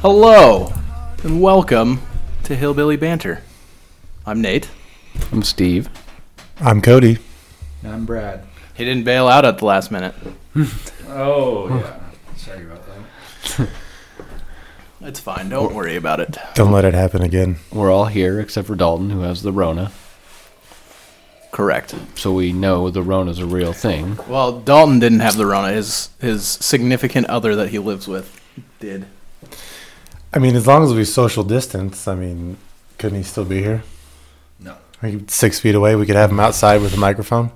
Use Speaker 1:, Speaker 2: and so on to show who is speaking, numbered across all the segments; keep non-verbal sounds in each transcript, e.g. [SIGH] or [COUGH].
Speaker 1: Hello, and welcome to Hillbilly Banter. I'm Nate.
Speaker 2: I'm Steve.
Speaker 3: I'm Cody.
Speaker 4: I'm Brad.
Speaker 1: He didn't bail out at the last minute.
Speaker 4: Oh, yeah. Sorry about that.
Speaker 1: It's fine. Don't worry about it.
Speaker 3: Don't let it happen again.
Speaker 2: We're all here except for Dalton, who has the Rona.
Speaker 1: Correct.
Speaker 2: So we know the Rona's a real thing.
Speaker 1: Well, Dalton didn't have the Rona. His his significant other that he lives with did.
Speaker 3: I mean, as long as we social distance, I mean, couldn't he still be here?
Speaker 4: No.
Speaker 3: Are you six feet away? We could have him outside with a microphone.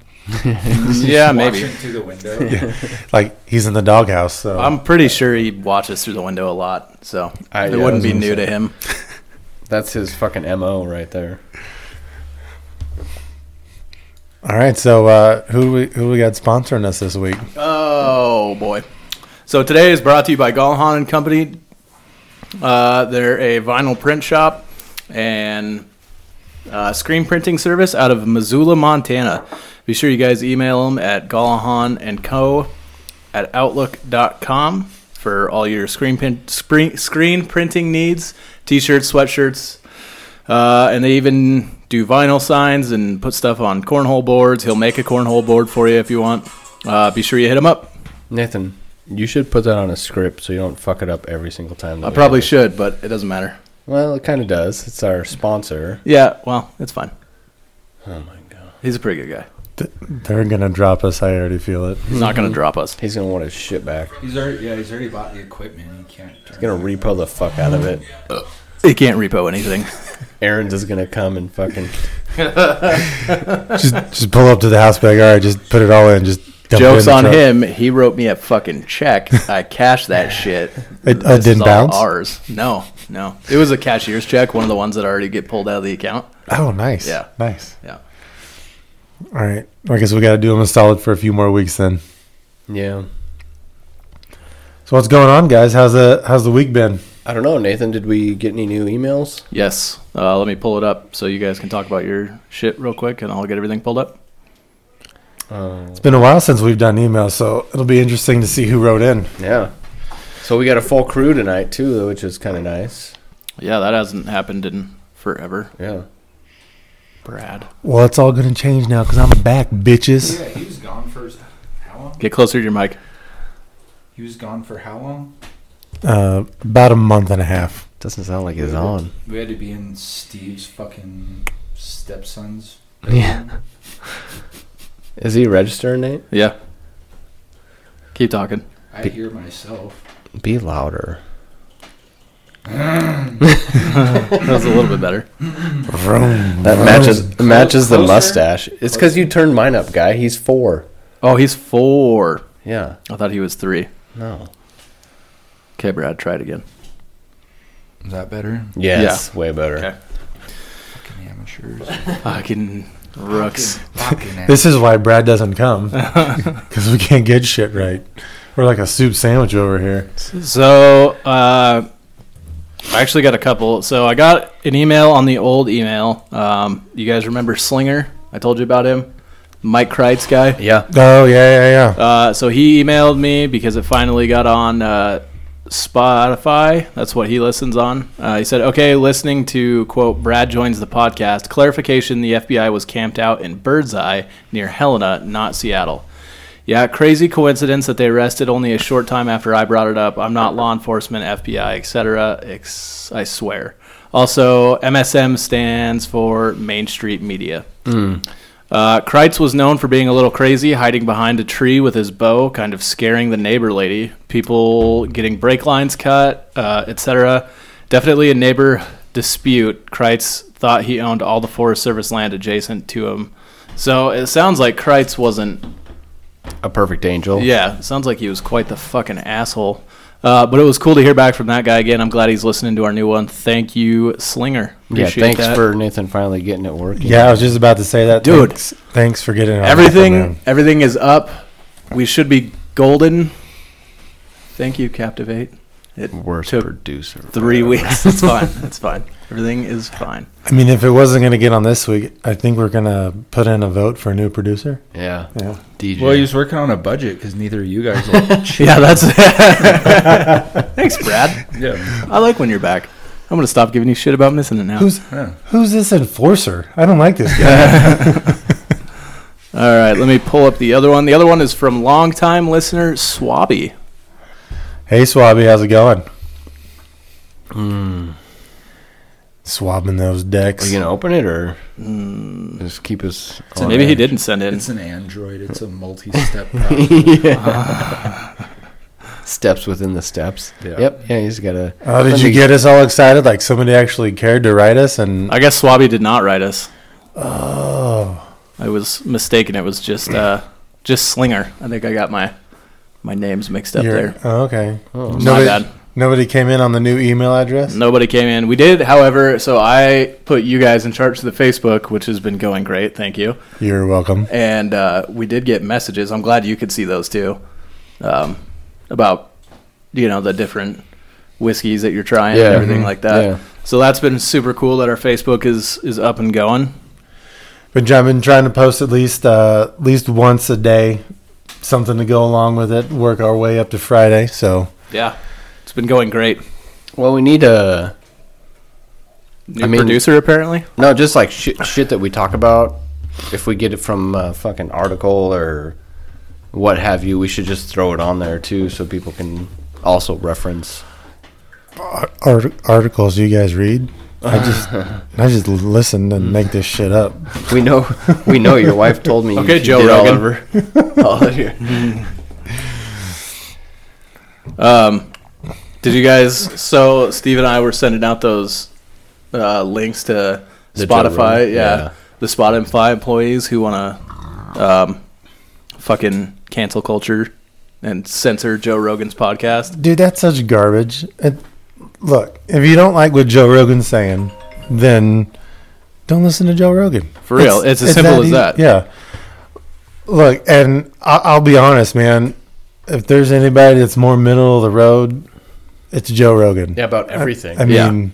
Speaker 1: yeah, maybe.
Speaker 4: Watching through the window.
Speaker 3: Like he's in the doghouse. So
Speaker 1: I'm pretty sure he watches through the window a lot, so
Speaker 2: I-
Speaker 1: it
Speaker 2: yeah, I
Speaker 1: wouldn't
Speaker 2: was
Speaker 1: be
Speaker 2: gonna
Speaker 1: new
Speaker 2: say.
Speaker 1: to him.
Speaker 2: That's his fucking MO right there.
Speaker 3: all right. So uh, who do we who do we got sponsoring us this week?
Speaker 1: Oh boy! So today is brought to you by Gallhan and Company. Uh, they're a vinyl print shop and uh, screen printing service out of Missoula, Montana. Be sure you guys email them at Gallahan and Co. at outlook.com for all your screen pin, screen, screen printing needs, t-shirts, sweatshirts, uh, and they even do vinyl signs and put stuff on cornhole boards. He'll make a cornhole board for you if you want. Uh, be sure you hit him up.
Speaker 2: Nathan, you should put that on a script so you don't fuck it up every single time. that
Speaker 1: I
Speaker 2: we
Speaker 1: probably
Speaker 2: do
Speaker 1: should, but it doesn't matter.
Speaker 2: it. Well, it kind of does. It's our sponsor.
Speaker 1: Yeah, well, it's fine.
Speaker 2: Oh my god.
Speaker 1: He's a pretty good guy.
Speaker 3: Th- They're gonna drop us. I already feel
Speaker 1: [LAUGHS]
Speaker 3: it.
Speaker 1: He's not going to drop us.
Speaker 2: He's gonna want his shit back.
Speaker 4: He's already, yeah, he's already bought the equipment. He can't turn
Speaker 2: He's gonna
Speaker 4: it.
Speaker 2: repo the fuck out of it.
Speaker 1: He can't repo anything.
Speaker 2: Aaron's is gonna come and fucking.
Speaker 3: Just just pull up to the house. Bag. All right. Just put it all in. Just dump it in
Speaker 1: Joke's
Speaker 3: the
Speaker 1: on
Speaker 3: truck.
Speaker 1: him. He wrote me a fucking check. I cashed
Speaker 3: [LAUGHS]
Speaker 1: that shit.
Speaker 3: It- uh,
Speaker 1: This is
Speaker 3: didn't
Speaker 1: all
Speaker 3: bounce?
Speaker 1: Ours. No, no. It was a cashier's check, one of the ones that already get pulled out of the account.
Speaker 3: Oh, nice.
Speaker 1: Yeah.
Speaker 3: Nice.
Speaker 1: Yeah.
Speaker 3: All right. I guess we got to do him a solid for a few more weeks then.
Speaker 2: Yeah.
Speaker 3: So what's going on, guys? How's the how's the week been?
Speaker 2: I don't know, Nathan. Did we get any new emails?
Speaker 1: Yes. Uh, let me pull it up so you guys can talk about your shit real quick, and I'll get everything pulled up.
Speaker 2: Oh.
Speaker 3: It's been a while since we've done email, so it'll be interesting to see who wrote in.
Speaker 2: Yeah. So we got a full crew tonight too, which is kind of nice.
Speaker 1: Yeah, that hasn't happened in forever.
Speaker 2: Yeah.
Speaker 1: Brad.
Speaker 3: Well, it's all gonna change now because I'm back, bitches.
Speaker 4: Yeah, he was gone for s- how long?
Speaker 1: Get closer to your mic.
Speaker 4: He was gone for how long?
Speaker 3: Uh, about a month and a half.
Speaker 2: Doesn't sound like
Speaker 4: it's on. We had to be in Steve's fucking stepson's.
Speaker 2: Yeah. Is he registering, Nate?
Speaker 1: Yeah. Keep talking.
Speaker 4: I hear myself.
Speaker 2: Be louder.
Speaker 1: That was a little bit better.
Speaker 3: Vroom.
Speaker 2: That matches matches the
Speaker 4: Closer.
Speaker 2: mustache. It's because you turned mine up, guy. He's four.
Speaker 1: Oh, he's four.
Speaker 2: Yeah.
Speaker 1: I thought he was three.
Speaker 2: No.
Speaker 1: Okay, Brad, try it again.
Speaker 4: Is that better?
Speaker 2: Yes. Way better.
Speaker 1: Okay.
Speaker 4: Fucking amateurs.
Speaker 1: Fucking rooks.
Speaker 4: Fucking amateurs.
Speaker 3: This is why Brad doesn't come [LAUGHS] because we can't get shit right. We're like a soup sandwich over here.
Speaker 1: So, uh, I actually got a couple. So, I got an email on the old email. Um, you guys remember Slinger? I told you about him. Mike Kreitz guy.
Speaker 2: Yeah.
Speaker 3: Oh yeah, yeah, yeah.
Speaker 1: Uh, so he emailed me because it finally got on uh, Spotify. That's what he listens on. Uh, he said, "Okay, listening to quote Brad joins the podcast. Clarification: The FBI was camped out in Birdseye near Helena, not Seattle." Yeah, crazy coincidence that they arrested only a short time after I brought it up. I'm not law enforcement, FBI, etc. Ex- I swear. Also, MSM stands for Main Street Media. Uh, Kreitz was known for being a little crazy, hiding behind a tree with his bow, kind of scaring the neighbor lady. People getting brake lines cut, uh, etc. Definitely a neighbor dispute. Kreitz thought he owned all the Forest Service land adjacent to him. So it sounds like Kreitz wasn't
Speaker 2: A perfect angel.
Speaker 1: yeah, it sounds like he was quite the fucking asshole. Uh, but it was cool to hear back from that guy again. I'm glad he's listening to our new one. Thank you, Slinger.
Speaker 2: Yeah.
Speaker 1: Appreciate
Speaker 2: thanks
Speaker 1: that.
Speaker 2: for Nathan finally getting it working.
Speaker 3: Yeah, I was just about to say that,
Speaker 1: Dude.
Speaker 3: Thanks, thanks for getting it on that,
Speaker 1: everything.
Speaker 3: Oh, man.
Speaker 1: Everything is up. We should be golden. Thank you, Captivate. It
Speaker 2: Worst
Speaker 1: took
Speaker 2: producer.
Speaker 1: three
Speaker 2: whatever.
Speaker 1: weeks. It's fine. It's fine. Everything is fine.
Speaker 3: I mean, if it wasn't going to get on this week, I think we're going to put in a vote for a new producer.
Speaker 2: Yeah.
Speaker 3: Yeah.
Speaker 2: DJ.
Speaker 4: Well, he was working on a budget because neither of you [LAUGHS] guys. Like,
Speaker 1: Yeah, that's. [LAUGHS] Thanks, Brad.
Speaker 4: yeah.
Speaker 1: I like when you're back. I'm gonna stop giving you shit about missing it now.
Speaker 3: Who's [LAUGHS]
Speaker 4: yeah.
Speaker 3: who's this enforcer? I don't like this guy.
Speaker 1: [LAUGHS] All right, let me pull up the other one. The other one is from longtime listener Swabby.
Speaker 3: hey, Swabby, how's it going? Swabbing those
Speaker 2: Are
Speaker 3: decks.
Speaker 2: you gonna open it or
Speaker 1: Mm,
Speaker 2: just keep us?
Speaker 4: an
Speaker 2: on
Speaker 1: maybe he
Speaker 2: edge?
Speaker 1: didn't send it.
Speaker 4: It's an Android. It's a [LAUGHS] multi-step. process.
Speaker 1: [LAUGHS]
Speaker 2: Steps within the steps.
Speaker 4: Yeah.
Speaker 2: Yep. Yeah, he's got a.
Speaker 3: Oh, did you get us all excited? Like somebody actually cared to write us? And
Speaker 1: I guess Swabby did not write us.
Speaker 3: oh,
Speaker 1: I was mistaken. It was just uh, just Slinger. I think I got my my names mixed up
Speaker 3: you're-
Speaker 1: there.
Speaker 3: oh, okay.
Speaker 2: Oh,
Speaker 1: My
Speaker 3: Nobody,
Speaker 1: bad.
Speaker 3: nobody came in on the new email address.
Speaker 1: Nobody came in. We did, however, so I put you guys in charge of the Facebook, which has been going great. Thank you.
Speaker 3: You're welcome.
Speaker 1: And uh, we did get messages. I'm glad you could see those too, um, about you know the different whiskeys that you're trying
Speaker 2: Yeah,
Speaker 1: and everything
Speaker 2: mhm.
Speaker 1: like that.
Speaker 2: Yeah.
Speaker 1: So that's been super cool that our Facebook is is up and going.
Speaker 3: But I've been trying to post at least uh, at least once a day, something to go along with it. Work our way up to Friday. So
Speaker 1: Yeah, it's been going great.
Speaker 2: Well, we need a
Speaker 1: New
Speaker 2: I mean-
Speaker 1: producer [LAUGHS] apparently.
Speaker 2: no, just like shit, shit that we talk about. If we get it from a fucking article or what have you, we should just throw it on there too, so people can also reference.
Speaker 3: ar- ar- articles you guys read, I just I just listen and make this shit up.
Speaker 2: We know, [LAUGHS] we know. Your wife told me.
Speaker 1: Okay,
Speaker 2: she
Speaker 1: Joe
Speaker 2: did all
Speaker 1: Rogan.
Speaker 2: of her-
Speaker 1: Oh,
Speaker 2: all of your-
Speaker 1: Um, did you guys? So Steve and I were sending out those uh, links to
Speaker 2: The Joe
Speaker 1: Spotify.
Speaker 2: Rogan,
Speaker 1: yeah,
Speaker 2: yeah.
Speaker 1: the Spotify employees who want to um, fucking cancel culture and censor Joe Rogan's podcast.
Speaker 3: Dude, that's such garbage. It, look, if you don't like what Joe Rogan's saying, then don't listen to Joe Rogan.
Speaker 1: For real, it's as simple as
Speaker 3: ea-
Speaker 1: that.
Speaker 3: e- Yeah. Look, and I, I'll be honest, man. If there's anybody that's more middle of the road, it's Joe Rogan.
Speaker 2: Yeah, about everything.
Speaker 3: I
Speaker 1: Yeah.
Speaker 3: mean,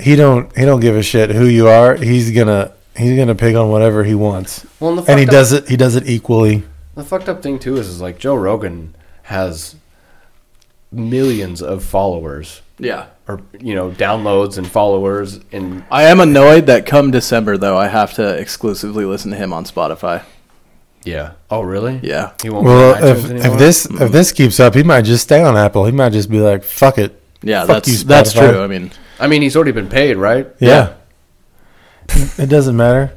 Speaker 3: he don't he don't give a shit who you are. He's gonna he's gonna pick on whatever he wants,
Speaker 2: well, and, the
Speaker 3: and he
Speaker 2: fucked up-
Speaker 3: does it he does it equally.
Speaker 2: The fucked up thing too is, is like Joe Rogan has millions of followers
Speaker 1: Yeah.
Speaker 2: or you know downloads and followers and
Speaker 1: I am annoyed that come December though I have to exclusively listen to him on Spotify.
Speaker 2: yeah. Oh really?
Speaker 1: Yeah.
Speaker 2: He won't.
Speaker 3: Well,
Speaker 2: be on iTunes
Speaker 3: if, if
Speaker 2: anymore?
Speaker 3: this if this keeps up, he might just stay on Apple. He might just be like, "Fuck it."
Speaker 1: Yeah,
Speaker 3: Fuck
Speaker 1: that's
Speaker 3: you,
Speaker 1: that's
Speaker 3: Spotify.
Speaker 1: true. I mean,
Speaker 2: I mean, he's already been paid, right?
Speaker 3: Yeah. it doesn't matter.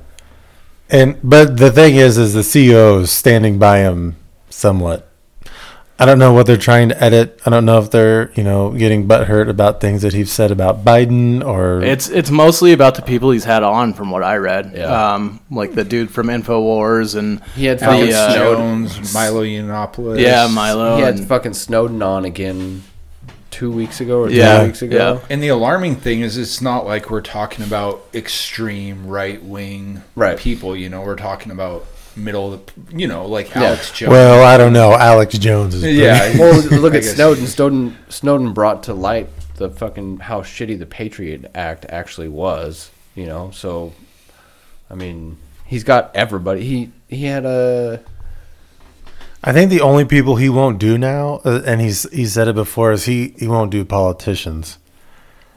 Speaker 3: And but the thing is is the CEO is standing by him somewhat. I don't know what they're trying to edit. I don't know if they're, you know, getting butthurt about things that he's said about Biden or
Speaker 1: It's it's mostly about the people he's had on, from what I read.
Speaker 2: Yeah.
Speaker 1: Um, like the dude from Infowars and
Speaker 2: He had fucking
Speaker 4: Alex
Speaker 1: uh,
Speaker 2: Snowden.
Speaker 4: Jones, Milo Yiannopoulos.
Speaker 1: yeah, Milo.
Speaker 2: He had
Speaker 1: and-
Speaker 2: fucking Snowden on again two weeks ago or
Speaker 1: Yeah,
Speaker 2: three weeks ago.
Speaker 4: And the alarming thing is, it's not like we're talking about extreme right wing
Speaker 2: Right.
Speaker 4: people. You know, we're talking about middle, of the, you know, like
Speaker 2: Yeah.
Speaker 4: Alex Jones.
Speaker 3: well, I don't know. Alex Jones is pretty-
Speaker 4: yeah.
Speaker 2: Well, look
Speaker 4: I
Speaker 2: at
Speaker 4: guess.
Speaker 2: Snowden. Snowden. Snowden brought to light the fucking how shitty the Patriot Act actually was. You know, so I mean, he's got everybody. He he had a
Speaker 3: I think the only people he won't do now uh, and he's he said it before is he he won't do politicians.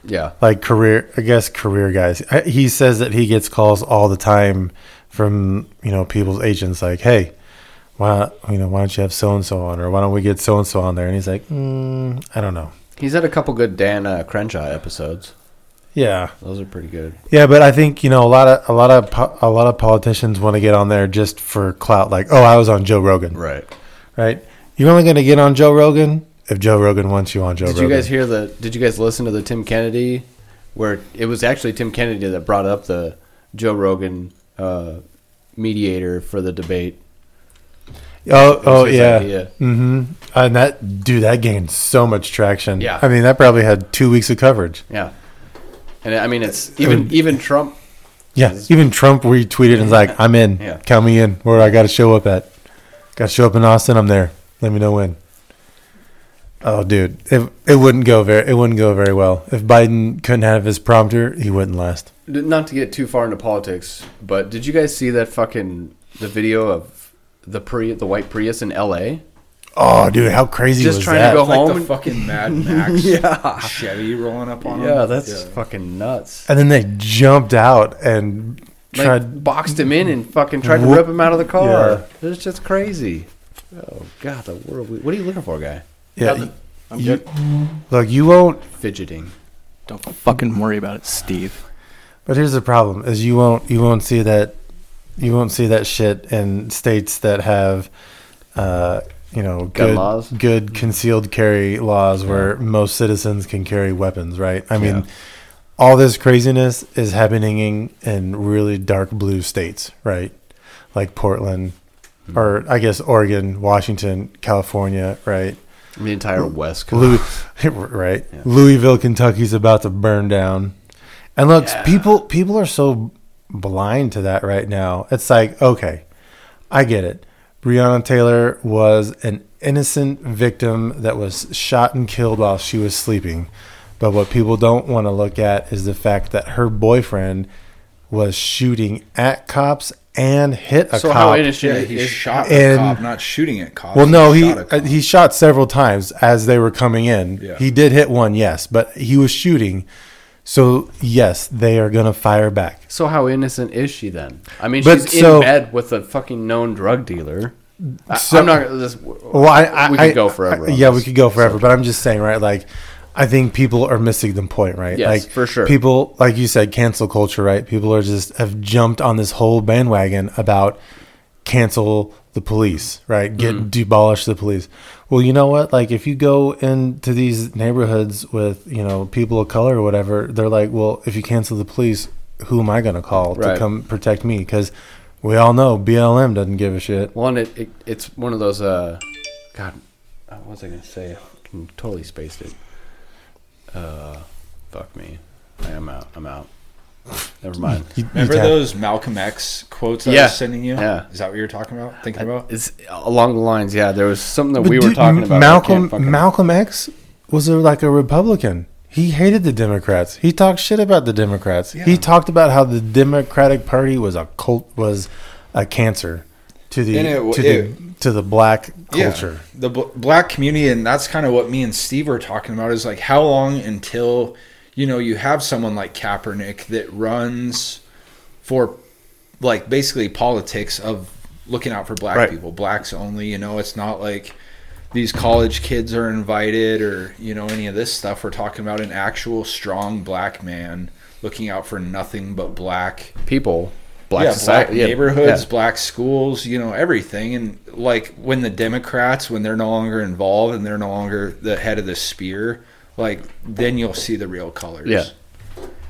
Speaker 2: yeah.
Speaker 3: like career i guess career guys I- he says that he gets calls all the time from you know people's agents like hey why you know why don't you have so and so on or why don't we get so and so on there and he's like mm, i don't know
Speaker 2: He's had a couple good Dan uh, Crenshaw episodes.
Speaker 3: yeah
Speaker 2: Those are pretty good.
Speaker 3: yeah but i think you know a lot of a lot of po- a lot of politicians want to get on there just for clout like oh i was on joe rogan right, you're only going to get on joe rogan if joe rogan wants you on joe
Speaker 2: Did
Speaker 3: rogan
Speaker 2: you guys hear the? Did you guys listen to the Tim Kennedy, where it was actually Tim Kennedy that brought up the Joe Rogan uh, mediator for the debate?
Speaker 3: Oh, oh
Speaker 2: his
Speaker 3: yeah.
Speaker 2: idea.
Speaker 3: hmm And that dude, that gained so much traction.
Speaker 2: Yeah.
Speaker 3: I mean, that probably had two weeks of coverage.
Speaker 2: Yeah, and I mean it's even even Trump
Speaker 3: Yeah. Even Trump retweeted and was like, "I'm in.
Speaker 2: Yeah.
Speaker 3: Count me in. Where I got to show up at? Got to show up in Austin. I'm there. Let me know when." Oh, dude, it it wouldn't go very it wouldn't go very well. If Biden couldn't have his prompter, he wouldn't last.
Speaker 2: Not to get too far into politics, but did you guys see that fucking the video of the Pri- the white Prius in L.A.
Speaker 3: Oh, dude, how crazy
Speaker 2: Just
Speaker 3: was
Speaker 2: trying to
Speaker 3: that?
Speaker 2: go-
Speaker 4: It's like the
Speaker 2: Home-
Speaker 4: fucking Mad Max
Speaker 2: [LAUGHS] Yeah.
Speaker 4: Chevy rolling up on him.
Speaker 2: Yeah, that's fucking nuts.
Speaker 3: And then they jumped out and
Speaker 2: Like,
Speaker 3: tried.
Speaker 2: boxed him in and fucking tried to
Speaker 3: Whoop.
Speaker 2: rip him out of the car.
Speaker 3: Yeah.
Speaker 2: It's just crazy. Oh God, the world. we- What are you looking for, guy?
Speaker 3: yeah,
Speaker 1: Nothing. I'm
Speaker 3: you-
Speaker 1: good.
Speaker 3: look, you won't.
Speaker 2: Fidgeting.
Speaker 1: Don't fucking worry about it, Steve.
Speaker 3: But here's the problem: is you won't you won't see that you won't see that shit in states that have, uh, you know,
Speaker 2: Gun
Speaker 3: good
Speaker 2: laws?
Speaker 3: good concealed carry laws where most citizens can carry weapons. Right? I mean.
Speaker 2: Yeah.
Speaker 3: All this craziness is happening in, in really dark blue states, right? Like Portland,
Speaker 2: Hmm.
Speaker 3: or I guess Oregon, Washington, California, right?
Speaker 2: The entire West Coast.
Speaker 3: Louis,
Speaker 2: [LAUGHS]
Speaker 3: [LAUGHS] right?
Speaker 2: Yeah.
Speaker 3: Louisville, Kentucky's about to burn down. And look,
Speaker 2: Yeah.
Speaker 3: people people are so blind to that right now. It's like, okay, I get it. Breonna Taylor was an innocent victim that was shot and killed while she was sleeping. But what people don't want to look at is the fact that her boyfriend was shooting at cops and hit a
Speaker 2: So
Speaker 3: cop.
Speaker 2: how
Speaker 4: Yeah,
Speaker 2: innocent
Speaker 4: he
Speaker 2: is
Speaker 4: shot
Speaker 3: and-
Speaker 4: a cop, not shooting at cops.
Speaker 3: Well, no, he
Speaker 4: shot a cop.
Speaker 3: uh, he shot several times as they were coming in.
Speaker 4: Yeah.
Speaker 3: He did hit one, yes, but he was shooting. So yes, they are gonna fire back.
Speaker 2: So how innocent is she then? I mean,
Speaker 3: But
Speaker 2: she's
Speaker 3: so-
Speaker 2: in bed with a fucking known drug dealer. I,
Speaker 3: So-
Speaker 2: I'm [LAUGHS] not. This,
Speaker 3: Well, I, I
Speaker 2: we could
Speaker 3: I-
Speaker 2: go forever.
Speaker 3: I-
Speaker 2: on
Speaker 3: yeah, we
Speaker 2: this.
Speaker 3: could go forever. But I'm just saying, right? Like, I think people are missing the point, right?
Speaker 2: Yes,
Speaker 3: like
Speaker 2: for sure.
Speaker 3: People, like you said, cancel culture, right? People are just have jumped on this whole bandwagon about cancel the police, right? Get
Speaker 2: Mm-hmm.
Speaker 3: demolish the police. Well, you know what? Like, if you go into these neighborhoods with you know people of color or whatever, they're like, well, if you cancel the police, who am I going to call
Speaker 2: Right.
Speaker 3: to come protect me? Because we all know BLM doesn't give a shit.
Speaker 2: One, it, it it's one of those. Uh, God, uh, what was I gonna say? I can totally spaced it. Uh, fuck me. I am out. I'm out. Never mind.
Speaker 3: You- you
Speaker 4: Remember
Speaker 3: tap-
Speaker 4: those Malcolm X quotes I
Speaker 2: Yeah,
Speaker 4: was sending you?
Speaker 2: yeah.
Speaker 4: Is that what you were talking about? Thinking about?
Speaker 2: It's along the lines. Yeah, there was something that
Speaker 3: But
Speaker 2: we were
Speaker 3: dude,
Speaker 2: talking about. I
Speaker 3: Malcolm
Speaker 2: can't fucking-
Speaker 3: Malcolm X was a, like a Republican. He hated the Democrats. He talked shit about the Democrats. He
Speaker 4: Yeah.
Speaker 3: talked about how the Democratic Party was a cult was a cancer to the
Speaker 4: And it-
Speaker 3: to the to the black culture.
Speaker 4: Yeah, the bl- black community, and that's kind of what me and Steve are talking about. Is like how long until you know you have someone like Kaepernick that runs for like basically politics of looking out for black
Speaker 2: Right.
Speaker 4: people, blacks only. You know, it's not like these college kids are invited or you know any of this stuff. We're talking about an actual strong black man looking out for nothing but black
Speaker 2: people, black
Speaker 4: yeah,
Speaker 2: society,
Speaker 4: black
Speaker 2: yeah,
Speaker 4: neighborhoods,
Speaker 2: yeah.
Speaker 4: black schools, you know, everything. And like when the Democrats, when they're no longer involved and they're no longer the head of the spear, like then you'll see the real colors.
Speaker 2: Yeah.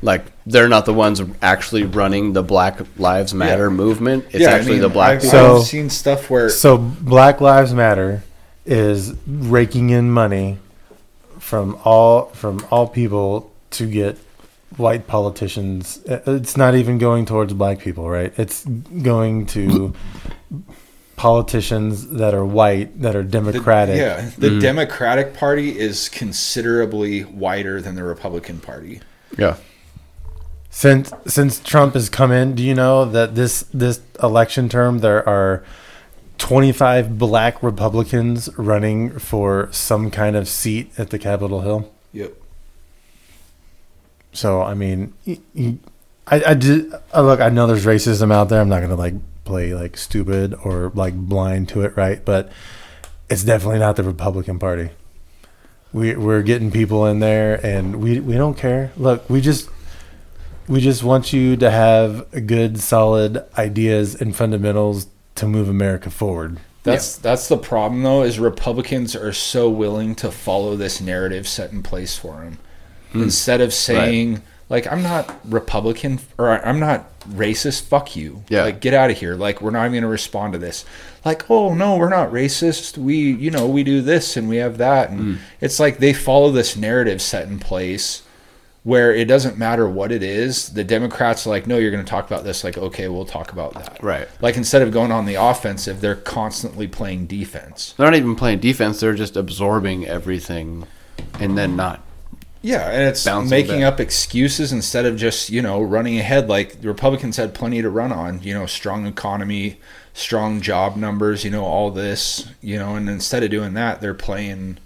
Speaker 2: Like they're not the ones actually running the Black Lives Matter movement. It's
Speaker 4: Yeah, I
Speaker 2: actually
Speaker 4: mean,
Speaker 2: the black
Speaker 4: I've,
Speaker 2: people.
Speaker 3: So-
Speaker 4: I've seen stuff where
Speaker 3: So Black Lives Matter is raking in money from all from all people to get white politicians. It- It's not even going towards black people, right? It's going to politicians that are white that are
Speaker 4: the,
Speaker 3: democratic.
Speaker 4: yeah, the
Speaker 2: Mm-hmm.
Speaker 4: Democratic Party is considerably wider than the Republican Party.
Speaker 2: yeah.
Speaker 3: Since since Trump has come in, do you know that this this election term there are 25 black Republicans running for some kind of seat at the Capitol Hill?
Speaker 4: Yep.
Speaker 3: So I mean, y- y- I I did uh, look. I know there's racism out there. I'm not gonna like play like stupid or like blind to it, right? But it's definitely not the Republican Party. We we're getting people in there, and we we don't care. Look, we just we just want you to have good, solid ideas and fundamentals to move America forward.
Speaker 4: That's that's the problem though is Republicans are so willing to follow this narrative set in place for them instead of saying like I'm not Republican or I'm not racist fuck you
Speaker 2: Yeah.
Speaker 4: like get out of here like we're not even going to respond to this like oh no we're not racist we you know we do this and we have that and it's like they follow this narrative set in place where it doesn't matter what it is. The Democrats are like, no, you're going to talk about this. Like, okay, we'll talk about that.
Speaker 2: Right.
Speaker 4: Like instead of going on the offensive, they're constantly playing defense.
Speaker 2: They're not even playing defense. They're just absorbing everything, and then not.
Speaker 4: Yeah, and it's
Speaker 2: Bouncing
Speaker 4: making
Speaker 2: back.
Speaker 4: up excuses instead of just you know running ahead. Like the Republicans had plenty to run on. You know, strong economy, strong job numbers. You know, all this. You know, and instead of doing that, they're playing.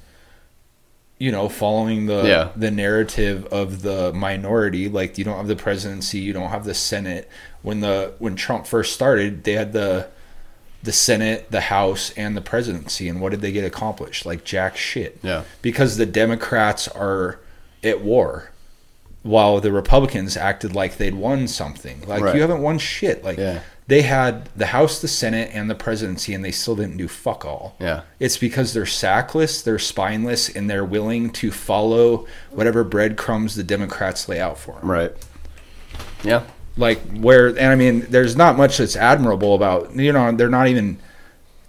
Speaker 4: You know, following the
Speaker 2: Yeah.
Speaker 4: the narrative of the minority. Like you don't have the presidency, you don't have the Senate. When the when Trump first started, they had the the Senate, the House, and the presidency. And what did they get accomplished? Like jack shit
Speaker 2: Yeah.
Speaker 4: because the Democrats are at war, while the Republicans acted like they'd won something. Like
Speaker 2: Right.
Speaker 4: you haven't won shit. Like
Speaker 2: Yeah.
Speaker 4: they had the House, the Senate, and the presidency, and they still didn't do fuck all.
Speaker 2: Yeah.
Speaker 4: It's because they're sackless, they're spineless, and they're willing to follow whatever breadcrumbs the Democrats lay out for them
Speaker 2: Right. Yeah.
Speaker 4: like where and I mean there's not much that's admirable about you know they're not even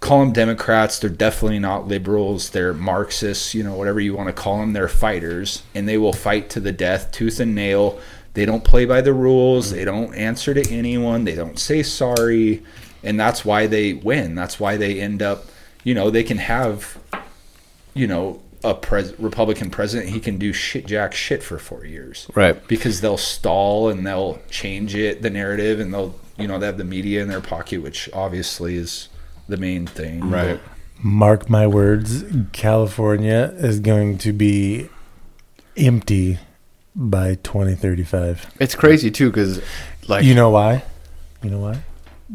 Speaker 4: call them Democrats they're definitely not liberals they're Marxists you know whatever you want to call them they're fighters and they will fight to the death tooth and nail they don't play by the rules they don't answer to anyone they don't say sorry and that's why they win that's why they end up you know they can have you know a pres- Republican president he can do shit jack shit for four years
Speaker 2: Right.
Speaker 4: because they'll stall and they'll change it the narrative and they'll you know they have the media in their pocket which obviously is the main thing
Speaker 2: Right.
Speaker 3: Mark my words, California is going to be empty by 2035.
Speaker 2: It's crazy too, because like
Speaker 3: you know why? You know why?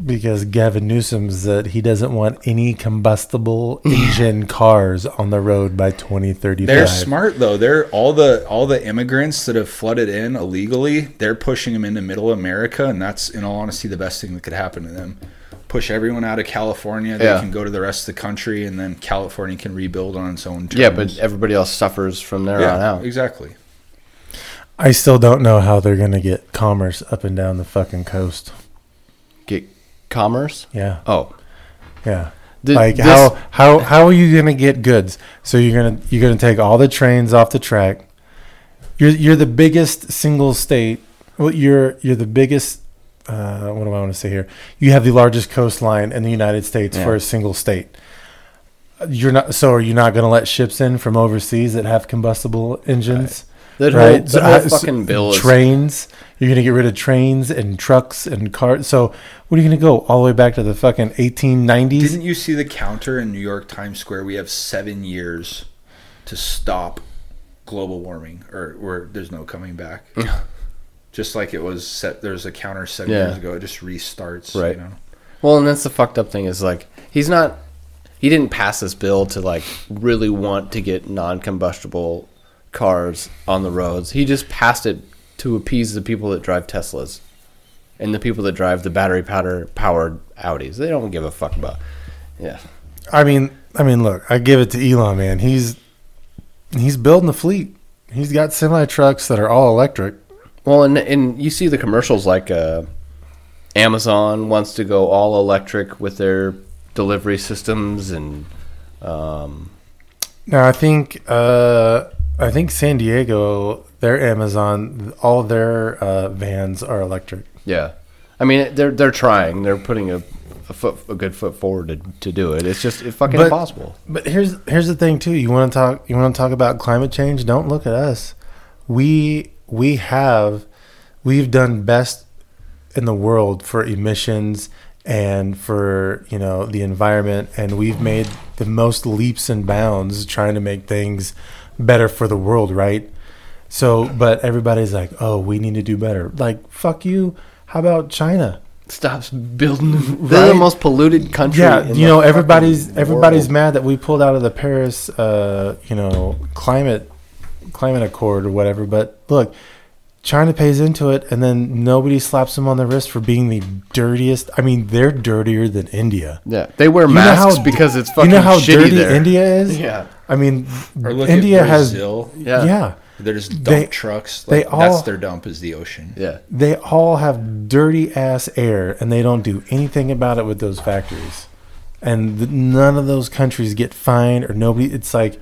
Speaker 3: Because Gavin Newsom said he doesn't want
Speaker 4: [SIGHS]
Speaker 3: any combustible engine cars on the road by 2035.
Speaker 4: they're smart though they're all the all the immigrants that have flooded in illegally they're pushing them into middle america and that's in all honesty the best thing that could happen to them push everyone out of california they
Speaker 2: Yeah.
Speaker 4: can go to the rest of the country and then california can rebuild on its own terms
Speaker 2: yeah, but everybody else suffers from there on
Speaker 4: yeah
Speaker 2: out.
Speaker 4: exactly
Speaker 3: I still don't know how they're going to get commerce up and down the fucking coast.
Speaker 2: Get commerce.
Speaker 3: Yeah.
Speaker 2: Oh,
Speaker 3: Yeah.
Speaker 2: Th-
Speaker 3: like
Speaker 2: this-
Speaker 3: how how how are you gonna get goods? So you're gonna you're gonna take all the trains off the track. You're you're the biggest single state. Well, you're you're the biggest. Uh, what do I want to say here? You have the largest coastline in the United States for
Speaker 2: Yeah.
Speaker 3: a single state. You're not. So are you not gonna let ships in from overseas that have combustible engines?
Speaker 2: that
Speaker 3: right?
Speaker 2: whole,
Speaker 3: So
Speaker 2: that whole
Speaker 3: I- so
Speaker 2: fucking bill is
Speaker 3: Trains. You're gonna get rid of trains and trucks and cars. So what are you gonna go all the way back to the fucking 1890s?
Speaker 4: Didn't you see the counter in New York Times Square? We have seven years to stop global warming, or, or there's no coming
Speaker 2: [LAUGHS]
Speaker 4: back. just like it was set, there's a counter seven
Speaker 2: Yeah.
Speaker 4: years ago. It just restarts.
Speaker 2: Right.
Speaker 4: You know?
Speaker 2: Well, and that's the fucked up thing is like he's not he didn't pass this bill to like really want to get non-combustible cars on the roads. He just passed it to appease the people that drive Teslas and the people that drive the battery powder powered Audis. They don't give a fuck about. Yeah.
Speaker 3: I mean, I mean, look, I give it to Elon, man. He's he's building the fleet. He's got semi trucks that are all electric.
Speaker 2: Well, and and you see the commercials like uh, Amazon wants to go all electric with their delivery systems and um,
Speaker 3: Now, I think uh, I think San Diego, their Amazon, all their uh, vans are electric.
Speaker 2: Yeah, I mean they're they're trying. They're putting a a, foot, a good foot forward to, to do it. It's just it's fucking
Speaker 3: But-
Speaker 2: impossible.
Speaker 3: But here's here's the thing too. You want to talk you want to talk about climate change? Don't look at us. We we have we've done best in the world for emissions and for, you know, the environment and we've made the most leaps and bounds trying to make things better for the world, right? So, but everybody's like, "Oh, we need to do better." Like, fuck you. How about China?
Speaker 4: [LAUGHS]
Speaker 2: Stops building. They're the
Speaker 3: Right?
Speaker 2: most polluted country.
Speaker 3: yeah
Speaker 2: in
Speaker 3: you
Speaker 2: the
Speaker 3: know everybody's
Speaker 2: fucking
Speaker 3: everybody's
Speaker 2: world.
Speaker 3: mad that we pulled out of the paris uh you know climate climate accord or whatever but look china pays into it and then nobody slaps them on the wrist for being the dirtiest i mean they're dirtier than india
Speaker 2: Yeah, they wear
Speaker 3: You know how
Speaker 2: masks
Speaker 3: d-
Speaker 2: because it's fucking
Speaker 3: you know how
Speaker 2: shitty
Speaker 3: dirty
Speaker 2: there.
Speaker 3: india is
Speaker 2: Yeah.
Speaker 3: i mean
Speaker 4: Or look
Speaker 3: india
Speaker 4: at
Speaker 3: has
Speaker 4: Brazil.
Speaker 2: Yeah.
Speaker 3: yeah.
Speaker 4: There's dump
Speaker 3: They-
Speaker 4: trucks.
Speaker 3: they
Speaker 4: Like, that's
Speaker 3: all-
Speaker 4: their dump is the ocean.
Speaker 2: yeah,
Speaker 3: they all have dirty ass air and they don't do anything about it with those factories and th- none of those countries get fined or nobody it's like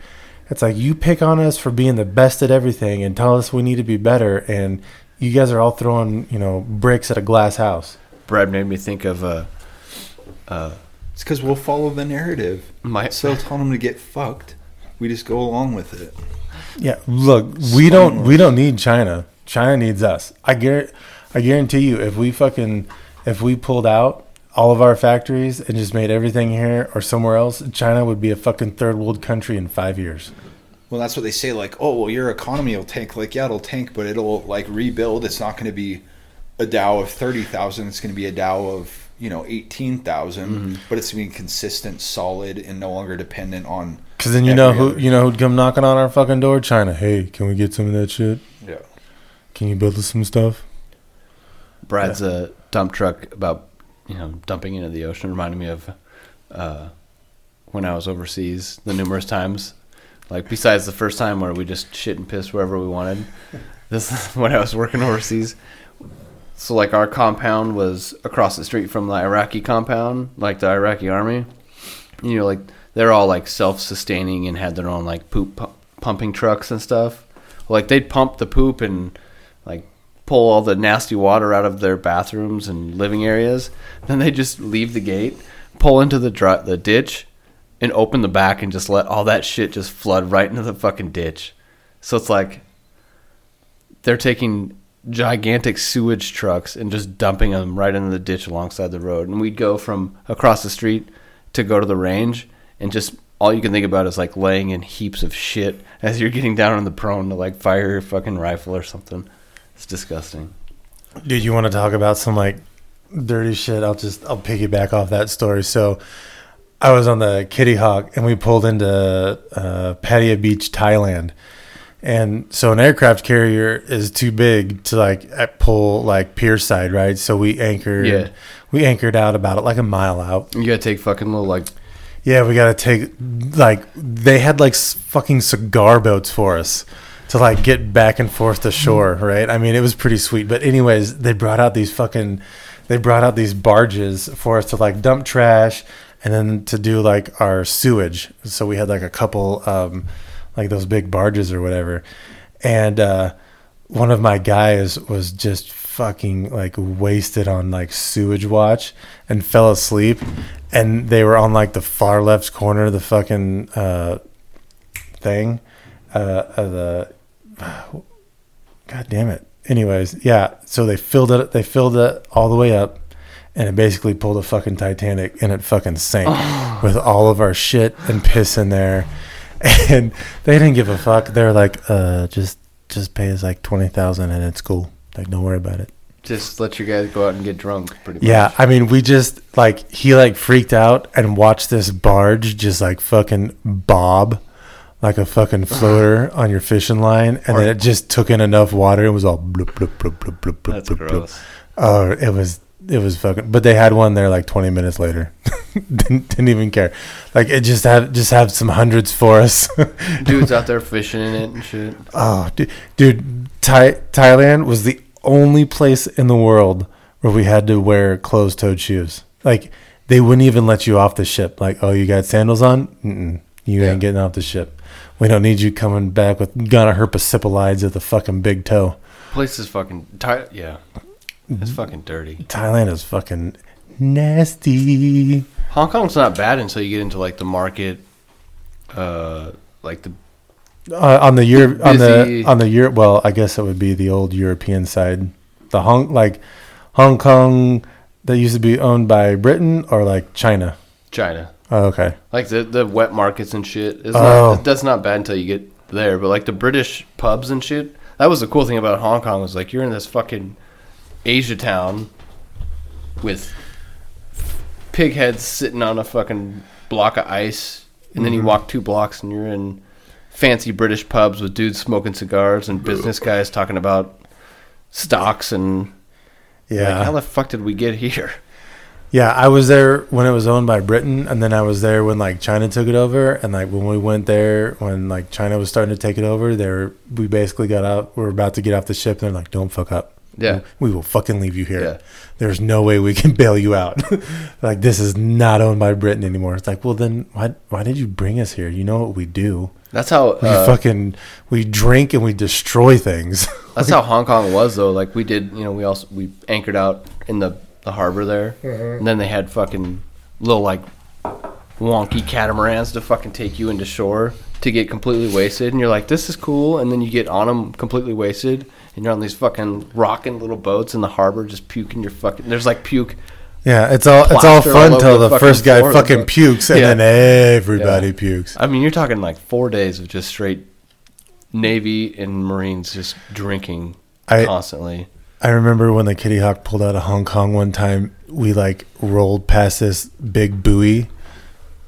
Speaker 3: It's like you pick on us for being the best at everything and tell us we need to be better, and you guys are all throwing you know bricks at a glass house.
Speaker 2: Brad made me think of uh, uh,
Speaker 4: It's because we'll follow the narrative.
Speaker 2: my
Speaker 4: So telling them to get fucked, we just go along with it.
Speaker 3: Yeah, look, we don't we don't need China. China needs us. I guarantee, I guarantee you, if we fucking if we pulled out all of our factories and just made everything here or somewhere else, China would be a fucking third world country in five years.
Speaker 4: Well, that's what they say. Like, oh, well, your economy will tank. Like, yeah, it'll tank, but it'll like rebuild. It's not going to be a Dow of thirty thousand. It's going to be a Dow of you know eighteen But it's going to be consistent, solid, and no longer dependent on.
Speaker 3: Because then you
Speaker 4: Yeah,
Speaker 3: know
Speaker 4: we
Speaker 3: who
Speaker 4: are.
Speaker 3: you know who'd come knocking on our fucking door. China, hey, can we get some of that shit?
Speaker 4: Yeah.
Speaker 3: Can you build us some stuff?
Speaker 2: Brad's uh dump truck about you know dumping into the ocean reminded me of uh, when I was overseas the numerous times. Like besides the first time where we just shit and piss wherever we wanted, this is when I was working overseas. So like our compound was across the street from the Iraqi compound, like the Iraqi army. You know, like they're all like self-sustaining and had their own like poop pu- pumping trucks and stuff. Like they'd pump the poop and like pull all the nasty water out of their bathrooms and living areas. Then they just leave the gate, pull into the dri- the ditch, and open the back and just let all that shit just flood right into the fucking ditch. So it's like they're taking gigantic sewage trucks and just dumping them right into the ditch alongside the road. And we'd go from across the street to go to the range and just all you can think about is like laying in heaps of shit as you're getting down on the prone to like fire your fucking rifle or something. It's disgusting.
Speaker 3: Dude, you want to talk about some like dirty shit? I'll just I'll piggyback off that story. So I was on the Kitty Hawk and we pulled into uh, Pattaya Beach, Thailand, and so an aircraft carrier is too big to like at- pull like pier side, right? So we anchored.
Speaker 2: Yeah.
Speaker 3: We anchored out about like a mile out.
Speaker 2: You gotta take fucking little like
Speaker 3: Yeah, we gotta take like they had like s- fucking cigar boats for us to like get back and forth to shore, right? I mean, it was pretty sweet. But anyways, they brought out these fucking they brought out these barges for us to like dump trash and then to do like our sewage. So we had like a couple um like those big barges or whatever. And uh one of my guys was just fucking like wasted on like sewage watch and fell asleep and they were on like the far left corner of the fucking uh thing uh of the [SIGHS] god damn it anyways yeah so they filled it they filled it all the way up and it basically pulled a fucking titanic and it fucking sank with all of our shit and piss in there [LAUGHS] and they didn't give a fuck they were like uh just just pay us like 20000 and it's cool like don't worry about it
Speaker 2: just let your guys go out and get drunk pretty much.
Speaker 3: yeah, I mean, we just like he like freaked out and watched this barge just like fucking bob like
Speaker 2: [SIGHS]
Speaker 3: a fucking floater on your fishing line, and then it just took in enough water. It was all bloop bloop bloop bloop bloop bloop.
Speaker 2: That's
Speaker 3: bloop, bloop.
Speaker 2: gross.
Speaker 3: Oh, it was it was fucking. But they had one there like 20 minutes later. [LAUGHS] didn't, didn't even care. Like it just had just had some hundreds for us. [LAUGHS]
Speaker 2: [LAUGHS] Dudes out there fishing in it and shit.
Speaker 3: Oh, dude, dude Thai, Thailand was the only place in the world where we had to wear closed-toed shoes. Like they wouldn't even let you off the ship. Like, oh, you got sandals on? Mm-mm. You ain't getting off the ship. We don't need you coming back with gonorrhoepacipolides at the fucking big toe.
Speaker 2: Place is fucking ti yeah. It's fucking dirty.
Speaker 3: Thailand is fucking nasty.
Speaker 2: Hong Kong's not bad until you get into like the market uh like the
Speaker 3: Uh, on the Europe, on the
Speaker 2: Busy.
Speaker 3: on the Europe. Well, I guess it would be the old European side, the Hong like Hong Kong that used to be owned by Britain or like China.
Speaker 2: China.
Speaker 3: Oh, okay,
Speaker 2: Like the the wet markets and shit. It's
Speaker 3: Oh.
Speaker 2: not, that's not bad until you get there. But like the British pubs and shit. That was the cool thing about Hong Kong was like you're in this fucking Asia town with pig heads sitting on a fucking block of ice, and then you walk two blocks and you're in fancy British pubs with dudes smoking cigars and business guys talking about stocks and yeah.
Speaker 3: yeah,
Speaker 2: like, how the fuck did we get here?
Speaker 3: yeah. I was there when it was owned by Britain, and then I was there when like China took it over, and like when we went there when like China was starting to take it over, they were we basically got out. We are about to get off the ship, and they're like, "Don't fuck up."
Speaker 2: Yeah.
Speaker 3: we will fucking leave you here.
Speaker 2: Yeah.
Speaker 3: there's no way we can [LAUGHS] bail you out. like this is not owned by Britain anymore. It's like, well then why why did you bring us here? You know what we do.
Speaker 2: That's how
Speaker 3: We
Speaker 2: uh,
Speaker 3: fucking we drink and we destroy things. [LAUGHS]
Speaker 2: that's how Hong Kong was though. Like we did, you know, we also we anchored out in the the harbor there, and then they had fucking little like wonky catamarans to fucking take you into shore to get completely wasted, and you're like, this is cool, and then you get on them completely wasted, and you're on these fucking rocking little boats in the harbor, just puking your fucking. There's like puke.
Speaker 3: yeah, it's all it's all
Speaker 2: Plaster
Speaker 3: fun
Speaker 2: all
Speaker 3: till
Speaker 2: over
Speaker 3: the,
Speaker 2: the fucking
Speaker 3: first guy
Speaker 2: floor,
Speaker 3: fucking
Speaker 2: bro.
Speaker 3: pukes and
Speaker 2: Yeah.
Speaker 3: then everybody
Speaker 2: Yeah.
Speaker 3: pukes.
Speaker 2: I mean, you're talking like four days of just straight Navy and Marines just drinking
Speaker 3: I-
Speaker 2: constantly.
Speaker 3: I remember when the Kitty Hawk pulled out of Hong Kong one time, we like rolled past this big buoy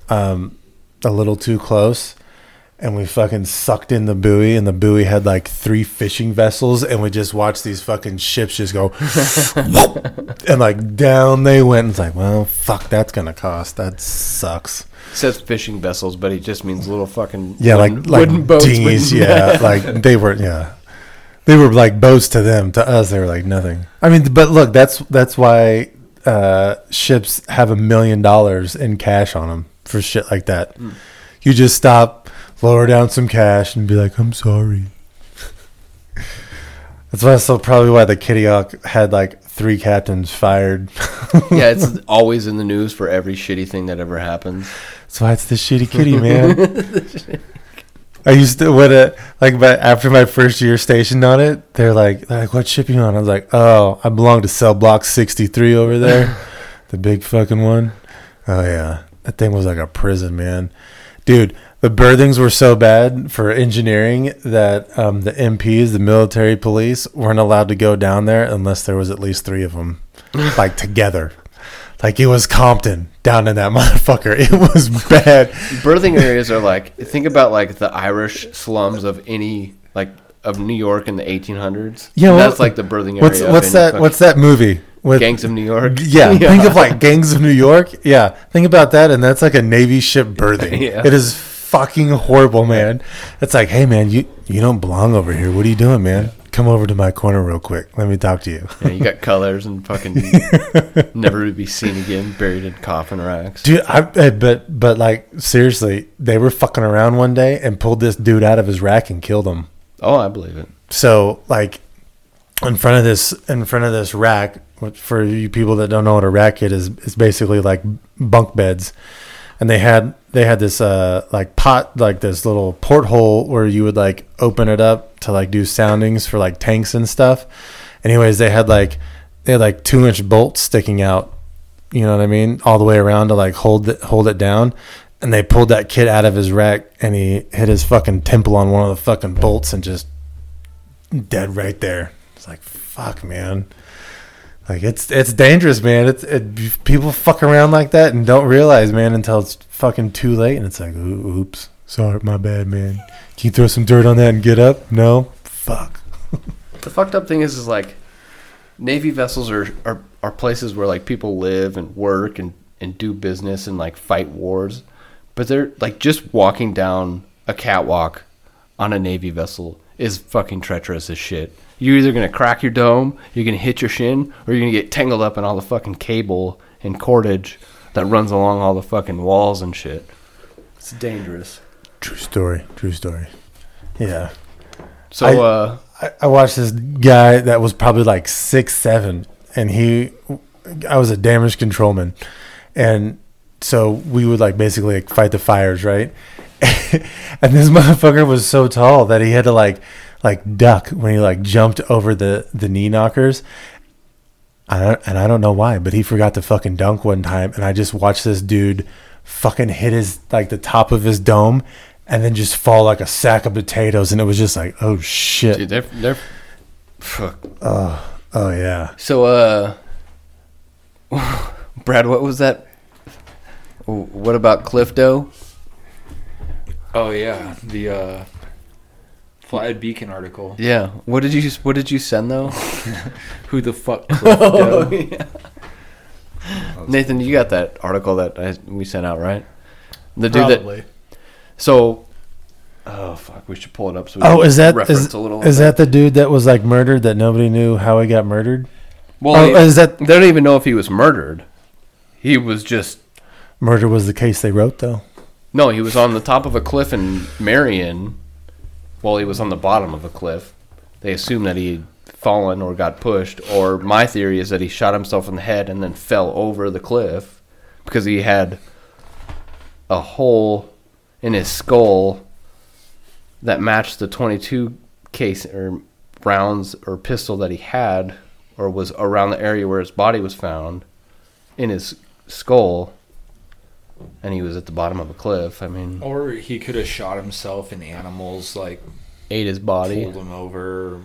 Speaker 3: um, a little too close and we fucking sucked in the buoy and the buoy had like three fishing vessels and we just watched these fucking ships just go [LAUGHS] and like down they went. It's like, well, fuck, that's gonna cost. That sucks.
Speaker 2: says fishing vessels, but he just means little fucking
Speaker 3: Yeah,
Speaker 2: wooden-
Speaker 3: like like
Speaker 2: wooden boats with-
Speaker 3: dinghies. Yeah, like they were. Yeah, they were like boats to them. To us, they were like nothing. I mean, but look, that's that's why uh, ships have a million dollars in cash on them for shit like that. You just stop, lower down some cash, and be like, "I'm sorry." [LAUGHS] that's why. So probably why the Kitty Hawk had like three captains fired.
Speaker 2: [LAUGHS]
Speaker 3: [LAUGHS]
Speaker 2: yeah, it's always in the news for every shitty thing that ever happens.
Speaker 3: That's why it's the shitty kitty, man. I used to when uh, like but after my first year stationed on it, they're like they're like, What ship you on? I was like, Oh, I belong to cell block sixty three over there. the big fucking one. Oh yeah. That thing was like a prison, man. Dude, the birthings were so bad for engineering that um, the MPs, the military police, weren't allowed to go down there unless there was at least three of them, like together. Like it was Compton down in that [LAUGHS] motherfucker. It was bad.
Speaker 2: Birthing areas are like think about like the Irish slums of any like of New York in the 1800s.
Speaker 3: Yeah,
Speaker 2: And
Speaker 3: well,
Speaker 2: that's like the birthing area.
Speaker 3: What's
Speaker 2: of
Speaker 3: what's
Speaker 2: any
Speaker 3: that?
Speaker 2: fucking-
Speaker 3: What's that movie? With,
Speaker 2: gangs of New York? [LAUGHS]
Speaker 3: Yeah, think of like gangs of New York. Yeah, think about that, and that's like a Navy ship
Speaker 2: [LAUGHS]
Speaker 3: birthing.
Speaker 2: Yeah.
Speaker 3: It is fucking horrible, man. It's like, hey, man, you you don't belong over here. What are you doing, man? Come over to my corner real quick. Let me talk to you,
Speaker 2: Yeah, you got colors and
Speaker 3: [LAUGHS]
Speaker 2: fucking never to be seen again, buried in coffin racks.
Speaker 3: dude. I, I but but like seriously, they were fucking around one day and pulled this dude out of his rack and killed him.
Speaker 2: Oh, I believe it.
Speaker 3: so like in front of this in front of this rack which for you people that don't know what a rack it is it's basically like bunk beds and they had they had this uh like pot like this little porthole where you would like open it up to like do soundings for like tanks and stuff anyways they had like they had like two inch bolts sticking out you know what i mean all the way around to like hold it hold it down and they pulled that kid out of his rack and he hit his fucking temple on one of the fucking bolts and just dead right there. It's like fuck, man. Like it's it's dangerous, man. It's it, people fuck around like that and don't realize, man, until it's fucking too late. And it's like, "Ooh, oops, sorry, my bad, man. Can you throw some dirt on that and get up? No, fuck.
Speaker 2: The fucked up thing is, is like navy vessels are, are are places where like people live and work and and do business and like fight wars, but they're like just walking down a catwalk on a navy vessel is fucking treacherous as shit. You're either gonna crack your dome, you're gonna hit your shin, or you're gonna get tangled up in all the fucking cable and cordage that runs along all the fucking walls and shit. It's dangerous.
Speaker 3: True story. True story. Yeah.
Speaker 2: So
Speaker 3: I-
Speaker 2: uh,
Speaker 3: I, I watched this guy that was probably like six seven, and he, I was a damage controlman, and so we would like basically like fight the fires, right? [LAUGHS] and this motherfucker was so tall that he had to like like duck when he like jumped over the the knee knockers. I don't, and I don't know why, but he forgot to fucking dunk one time, and I just watched this dude fucking hit his like the top of his dome, and then just fall like a sack of potatoes, and it was just like, oh shit,
Speaker 2: dude, they're they're. Fuck.
Speaker 3: Oh yeah,
Speaker 2: So, uh, [LAUGHS] Brad, what was that? W- What about Clifto?
Speaker 4: Oh yeah, the uh, Flathead Beacon article.
Speaker 2: Yeah. What did you What did you send
Speaker 3: [LAUGHS]
Speaker 2: though? Oh,
Speaker 4: Who the
Speaker 2: [LAUGHS]
Speaker 4: fuck? Clifto?
Speaker 2: Nathan, you got that article that I, we sent out, right? The dude that.
Speaker 1: Probably.
Speaker 2: So. Oh fuck! We should pull it up. So we
Speaker 3: Oh,
Speaker 2: can
Speaker 3: is that
Speaker 2: reference
Speaker 3: is, is that the dude that was like murdered that nobody knew how he got murdered?
Speaker 2: Well,
Speaker 3: Oh,
Speaker 2: they-
Speaker 3: is that-
Speaker 2: they don't even know if he was murdered. He was just
Speaker 3: Murder was the case they wrote, though.
Speaker 2: no. He was on the top of a cliff in Marion, while he was on the bottom of a cliff. They assume that he had fallen or got pushed. Or my theory is that he shot himself in the head and then fell over the cliff because he had a hole in his skull that matched the 22 case or rounds or pistol that he had or was around the area where his body was found in his skull and he was at the bottom of a cliff i mean
Speaker 4: Or he could have shot himself and animals like
Speaker 2: ate his body
Speaker 4: pulled him over,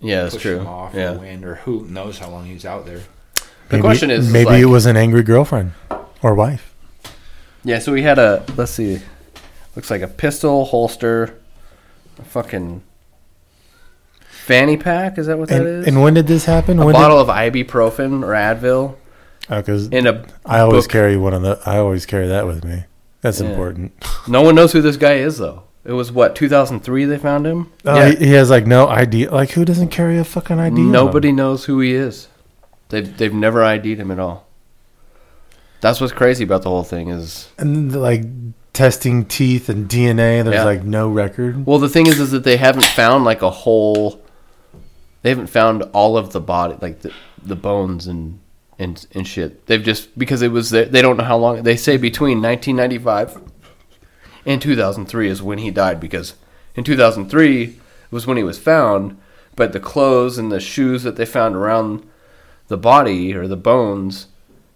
Speaker 2: yeah that's
Speaker 4: pushed
Speaker 2: true
Speaker 4: him off, or
Speaker 2: yeah
Speaker 4: wind, or who knows how long he was out there.
Speaker 2: the
Speaker 3: maybe,
Speaker 2: question is, is
Speaker 3: maybe
Speaker 2: like-
Speaker 3: it was an angry girlfriend or wife.
Speaker 2: yeah so we had a let's see looks like a pistol holster a fucking fanny pack is that what that
Speaker 3: And,
Speaker 2: is
Speaker 3: and when did this happen?
Speaker 2: a
Speaker 3: when
Speaker 2: bottle of ibuprofen or advil
Speaker 3: Because
Speaker 2: in a
Speaker 3: I always
Speaker 2: book.
Speaker 3: carry one of the. I always carry that with me. That's
Speaker 2: Yeah. [LAUGHS]
Speaker 3: important.
Speaker 2: No one knows who this guy is, though. It was what 2003 they found him.
Speaker 3: Oh,
Speaker 2: yeah,
Speaker 3: he, he has like no idea. Like who doesn't carry a fucking ID? on
Speaker 2: nobody
Speaker 3: him?
Speaker 2: knows who he is. They've they've never ID'd him at all. That's what's crazy about the whole thing is
Speaker 3: And then, like testing teeth and DNA. There's
Speaker 2: Yeah.
Speaker 3: like no record.
Speaker 2: well the thing is is that they haven't found like a whole they haven't found all of the body like the the bones and and and shit they've just because it was there, they don't know how long they say between 1995 and 2003 is when he died because in 2003 was when he was found but the clothes and the shoes that they found around the body or the bones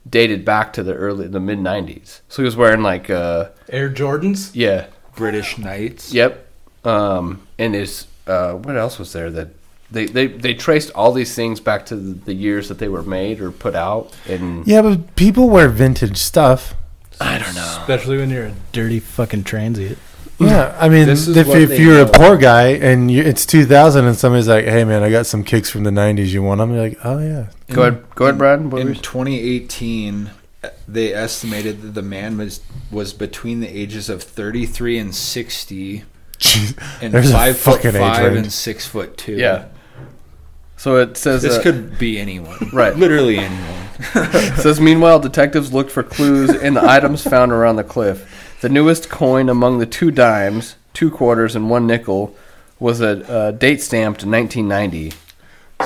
Speaker 2: dated back to the early the mid 90s so he was wearing like uh
Speaker 1: Air Jordans.
Speaker 2: yeah
Speaker 4: British Knights.
Speaker 2: Yep. Um, and is uh, what else was there that they, they they traced all these things back to the, the years that they were made or put out and
Speaker 3: Yeah, but people wear vintage stuff.
Speaker 2: I don't know.
Speaker 1: Especially when you're a dirty fucking transient.
Speaker 3: Yeah, I mean,
Speaker 4: This
Speaker 3: if,
Speaker 4: is what
Speaker 3: if
Speaker 4: they
Speaker 3: you're
Speaker 4: know.
Speaker 3: a poor guy and you, it's 2000 and somebody's like, "Hey, man, I got some kicks from the 90s. You want them?" You're like, "Oh yeah."
Speaker 2: Go ahead, go ahead, Brad. What
Speaker 4: In
Speaker 2: were
Speaker 4: 2018, they estimated that the man was was between the ages of 33 and 60,
Speaker 3: Jeez, [LAUGHS]
Speaker 4: and
Speaker 3: There's a
Speaker 4: five foot
Speaker 3: fucking age
Speaker 4: five
Speaker 3: range.
Speaker 4: and six foot two.
Speaker 2: you- yeah. So it says
Speaker 4: this
Speaker 2: uh,
Speaker 4: could be anyone,
Speaker 2: Right.
Speaker 4: Literally anyone.
Speaker 2: It [LAUGHS] says meanwhile detectives looked for clues in the items found around the cliff the newest coin among the two dimes two quarters and one nickel was a uh, date stamped 1990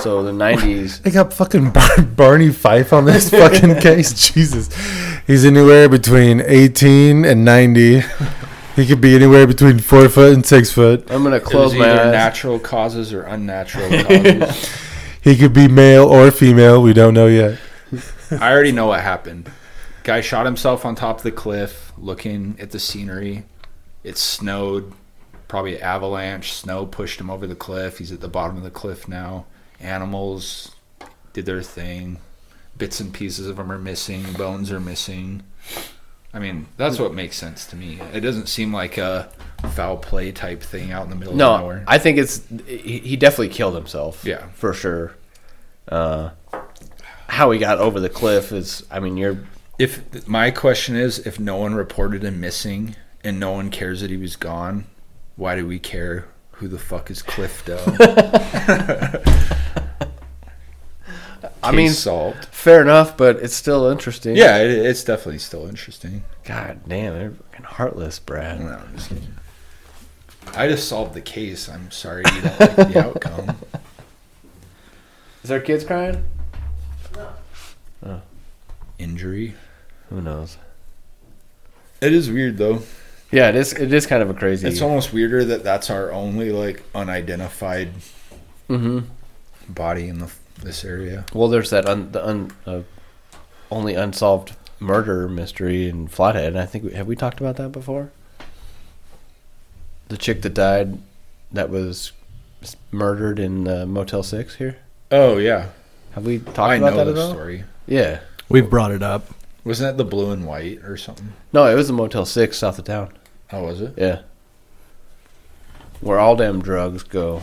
Speaker 2: so the 90s
Speaker 3: They got fucking Bar- Barney Fife on [LAUGHS] this fucking case. Jesus, he's anywhere between 18 and 90. [LAUGHS] He could be anywhere between four foot and six foot.
Speaker 2: i'm gonna
Speaker 4: It was
Speaker 2: close
Speaker 4: either
Speaker 2: my eyes
Speaker 4: natural causes or
Speaker 2: [LAUGHS]
Speaker 4: unnatural causes.
Speaker 3: He could be male or female. We don't know yet.
Speaker 4: I already know what happened. Guy shot himself on top of the cliff, looking at the scenery. It snowed, probably an avalanche. Snow pushed him over the cliff. He's at the bottom of the cliff now. Animals did their thing. Bits and pieces of him are missing. Bones are missing. I mean, that's what makes sense to me. It doesn't seem like a foul play type thing out in the middle of
Speaker 2: No,
Speaker 4: nowhere.
Speaker 2: I think it's he he definitely killed himself.
Speaker 4: Yeah.
Speaker 2: for sure. Uh, how he got over the cliff is, I mean, you're
Speaker 4: If my question is, if no one reported him missing and no one cares that he was gone, why do we care who the fuck is Cliff
Speaker 2: [LAUGHS]
Speaker 4: Doe?
Speaker 2: I mean,
Speaker 4: solved.
Speaker 2: fair enough, but it's still interesting.
Speaker 4: Yeah, it, it's definitely still interesting.
Speaker 2: God damn, they're fucking heartless,
Speaker 4: I
Speaker 2: Brad.
Speaker 4: don't know, I'm just kidding. I just solved the case. I'm sorry you don't like
Speaker 2: [LAUGHS]
Speaker 4: the outcome.
Speaker 2: Is there kids crying?
Speaker 4: Injury.
Speaker 2: Who knows?
Speaker 4: It is weird though.
Speaker 2: Yeah, it is. It is kind of a crazy.
Speaker 4: It's almost weirder that that's our only like unidentified
Speaker 2: mm-hmm.
Speaker 4: body in the this area.
Speaker 2: Well, there's that un, the un, uh, only unsolved murder mystery in Flathead. I think we- have we talked about that before? The chick that died, that was s- murdered in uh, Motel Six here.
Speaker 4: Oh yeah,
Speaker 2: Have we talked
Speaker 4: I
Speaker 2: about
Speaker 4: know
Speaker 2: that at
Speaker 4: the
Speaker 2: all?
Speaker 4: story.
Speaker 2: Yeah.
Speaker 1: We've brought it up.
Speaker 4: Wasn't that the blue and white or something?
Speaker 2: No, it was a Motel Six south of town.
Speaker 4: Oh, was it?
Speaker 2: Yeah. Where all damn drugs go.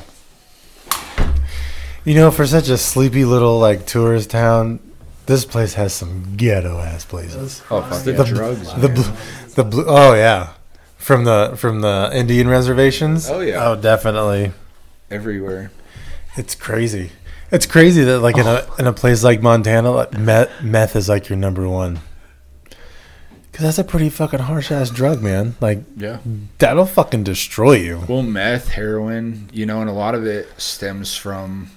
Speaker 3: You know, for such a sleepy little like tourist town, this place has some ghetto ass places.
Speaker 2: Oh fuck
Speaker 4: The
Speaker 2: yeah.
Speaker 3: The
Speaker 4: drugs,
Speaker 3: the blue, the blue. Oh yeah, from the from the Indian reservations.
Speaker 4: Oh, yeah.
Speaker 3: Oh definitely.
Speaker 4: Everywhere.
Speaker 3: It's crazy. It's crazy that like in a in a place like Montana, like meth, meth is like your number one. Cause that's a pretty fucking harsh ass drug, man. Like
Speaker 4: Yeah.
Speaker 3: that'll fucking destroy you.
Speaker 4: Well, meth, heroin, you know, and a lot of it stems from,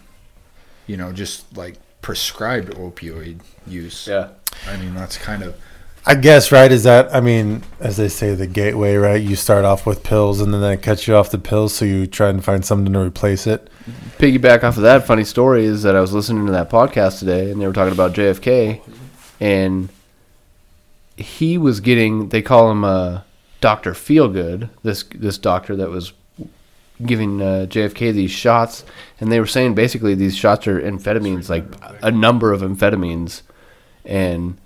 Speaker 4: you know, just like prescribed opioid use.
Speaker 2: Yeah.
Speaker 4: I mean, that's kind of
Speaker 3: I guess right is that I mean, as they say, the gateway, right? You start off with pills, and then they cut you off the pills, so you try and find something to replace it.
Speaker 2: piggyback off of that funny story is that I was listening to that podcast today and they were talking about JFK and he was getting they call him uh, Doctor Feelgood this this doctor that was giving uh, JFK these shots and they were saying basically these shots are amphetamines like a number of amphetamines and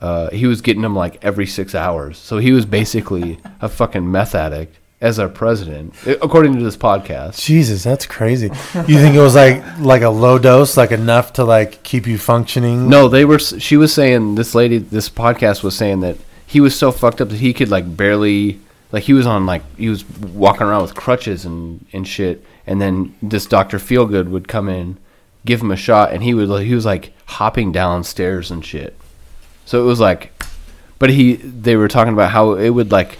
Speaker 2: uh, he was getting them like every six hours so he was basically a fucking meth addict as our president according to this podcast
Speaker 3: Jesus, that's crazy. You think it was like like a low dose, like enough to like keep you functioning?
Speaker 2: No, they were. She was saying this lady. This podcast was saying that he was so fucked up that he could like barely like he was on like he was walking around with crutches and and shit. And then this Doctor Feelgood would come in, give him a shot, and he would like, he was like hopping downstairs and shit. So it was like, but he they were talking about how it would like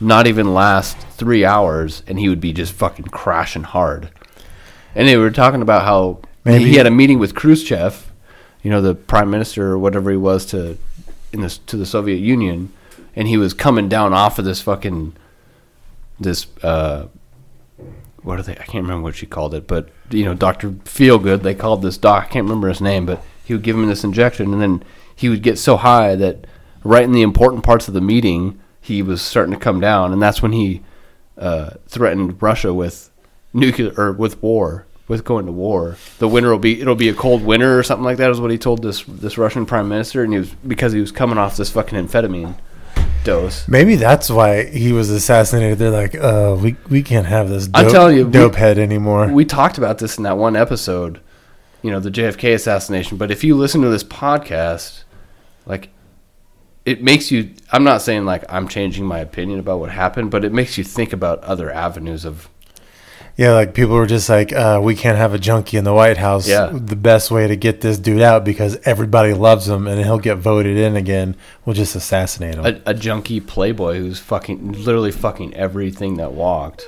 Speaker 2: not even last three hours, and he would be just fucking crashing hard. And they were talking about how
Speaker 3: Maybe-
Speaker 2: he had a meeting with Khrushchev, you know, the prime minister or whatever he was to in this to the Soviet Union, and he was coming down off of this fucking this uh what are they? I can't remember what she called it, but you know, Doctor Feelgood. They called this doc. I can't remember his name, but he would give him this injection, and then he would get so high that right in the important parts of the meeting, he was starting to come down, and that's when he uh, threatened Russia with nuclear or with war, with going to war. The winter will be it'll be a cold winter or something like that is what he told this this Russian prime minister, and he was because he was coming off this fucking amphetamine dose.
Speaker 3: Maybe that's why he was assassinated. They're like, uh, we we can't have this
Speaker 2: I
Speaker 3: dope,
Speaker 2: tell you, we-
Speaker 3: dope head anymore.
Speaker 2: [LAUGHS] we talked about this in that one episode, you know, the JFK assassination. But if you listen to this podcast, like, it makes you. I'm not saying like I'm changing my opinion about what happened, but it makes you think about other avenues of.
Speaker 3: Yeah, like people were just like, uh, we can't have a junkie in the White House.
Speaker 2: Yeah.
Speaker 3: The best way to get this dude out because everybody loves him and he'll get voted in again. We'll just assassinate him.
Speaker 2: a, a junkie playboy who's fucking literally fucking everything that walked.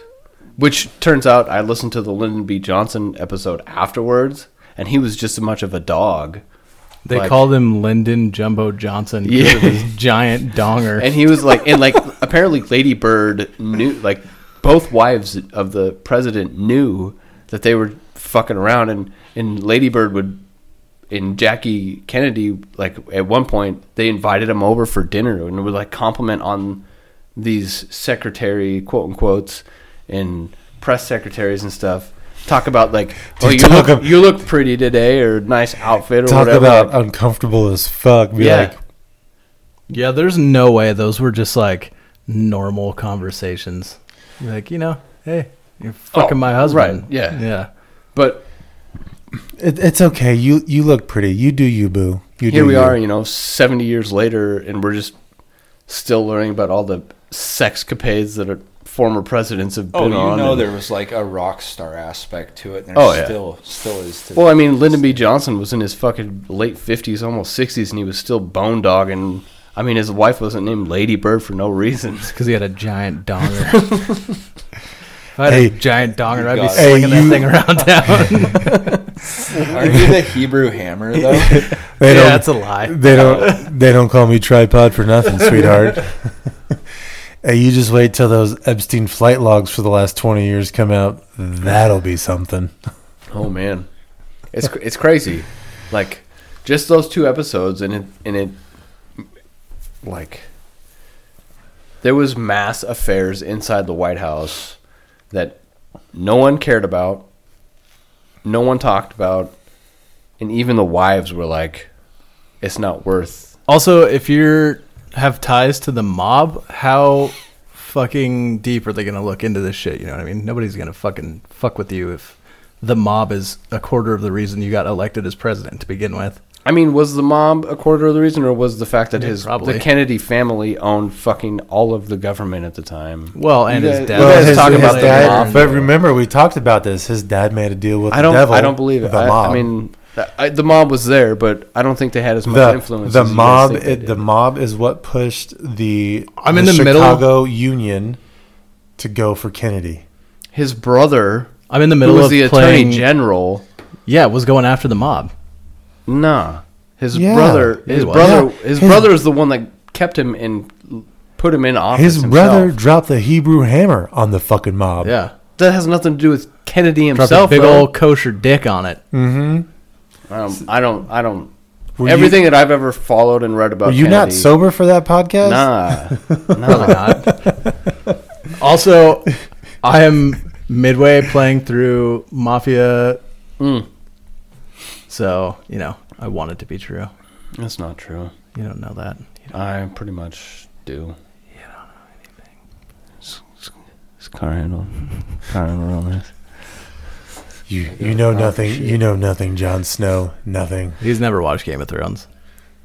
Speaker 2: Which turns out I listened to the Lyndon B. Johnson episode afterwards, and he was just as much of a dog.
Speaker 1: They
Speaker 2: Like-
Speaker 1: called him Lyndon Jumbo Johnson because
Speaker 2: Yeah.
Speaker 1: of his giant donger.
Speaker 2: [LAUGHS] and he was like, and like apparently Lady Bird knew, like both wives of the president knew that they were fucking around, and and Lady Bird would, and Jackie Kennedy, like at one point they invited him over for dinner and would like compliment on these secretary quote unquotes and press secretaries and stuff. Talk about like, oh, you
Speaker 3: talk
Speaker 2: look,
Speaker 3: ab-
Speaker 2: you look pretty today, or nice outfit, or
Speaker 3: Talk
Speaker 2: whatever.
Speaker 3: about uncomfortable as fuck. Be
Speaker 2: Yeah.
Speaker 3: like,
Speaker 1: yeah, there's no way those were just like normal conversations. Like, you know, hey, you're fucking
Speaker 2: Oh,
Speaker 1: my husband.
Speaker 2: right, yeah.
Speaker 1: Yeah.
Speaker 2: but
Speaker 3: it, it's okay. You you look pretty. You do you, boo. You
Speaker 2: here
Speaker 3: do
Speaker 2: we
Speaker 3: you.
Speaker 2: are, you know, 70 years later, and we're just still learning about all the sex capades that our former presidents have been
Speaker 4: Oh, you
Speaker 2: on.
Speaker 4: know
Speaker 2: and-
Speaker 4: there was like a rock star aspect to it. And
Speaker 2: Oh,
Speaker 4: oh,
Speaker 2: yeah.
Speaker 4: still still is to
Speaker 2: well, I mean, Lyndon B. Johnson was in his fucking late 50s, almost 60s, and he was still bone dogging. I mean, his wife wasn't named Lady Bird for no reason.
Speaker 1: [LAUGHS]
Speaker 2: [LAUGHS]
Speaker 1: Because he had a giant donger. if I had
Speaker 3: Hey.
Speaker 1: a giant donger, I'd
Speaker 4: You
Speaker 1: be
Speaker 4: got it.
Speaker 1: slinging
Speaker 3: Hey,
Speaker 1: that thing [LAUGHS] around town.
Speaker 4: Are you
Speaker 2: [LAUGHS]
Speaker 4: the Hebrew hammer though?
Speaker 1: yeah,
Speaker 3: They don't-
Speaker 1: that's a lie.
Speaker 3: They don't. they don't call me tripod for nothing, sweetheart. [LAUGHS] hey, you just wait till those Epstein flight logs for the last twenty years come out. That'll be something.
Speaker 2: Oh man, it's cr- it's crazy. Like just those two episodes, and it and it like there was mass affairs inside the White House that no one cared about, no one talked about, and even the wives were like, "It's not worth."
Speaker 1: Also, if you're have ties to the mob, how fucking deep are they gonna look into this shit? You know what I mean? Nobody's gonna fucking fuck with you if the mob is a quarter of the reason you got elected as president to begin with.
Speaker 2: I mean, was the mob a quarter of the reason, or was the fact that
Speaker 1: Yeah,
Speaker 2: his
Speaker 1: probably.
Speaker 2: the Kennedy family owned fucking all of the government at the time?
Speaker 1: Well, and
Speaker 2: You
Speaker 1: his
Speaker 2: guys-
Speaker 1: dad.
Speaker 2: you guys
Speaker 1: his
Speaker 2: talk about
Speaker 1: dad-
Speaker 2: the
Speaker 3: dad,
Speaker 2: mob.
Speaker 3: But remember, we talked about this. His dad made a deal with
Speaker 2: I don't.
Speaker 3: the devil.
Speaker 2: I don't believe it.
Speaker 3: The
Speaker 2: I,
Speaker 3: mob.
Speaker 2: I mean, I, the mob was there, but I don't think they had as much
Speaker 3: the,
Speaker 2: influence.
Speaker 3: the
Speaker 2: as you guys
Speaker 3: mob.
Speaker 2: think they
Speaker 3: It,
Speaker 2: did.
Speaker 3: the mob is what pushed the.
Speaker 1: I'm in the middle.
Speaker 3: Chicago Union to go for Kennedy.
Speaker 2: his brother,
Speaker 1: I'm in the
Speaker 2: who
Speaker 1: middle
Speaker 2: was
Speaker 1: of
Speaker 2: the
Speaker 1: playing.
Speaker 2: attorney general,
Speaker 1: yeah, was going after the mob.
Speaker 2: Nah, his
Speaker 3: Yeah.
Speaker 2: brother.
Speaker 1: Yeah,
Speaker 2: His
Speaker 1: he was.
Speaker 2: brother.
Speaker 3: Yeah,
Speaker 2: His
Speaker 3: his-
Speaker 2: brother is the one that kept him in, put him in office.
Speaker 3: His
Speaker 2: himself.
Speaker 3: brother dropped the Hebrew hammer on the fucking mob.
Speaker 1: Yeah,
Speaker 2: That has nothing to do with Kennedy
Speaker 1: dropped
Speaker 2: himself.
Speaker 1: a big
Speaker 2: though.
Speaker 1: old kosher dick on it.
Speaker 3: Mm-hmm.
Speaker 2: Um, I don't. I don't.
Speaker 3: Were you-
Speaker 2: everything that I've ever followed and read about.
Speaker 3: Were you not
Speaker 2: Oh, Kennedy-
Speaker 3: sober for that podcast?
Speaker 2: Nah.
Speaker 3: [LAUGHS]
Speaker 1: Probably
Speaker 2: nah.
Speaker 1: not. also, I am midway playing through Mafia.
Speaker 2: Mm.
Speaker 1: So you know, I want it to be true.
Speaker 2: That's not true.
Speaker 1: You don't know that.
Speaker 2: I pretty much do. It's- it's- It's car handle. Car handle on this.
Speaker 3: You you know nothing. You know nothing, Jon Snow. Nothing.
Speaker 1: He's never watched Game of Thrones.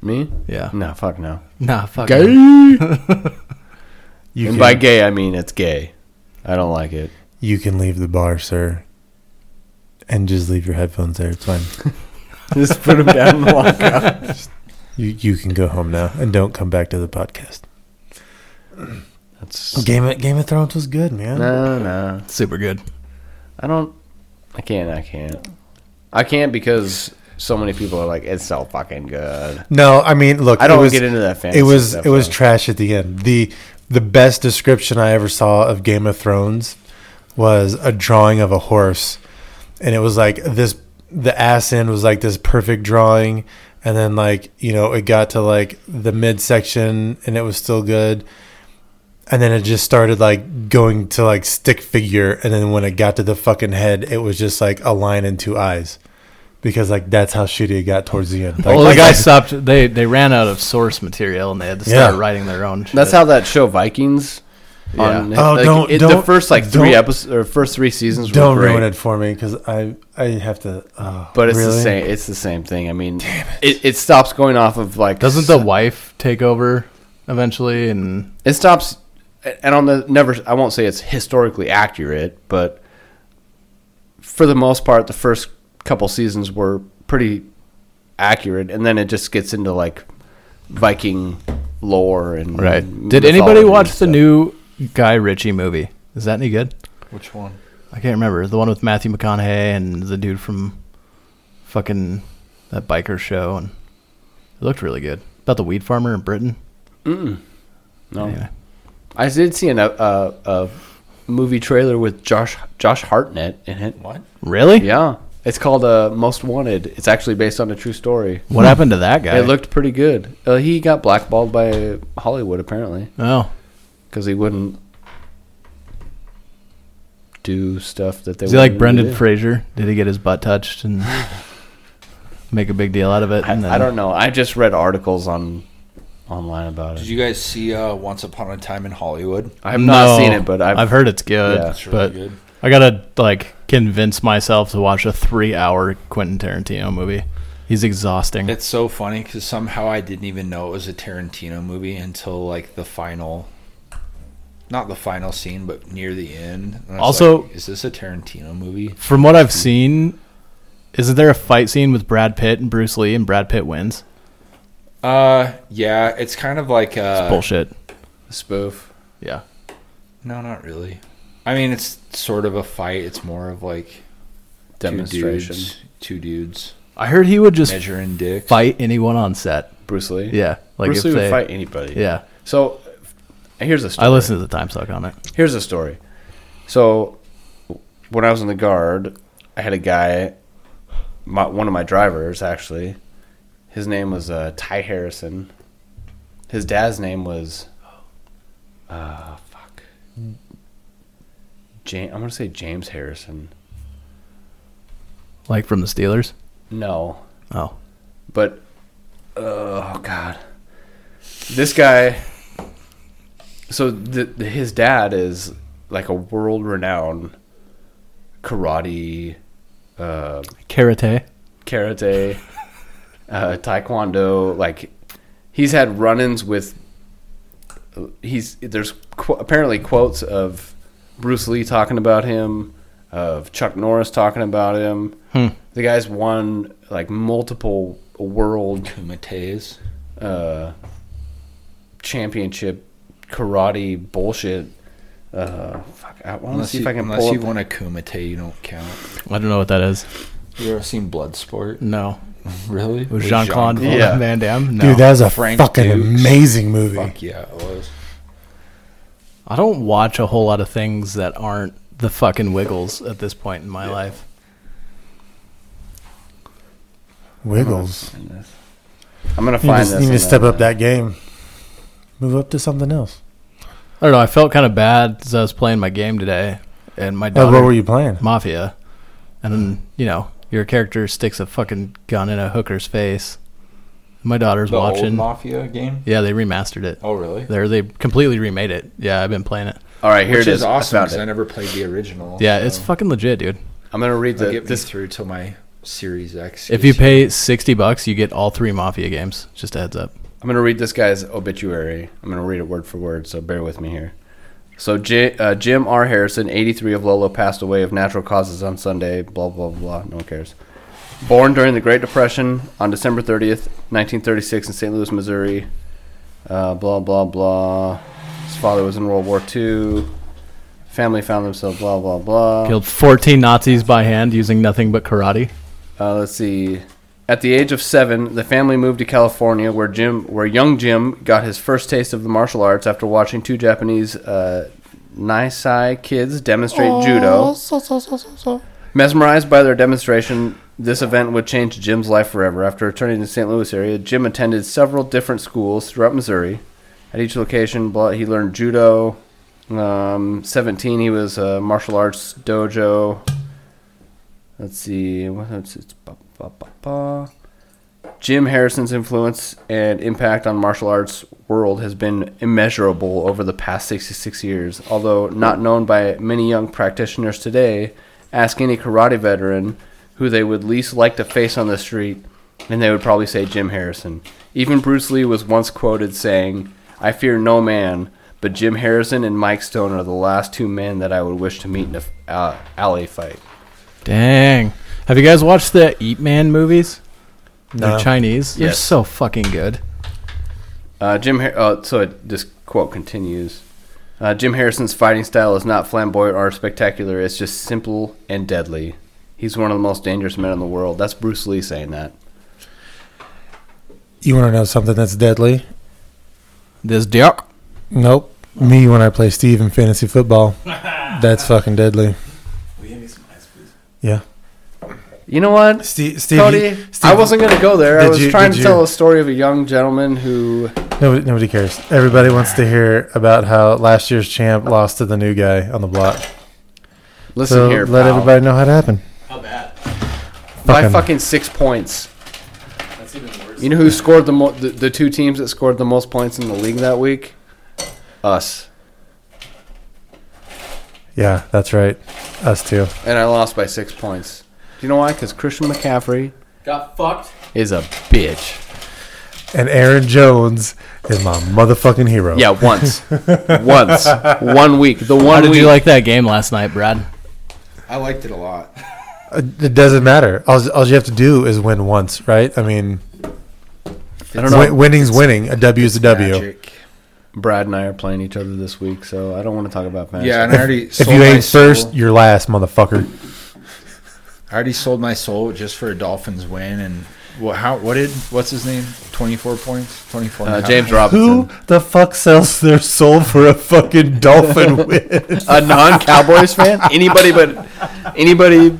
Speaker 2: Me?
Speaker 1: Yeah.
Speaker 2: No, fuck no.
Speaker 1: Nah, fuck. no. [LAUGHS]
Speaker 2: Gay.
Speaker 3: You
Speaker 2: and
Speaker 3: can,
Speaker 2: by gay, I mean it's gay. I don't like it.
Speaker 3: you can leave the bar, sir, and just leave your headphones there. It's fine.
Speaker 2: Just put him down and walk out.
Speaker 3: You you can go home now and don't come back to the podcast.
Speaker 2: That's
Speaker 3: Game of Game of Thrones was good, man.
Speaker 2: no, no.
Speaker 1: Super good.
Speaker 2: I don't. I can't. I can't. I can't because so many people are like, it's so fucking good.
Speaker 3: No, I mean, look,
Speaker 2: I don't
Speaker 3: it was,
Speaker 2: get into that fantasy.
Speaker 3: it was
Speaker 2: stuff,
Speaker 3: it was
Speaker 2: though.
Speaker 3: trash at the end. the The best description I ever saw of Game of Thrones was a drawing of a horse, and it was like this. The ass end was like this perfect drawing, and then like you know it got to like the midsection, and it was still good. And then it just started like going to like stick figure, and then when it got to the fucking head, it was just like a line and two eyes, because like that's how shitty it got towards the end. Like,
Speaker 1: well, the
Speaker 3: like,
Speaker 1: guys
Speaker 3: I-
Speaker 1: stopped. They they ran out of source material and they had to start
Speaker 3: Yeah.
Speaker 1: writing their own. Shit.
Speaker 2: That's how that show Vikings. On,
Speaker 3: Oh,
Speaker 2: like,
Speaker 3: don't-
Speaker 2: it- the
Speaker 3: don't-
Speaker 2: first like three
Speaker 3: don't-
Speaker 2: episodes or first three seasons. Were
Speaker 3: Don't
Speaker 2: great,
Speaker 3: ruin it for me because I I have to. Oh,
Speaker 2: But it's the
Speaker 3: really?
Speaker 2: same. It's the same thing. I mean, it. It, stops going off of like.
Speaker 1: Doesn't the wife take over eventually? And
Speaker 2: it stops? And on the never, I won't say it's historically accurate, but for the most part, the first couple seasons were pretty accurate, and then it just gets into like Viking lore and
Speaker 1: Did anybody
Speaker 2: mythology and
Speaker 1: watch the
Speaker 2: stuff.
Speaker 1: new Guy Ritchie movie? Is that any good?
Speaker 4: Which one?
Speaker 1: I can't remember. The one with Matthew McConaughey and the dude from fucking that biker show, and it looked really good about the weed farmer in Britain.
Speaker 2: No,
Speaker 1: Anyway.
Speaker 2: I did see an, a, a a movie trailer with Josh Josh Hartnett in it. What?
Speaker 1: Really?
Speaker 2: Yeah, it's called uh, Most Wanted. It's actually based on a true story.
Speaker 1: What happened to that guy?
Speaker 2: It looked pretty good. Uh, he got blackballed by Hollywood apparently
Speaker 1: oh,
Speaker 2: because he wouldn't do stuff that they.
Speaker 1: is he like
Speaker 2: wanted him to
Speaker 1: Brendan
Speaker 2: do.
Speaker 1: Fraser? Did he get his butt touched
Speaker 2: [LAUGHS]
Speaker 1: and make a big deal out of it? and
Speaker 2: I, I don't know. I just read articles on online about
Speaker 4: Did
Speaker 2: it.
Speaker 4: you guys see uh, Once Upon a Time in Hollywood?
Speaker 2: I've not
Speaker 1: No.
Speaker 2: seen it, but I've,
Speaker 1: heard it's good,
Speaker 2: Yeah.
Speaker 4: It's
Speaker 1: but
Speaker 4: good.
Speaker 1: I gotta like convince myself to watch a three-hour Quentin Tarantino movie. He's exhausting.
Speaker 4: It's so funny because somehow I didn't even know it was a Tarantino movie until like the final, not the final scene, but near the end. And I was
Speaker 1: Also-
Speaker 4: like, is this a Tarantino movie?
Speaker 1: From what I've seen, isn't there a fight scene with Brad Pitt and Bruce Lee, and Brad Pitt wins?
Speaker 4: Uh, yeah, it's kind of like uh,
Speaker 1: It's bullshit.
Speaker 2: spoof.
Speaker 1: Yeah.
Speaker 4: no, not really. I mean, it's sort of a fight. It's more of like
Speaker 2: Demonstration.
Speaker 4: two dudes, two dudes
Speaker 1: I heard he would just
Speaker 4: measuring dicks.
Speaker 1: fight anyone on set.
Speaker 2: Bruce Lee.
Speaker 1: Yeah. Like
Speaker 2: Bruce
Speaker 1: if
Speaker 2: Lee
Speaker 1: they,
Speaker 2: would fight anybody.
Speaker 1: Yeah.
Speaker 2: So here's a story.
Speaker 1: I listened to the time suck on it.
Speaker 2: Here's a story. So when I was in the guard, I had a guy, my, one of my drivers actually. His name was uh, Ty Harrison. His dad's name was, uh, fuck, James. I'm gonna say James Harrison.
Speaker 1: Like from the Steelers.
Speaker 2: No,
Speaker 1: Oh.
Speaker 2: but oh god, this guy. So the, the, his dad is like a world-renowned karate, uh,
Speaker 1: Karate.
Speaker 2: karate, uh, taekwondo. Like he's had run-ins with. He's there's qu- apparently quotes of Bruce Lee talking about him, of Chuck Norris talking about him.
Speaker 1: Hmm.
Speaker 2: The guy's won like multiple world
Speaker 4: Kumites.
Speaker 2: uh, championship karate bullshit. Uh, fuck, I want to
Speaker 4: Unless,
Speaker 2: see
Speaker 4: you,
Speaker 2: if I can
Speaker 4: unless
Speaker 2: pull
Speaker 4: you
Speaker 2: up.
Speaker 4: want a kumite, you don't count.
Speaker 1: I don't know what that is.
Speaker 4: You ever seen Bloodsport?
Speaker 1: No.
Speaker 4: Really?
Speaker 1: It was Jean Claude
Speaker 2: Jean-Claude. Yeah.
Speaker 1: Mm-hmm. Van Damme? No.
Speaker 3: Dude, that was a
Speaker 4: Frank
Speaker 3: fucking
Speaker 4: Dukes.
Speaker 3: amazing movie.
Speaker 4: Fuck yeah, it was.
Speaker 1: I don't watch a whole lot of things that aren't the fucking Wiggles at this point in my life.
Speaker 2: Mm-hmm.
Speaker 3: Wiggles.
Speaker 2: I'm gonna
Speaker 3: You
Speaker 2: find
Speaker 3: just
Speaker 2: this.
Speaker 3: need to
Speaker 2: and
Speaker 3: step
Speaker 2: then-
Speaker 3: up that game. Move up to something else.
Speaker 1: I don't know. I felt kind of bad as I was playing my game today, and my
Speaker 3: Like,
Speaker 1: daughter
Speaker 3: Uh, what were you playing?
Speaker 1: mafia, and
Speaker 2: Hmm.
Speaker 1: then you know your character sticks a fucking gun in a hooker's face. My daughter's
Speaker 4: The old
Speaker 1: watching.
Speaker 4: Mafia game?
Speaker 1: yeah, they remastered it.
Speaker 4: Oh, really?
Speaker 1: There, they completely remade it. Yeah, I've been playing it.
Speaker 2: All right, here
Speaker 4: Which
Speaker 2: it is.
Speaker 4: is awesome
Speaker 2: I
Speaker 4: because I never played the original.
Speaker 1: Yeah, it's
Speaker 4: so
Speaker 1: fucking legit, dude.
Speaker 2: am gonna read
Speaker 4: I'll
Speaker 2: the
Speaker 4: get me
Speaker 2: this.
Speaker 4: through till my Series X.
Speaker 1: If you pay sixty bucks, you get all three mafia games. Just a heads up.
Speaker 2: I'm gonna read this guy's obituary. I'm gonna read it word for word, so bear with me here. So J, uh, Jim R. Harrison, 83 of Lolo, passed away of natural causes on Sunday. Blah blah blah. No one cares. Born during the Great Depression on December 30th, 1936, in St. Louis, Missouri. Uh, blah blah blah. His father was in World War II. Family found themselves. Blah blah
Speaker 4: Oh.
Speaker 2: blah.
Speaker 1: Killed fourteen Nazis by hand using nothing but karate.
Speaker 2: Uh, let's see. At the age of seven, the family moved to California, where Jim, where young Jim, got his first taste of the martial arts after watching two Japanese uh, Nisei kids demonstrate judo. Mesmerized by their demonstration, this event would change Jim's life forever. After returning to the St. Louis area, Jim attended several different schools throughout Missouri. At each location, blah, he learned judo. Um, 17, he was a martial arts dojo. Let's see. What else is- ba, ba, ba, ba. Jim Harrison's influence and impact on martial arts world has been immeasurable over the past 66 years. Although not known by many young practitioners today, ask any karate veteran who they would least like to face on the street, and they would probably say Jim Harrison. Even Bruce Lee was once quoted saying, "I fear no man, but Jim Harrison and Mike Stone are the last two men that I would wish to meet in a f- uh, alley fight."
Speaker 1: Dang. Have you guys watched the Eat Man movies?
Speaker 3: No.
Speaker 1: They're Chinese. They're
Speaker 2: Yes.
Speaker 1: so fucking good.
Speaker 2: Uh, Jim, Har- uh, so it, this quote continues. Uh, Jim Harrison's fighting style is not flamboyant or spectacular. It's just simple and deadly. He's one of the most dangerous men in the world. That's Bruce Lee saying that.
Speaker 3: You want to know something that's deadly?
Speaker 1: This duck.
Speaker 3: Nope. Me when I play Steve in
Speaker 2: [LAUGHS]
Speaker 3: fantasy football. That's fucking deadly. Yeah.
Speaker 2: You know what,
Speaker 3: Steve, Steve,
Speaker 2: Cody? I wasn't gonna go there. I
Speaker 3: did
Speaker 2: was
Speaker 3: you-
Speaker 2: trying
Speaker 3: did
Speaker 2: to
Speaker 3: you-
Speaker 2: tell a story of a young gentleman who.
Speaker 3: Nobody, nobody cares. Everybody wants to hear about how last year's champ lost to the new guy on the block.
Speaker 2: Listen
Speaker 3: so
Speaker 2: here,
Speaker 3: let
Speaker 2: pal.
Speaker 3: everybody know how it happened.
Speaker 2: by
Speaker 3: fucking-
Speaker 2: fucking six points. You know who scored the, mo- the the two teams that scored the most points in the league that week? Us.
Speaker 3: Yeah, that's right. Us too.
Speaker 2: and I lost by six points. Do you know why? Because Christian McCaffrey
Speaker 1: Got fucked.
Speaker 2: is a bitch.
Speaker 3: And Aaron Jones is my motherfucking hero.
Speaker 2: Oh. Yeah, [LAUGHS] once, once, one week. The one
Speaker 1: How did
Speaker 2: week.
Speaker 1: you like that game last night, Brad?
Speaker 4: I liked it a lot.
Speaker 3: Uh, It doesn't matter. All, all you have to do is win once, right? I mean,
Speaker 2: I don't know.
Speaker 3: win, winning's winning. A W is a W.
Speaker 4: Magic.
Speaker 2: Brad and I are playing each other this week, so I don't want to talk about fantasy.
Speaker 4: Yeah, and I already
Speaker 3: If
Speaker 4: sold
Speaker 3: you
Speaker 4: my
Speaker 3: ain't
Speaker 4: soul.
Speaker 3: first, you're last, motherfucker.
Speaker 4: I already sold my soul just for a Dolphins win. And what? How? What did? What's his name? Twenty four points. Twenty four.
Speaker 2: uh, James
Speaker 3: Who
Speaker 2: Robinson,
Speaker 3: the fuck sells their soul for a fucking [LAUGHS] dolphin win?
Speaker 2: a non-Cowboys [LAUGHS] fan. Anybody but anybody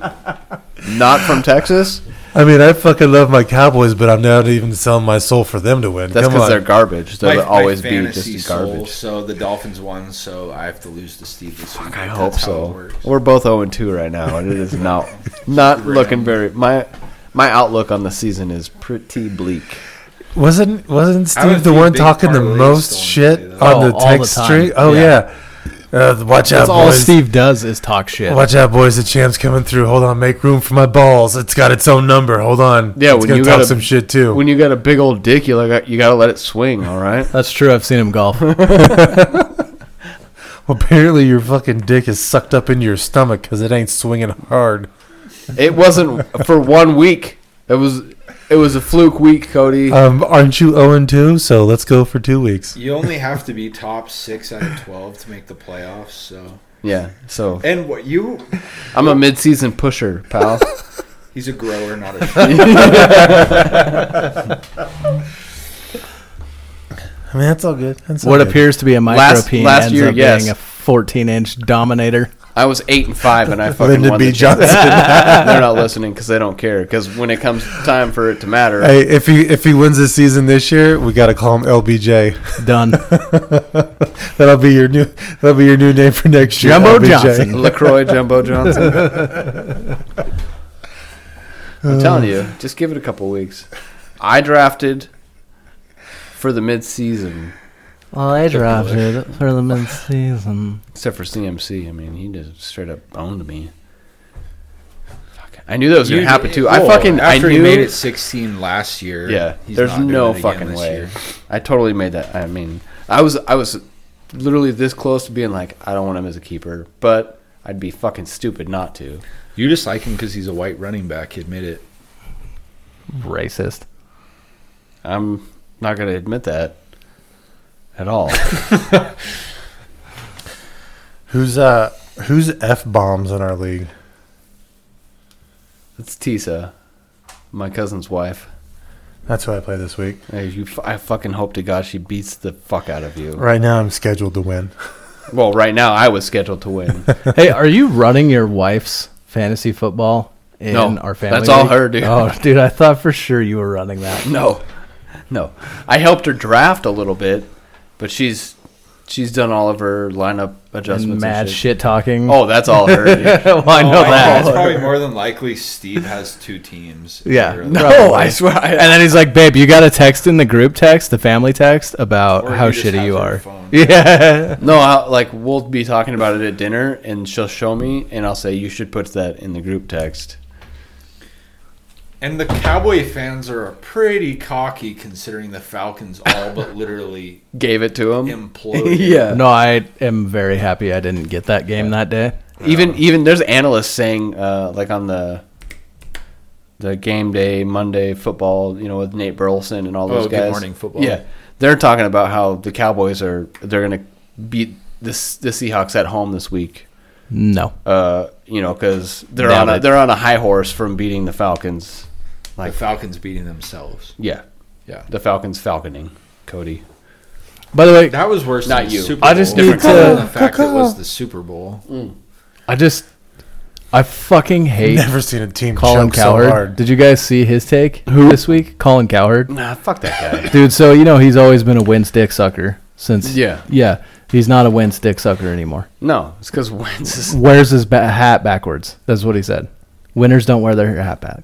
Speaker 2: not from Texas.
Speaker 3: I mean, I fucking love my Cowboys, but I'm not even selling my soul for them to win.
Speaker 2: That's
Speaker 3: Come
Speaker 2: because
Speaker 3: on.
Speaker 2: they're garbage. They'll
Speaker 4: My,
Speaker 2: always
Speaker 4: my
Speaker 2: be just
Speaker 4: fantasy soul.
Speaker 2: garbage.
Speaker 4: So the Dolphins won. So I have to lose to Steve this week.
Speaker 2: I
Speaker 4: That's
Speaker 2: hope
Speaker 4: how it
Speaker 2: so.
Speaker 4: works.
Speaker 2: We're both 0 and 2 right now, and it is not not looking very. My my outlook on the season is pretty bleak.
Speaker 3: Wasn't wasn't
Speaker 4: I would
Speaker 3: Steve the
Speaker 4: be
Speaker 3: one
Speaker 4: big
Speaker 3: talking the
Speaker 4: parlay
Speaker 3: most
Speaker 4: stolen
Speaker 3: shit
Speaker 4: today, though.
Speaker 3: on
Speaker 1: Oh,
Speaker 3: the
Speaker 1: all the
Speaker 3: text
Speaker 1: time.
Speaker 3: string? Oh yeah.
Speaker 1: Yeah.
Speaker 3: Uh, watch
Speaker 1: That's
Speaker 3: out,
Speaker 1: all
Speaker 3: boys.
Speaker 1: Steve does is talk shit.
Speaker 3: Watch out, boys! The champ's coming through. Hold on, make room for my balls. It's got its own number. Hold on.
Speaker 2: Yeah,
Speaker 3: it's
Speaker 2: when
Speaker 3: gonna
Speaker 2: you
Speaker 3: talk
Speaker 2: gotta-
Speaker 3: some shit too.
Speaker 2: When you got a big old dick, you like you gotta let it swing. All right.
Speaker 1: That's true. I've seen him
Speaker 2: [LAUGHS]
Speaker 1: golf.
Speaker 3: Apparently, your fucking dick is sucked up into your stomach because it ain't swinging hard.
Speaker 2: It wasn't for one week. It was it was a fluke week, Cody.
Speaker 3: Um, aren't you 0 2? So let's go for two weeks.
Speaker 4: You only have to be top six out of twelve to make the playoffs. So,
Speaker 2: yeah. So
Speaker 4: and what you?
Speaker 2: I'm a mid-season pusher,
Speaker 3: [LAUGHS]
Speaker 2: pal.
Speaker 4: He's a grower, not a.
Speaker 2: [LAUGHS]
Speaker 4: shooter.
Speaker 3: I mean, that's all good. That's all
Speaker 1: what
Speaker 3: good.
Speaker 1: appears to be a micro
Speaker 2: Last-
Speaker 1: peen
Speaker 2: last
Speaker 1: ends
Speaker 2: year,
Speaker 1: up
Speaker 2: yes.
Speaker 1: being a 14 inch dominator. [LAUGHS]
Speaker 2: I was eight and five, and I fucking
Speaker 3: Lyndon
Speaker 2: won
Speaker 3: B.
Speaker 2: the championship. [LAUGHS]
Speaker 3: Johnson.
Speaker 2: They're not listening because they don't care. Because when it comes time for it to matter,
Speaker 3: hey, if he if he wins this season this year, we got to call him LBJ.
Speaker 1: Done.
Speaker 3: [LAUGHS] That'll be your new that'll be your new name for next year.
Speaker 1: Jumbo
Speaker 3: LBJ.
Speaker 1: Johnson.
Speaker 2: Lacroix Jumbo Johnson.
Speaker 3: [LAUGHS]
Speaker 2: I'm telling you, just give it a couple weeks. I drafted for the mid-season,
Speaker 1: Well, I
Speaker 2: dropped
Speaker 1: it for the mid season.
Speaker 2: except for CMC. I mean, he just straight up owned me. Fuck. I knew that was gonna
Speaker 4: You-
Speaker 2: happen too. I
Speaker 4: Well,
Speaker 2: fucking I
Speaker 4: after
Speaker 2: knew
Speaker 4: he made it 16 last year.
Speaker 2: Yeah,
Speaker 4: he's
Speaker 2: there's
Speaker 4: not doing
Speaker 2: no
Speaker 4: it again
Speaker 2: fucking
Speaker 4: this
Speaker 2: way.
Speaker 4: year.
Speaker 2: I totally made that. I mean, I was I was literally this close to being like, I don't want him as a keeper, but I'd be fucking stupid not to.
Speaker 4: You just like him because he's a white running back. Admit it.
Speaker 1: Racist.
Speaker 2: I'm not gonna admit that at
Speaker 4: [LAUGHS]
Speaker 2: all.
Speaker 3: Who's uh who's f bombs in our league?
Speaker 2: It's Tisa, my cousin's wife.
Speaker 3: That's who I play this week.
Speaker 2: Hey, you, f- I fucking hope to God she beats the fuck out of you.
Speaker 3: Right now, I'm scheduled to win.
Speaker 2: Well, right now I was scheduled
Speaker 4: [LAUGHS]
Speaker 2: to win.
Speaker 1: [LAUGHS] hey, are you running your wife's fantasy football in
Speaker 2: No,
Speaker 1: our family?
Speaker 2: that's all
Speaker 1: league?
Speaker 2: her, dude.
Speaker 1: Oh, dude, I thought for sure you were running that.
Speaker 2: no, no. I helped her draft a little bit, but she's she's done all of her lineup
Speaker 1: And
Speaker 2: adjustments.
Speaker 1: mad
Speaker 2: and shit.
Speaker 1: shit talking.
Speaker 2: Oh, [LAUGHS] that's all her. dude.
Speaker 1: [LAUGHS] well, I know that.
Speaker 4: It's probably more than likely Steve has two
Speaker 2: [LAUGHS]
Speaker 4: teams. [LAUGHS]
Speaker 1: Yeah.
Speaker 4: Or-
Speaker 1: No.
Speaker 2: Oh,
Speaker 1: Probably.
Speaker 2: I swear. I,
Speaker 1: And then he's like, "Babe, you got to text in the group text, the family text, about
Speaker 4: Or
Speaker 1: how
Speaker 4: you just
Speaker 1: shitty
Speaker 4: have
Speaker 1: you
Speaker 4: your
Speaker 1: are."
Speaker 4: phone.
Speaker 1: [LAUGHS] Yeah.
Speaker 2: no, I, like we'll be talking about it at dinner, and she'll show me, and I'll say you should put that in the group text.
Speaker 4: And the Cowboy fans are pretty cocky considering the Falcons all but
Speaker 2: [LAUGHS]
Speaker 4: literally
Speaker 2: Gave it to him.
Speaker 4: imploded.
Speaker 1: No, I am very happy I didn't get that game that day.
Speaker 2: Even even there's analysts saying uh, like on the the game day Monday football, you know, with Nate Burleson and all those
Speaker 4: Oh, Good
Speaker 2: guys.
Speaker 4: Morning Football.
Speaker 2: Yeah, they're talking about how the Cowboys are they're gonna beat this the Seahawks at home this week.
Speaker 1: No.
Speaker 2: Uh, you know, because they're
Speaker 1: Doubt
Speaker 2: on a,
Speaker 1: it.
Speaker 2: they're on a high horse from beating the Falcons.
Speaker 4: the Falcons beating themselves.
Speaker 2: Yeah,
Speaker 4: Yeah.
Speaker 2: the Falcons falconing Cody.
Speaker 1: By the way,
Speaker 4: That was worse
Speaker 2: Not
Speaker 4: than
Speaker 2: you.
Speaker 4: the Super Bowl.
Speaker 1: I just
Speaker 2: need
Speaker 4: other
Speaker 1: to-
Speaker 4: than the fact that it was the Super Bowl.
Speaker 1: I just, I fucking hate
Speaker 3: Never seen a team
Speaker 1: Colin
Speaker 3: choke so
Speaker 1: Cowherd.
Speaker 3: hard.
Speaker 1: Did you guys see his take Who? this week? Colin Cowherd,
Speaker 2: Nah, fuck that guy.
Speaker 1: dude. So you know he's always been a win stick sucker since.
Speaker 2: Yeah.
Speaker 1: Yeah. He's not a win stick sucker anymore.
Speaker 2: [LAUGHS] no, it's because Wentz is.
Speaker 1: Wears his ba- hat backwards. That's what he said. Winners don't wear their hat back.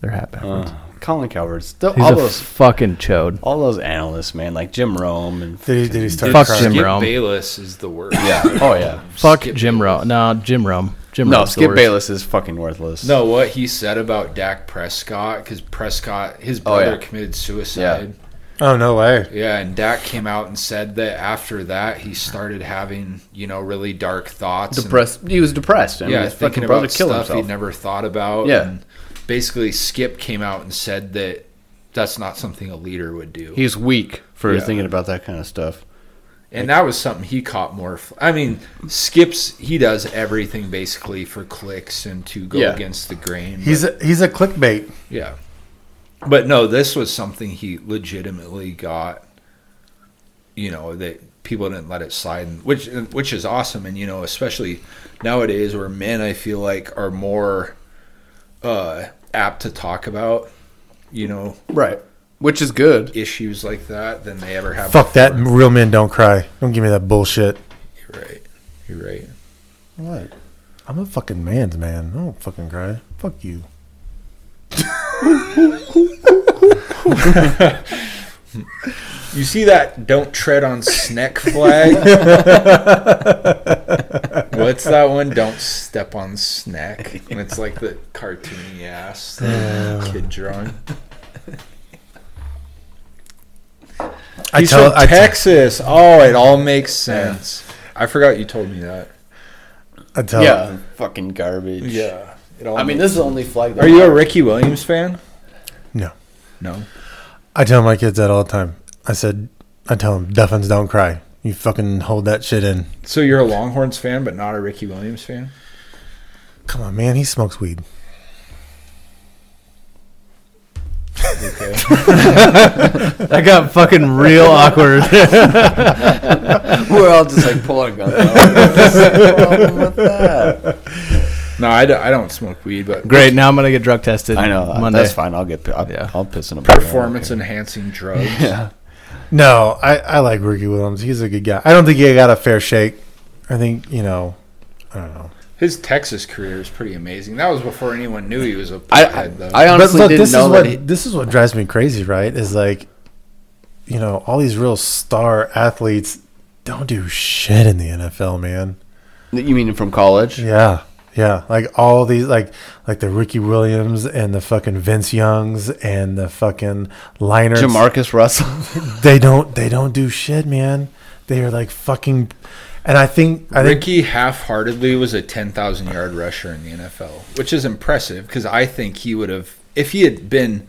Speaker 1: Their hat backwards.
Speaker 2: Uh, Colin Coward's. th-
Speaker 1: he's
Speaker 2: all
Speaker 1: a
Speaker 2: those,
Speaker 1: fucking chode.
Speaker 2: all those analysts, man, like Jim Rome and.
Speaker 3: Did he, did he start
Speaker 1: Fuck
Speaker 3: crying?
Speaker 1: Jim
Speaker 4: Skip
Speaker 1: Rome.
Speaker 4: Bayless is the worst.
Speaker 2: Yeah.
Speaker 4: [LAUGHS]
Speaker 2: Oh yeah.
Speaker 1: Fuck
Speaker 4: Skip
Speaker 1: Jim
Speaker 4: Bayless.
Speaker 1: Rome. No, Jim Rome. Jim
Speaker 2: No,
Speaker 1: Rome's the [LAUGHS]
Speaker 2: Skip
Speaker 1: worst.
Speaker 2: Bayless is fucking worthless.
Speaker 4: No, what he said about Dak Prescott because Prescott, his
Speaker 2: Oh, yeah.
Speaker 4: brother committed suicide.
Speaker 3: Oh no way!
Speaker 4: Yeah. and Dak came out and said that after that he started having you know really dark thoughts, and-
Speaker 2: depressed. He was depressed. I mean,
Speaker 4: yeah,
Speaker 2: his
Speaker 4: thinking
Speaker 2: fucking brother
Speaker 4: about
Speaker 2: killed
Speaker 4: stuff he'd
Speaker 2: himself.
Speaker 4: never thought about.
Speaker 2: Yeah.
Speaker 4: and basically Skip came out and said that that's not something a leader would do,
Speaker 2: He's weak for
Speaker 4: Yeah.
Speaker 2: thinking about that kind of stuff.
Speaker 4: and that was something he caught more. f- I mean, Skip's he does everything basically for clicks and to go
Speaker 2: Yeah.
Speaker 4: against the grain.
Speaker 3: He's
Speaker 4: but-
Speaker 3: a, he's a clickbait.
Speaker 4: yeah, but no, this was something he legitimately got. You know that people didn't let it slide, and- which which is awesome, and you know especially nowadays where men I feel like are more uh, apt to talk about you know
Speaker 2: Right. Which is good.
Speaker 4: issues like that than they ever have.
Speaker 3: Fuck that!
Speaker 4: before.
Speaker 3: Real men don't cry. Don't give me that bullshit.
Speaker 4: You're right. You're right.
Speaker 3: What? I'm a fucking man's man. I don't fucking cry. Fuck you.
Speaker 4: You see that don't tread on snake flag? What's that one? Don't step on snake. And it's like the cartoony ass the kid drawing.
Speaker 3: I
Speaker 4: He's
Speaker 3: tell
Speaker 4: from
Speaker 3: I, te-
Speaker 4: Texas. oh, it all makes sense. I forgot you told me that.
Speaker 3: I tell
Speaker 2: yeah, fucking garbage.
Speaker 4: It all
Speaker 2: I mean,
Speaker 4: makes-
Speaker 2: this is the only flag.
Speaker 4: Are you a Ricky Williams fan?
Speaker 3: no.
Speaker 4: No.
Speaker 3: I tell my kids that all the time. I said I tell them Duffins don't cry. You fucking hold that shit in.
Speaker 4: So you're a Longhorns fan, but not a Ricky Williams fan?
Speaker 3: Come on, man. He smokes weed.
Speaker 4: Okay.
Speaker 5: That got fucking
Speaker 2: [LAUGHS]
Speaker 5: real
Speaker 1: [LAUGHS]
Speaker 5: awkward.
Speaker 2: [LAUGHS] We're all just like pulling on that.
Speaker 4: no, I don't, I don't smoke weed, but
Speaker 5: Great. Now I'm gonna get drug tested.
Speaker 2: I know. Uh,
Speaker 5: Monday.
Speaker 2: That's fine. I'll get. I'll,
Speaker 5: Yeah.
Speaker 2: I'll piss in a bottle.
Speaker 4: performance enhancing drugs.
Speaker 2: Yeah.
Speaker 3: No, I, I like Ricky Williams. He's a good guy. I don't think he got a fair shake. I think, you know, I don't know.
Speaker 4: His Texas career is pretty amazing. That was before anyone knew he was a
Speaker 2: I,
Speaker 4: pothead, though.
Speaker 2: I, I honestly
Speaker 3: but look,
Speaker 2: didn't
Speaker 3: this
Speaker 2: know
Speaker 3: is
Speaker 2: that.
Speaker 3: what
Speaker 2: He,
Speaker 3: this is what drives me crazy, right? Is like, you know, all these real star athletes don't do shit in the NFL, man.
Speaker 2: you mean from college?
Speaker 3: Yeah. Yeah. Like all these like like the Ricky Williams and the fucking Vince Youngs and the fucking liners.
Speaker 2: Jamarcus Russell.
Speaker 3: They don't they don't do shit, man. They are like fucking and I think I think
Speaker 4: Ricky half-heartedly was a 10,000 yard rusher in the NFL, which is impressive because I think he would have if he had been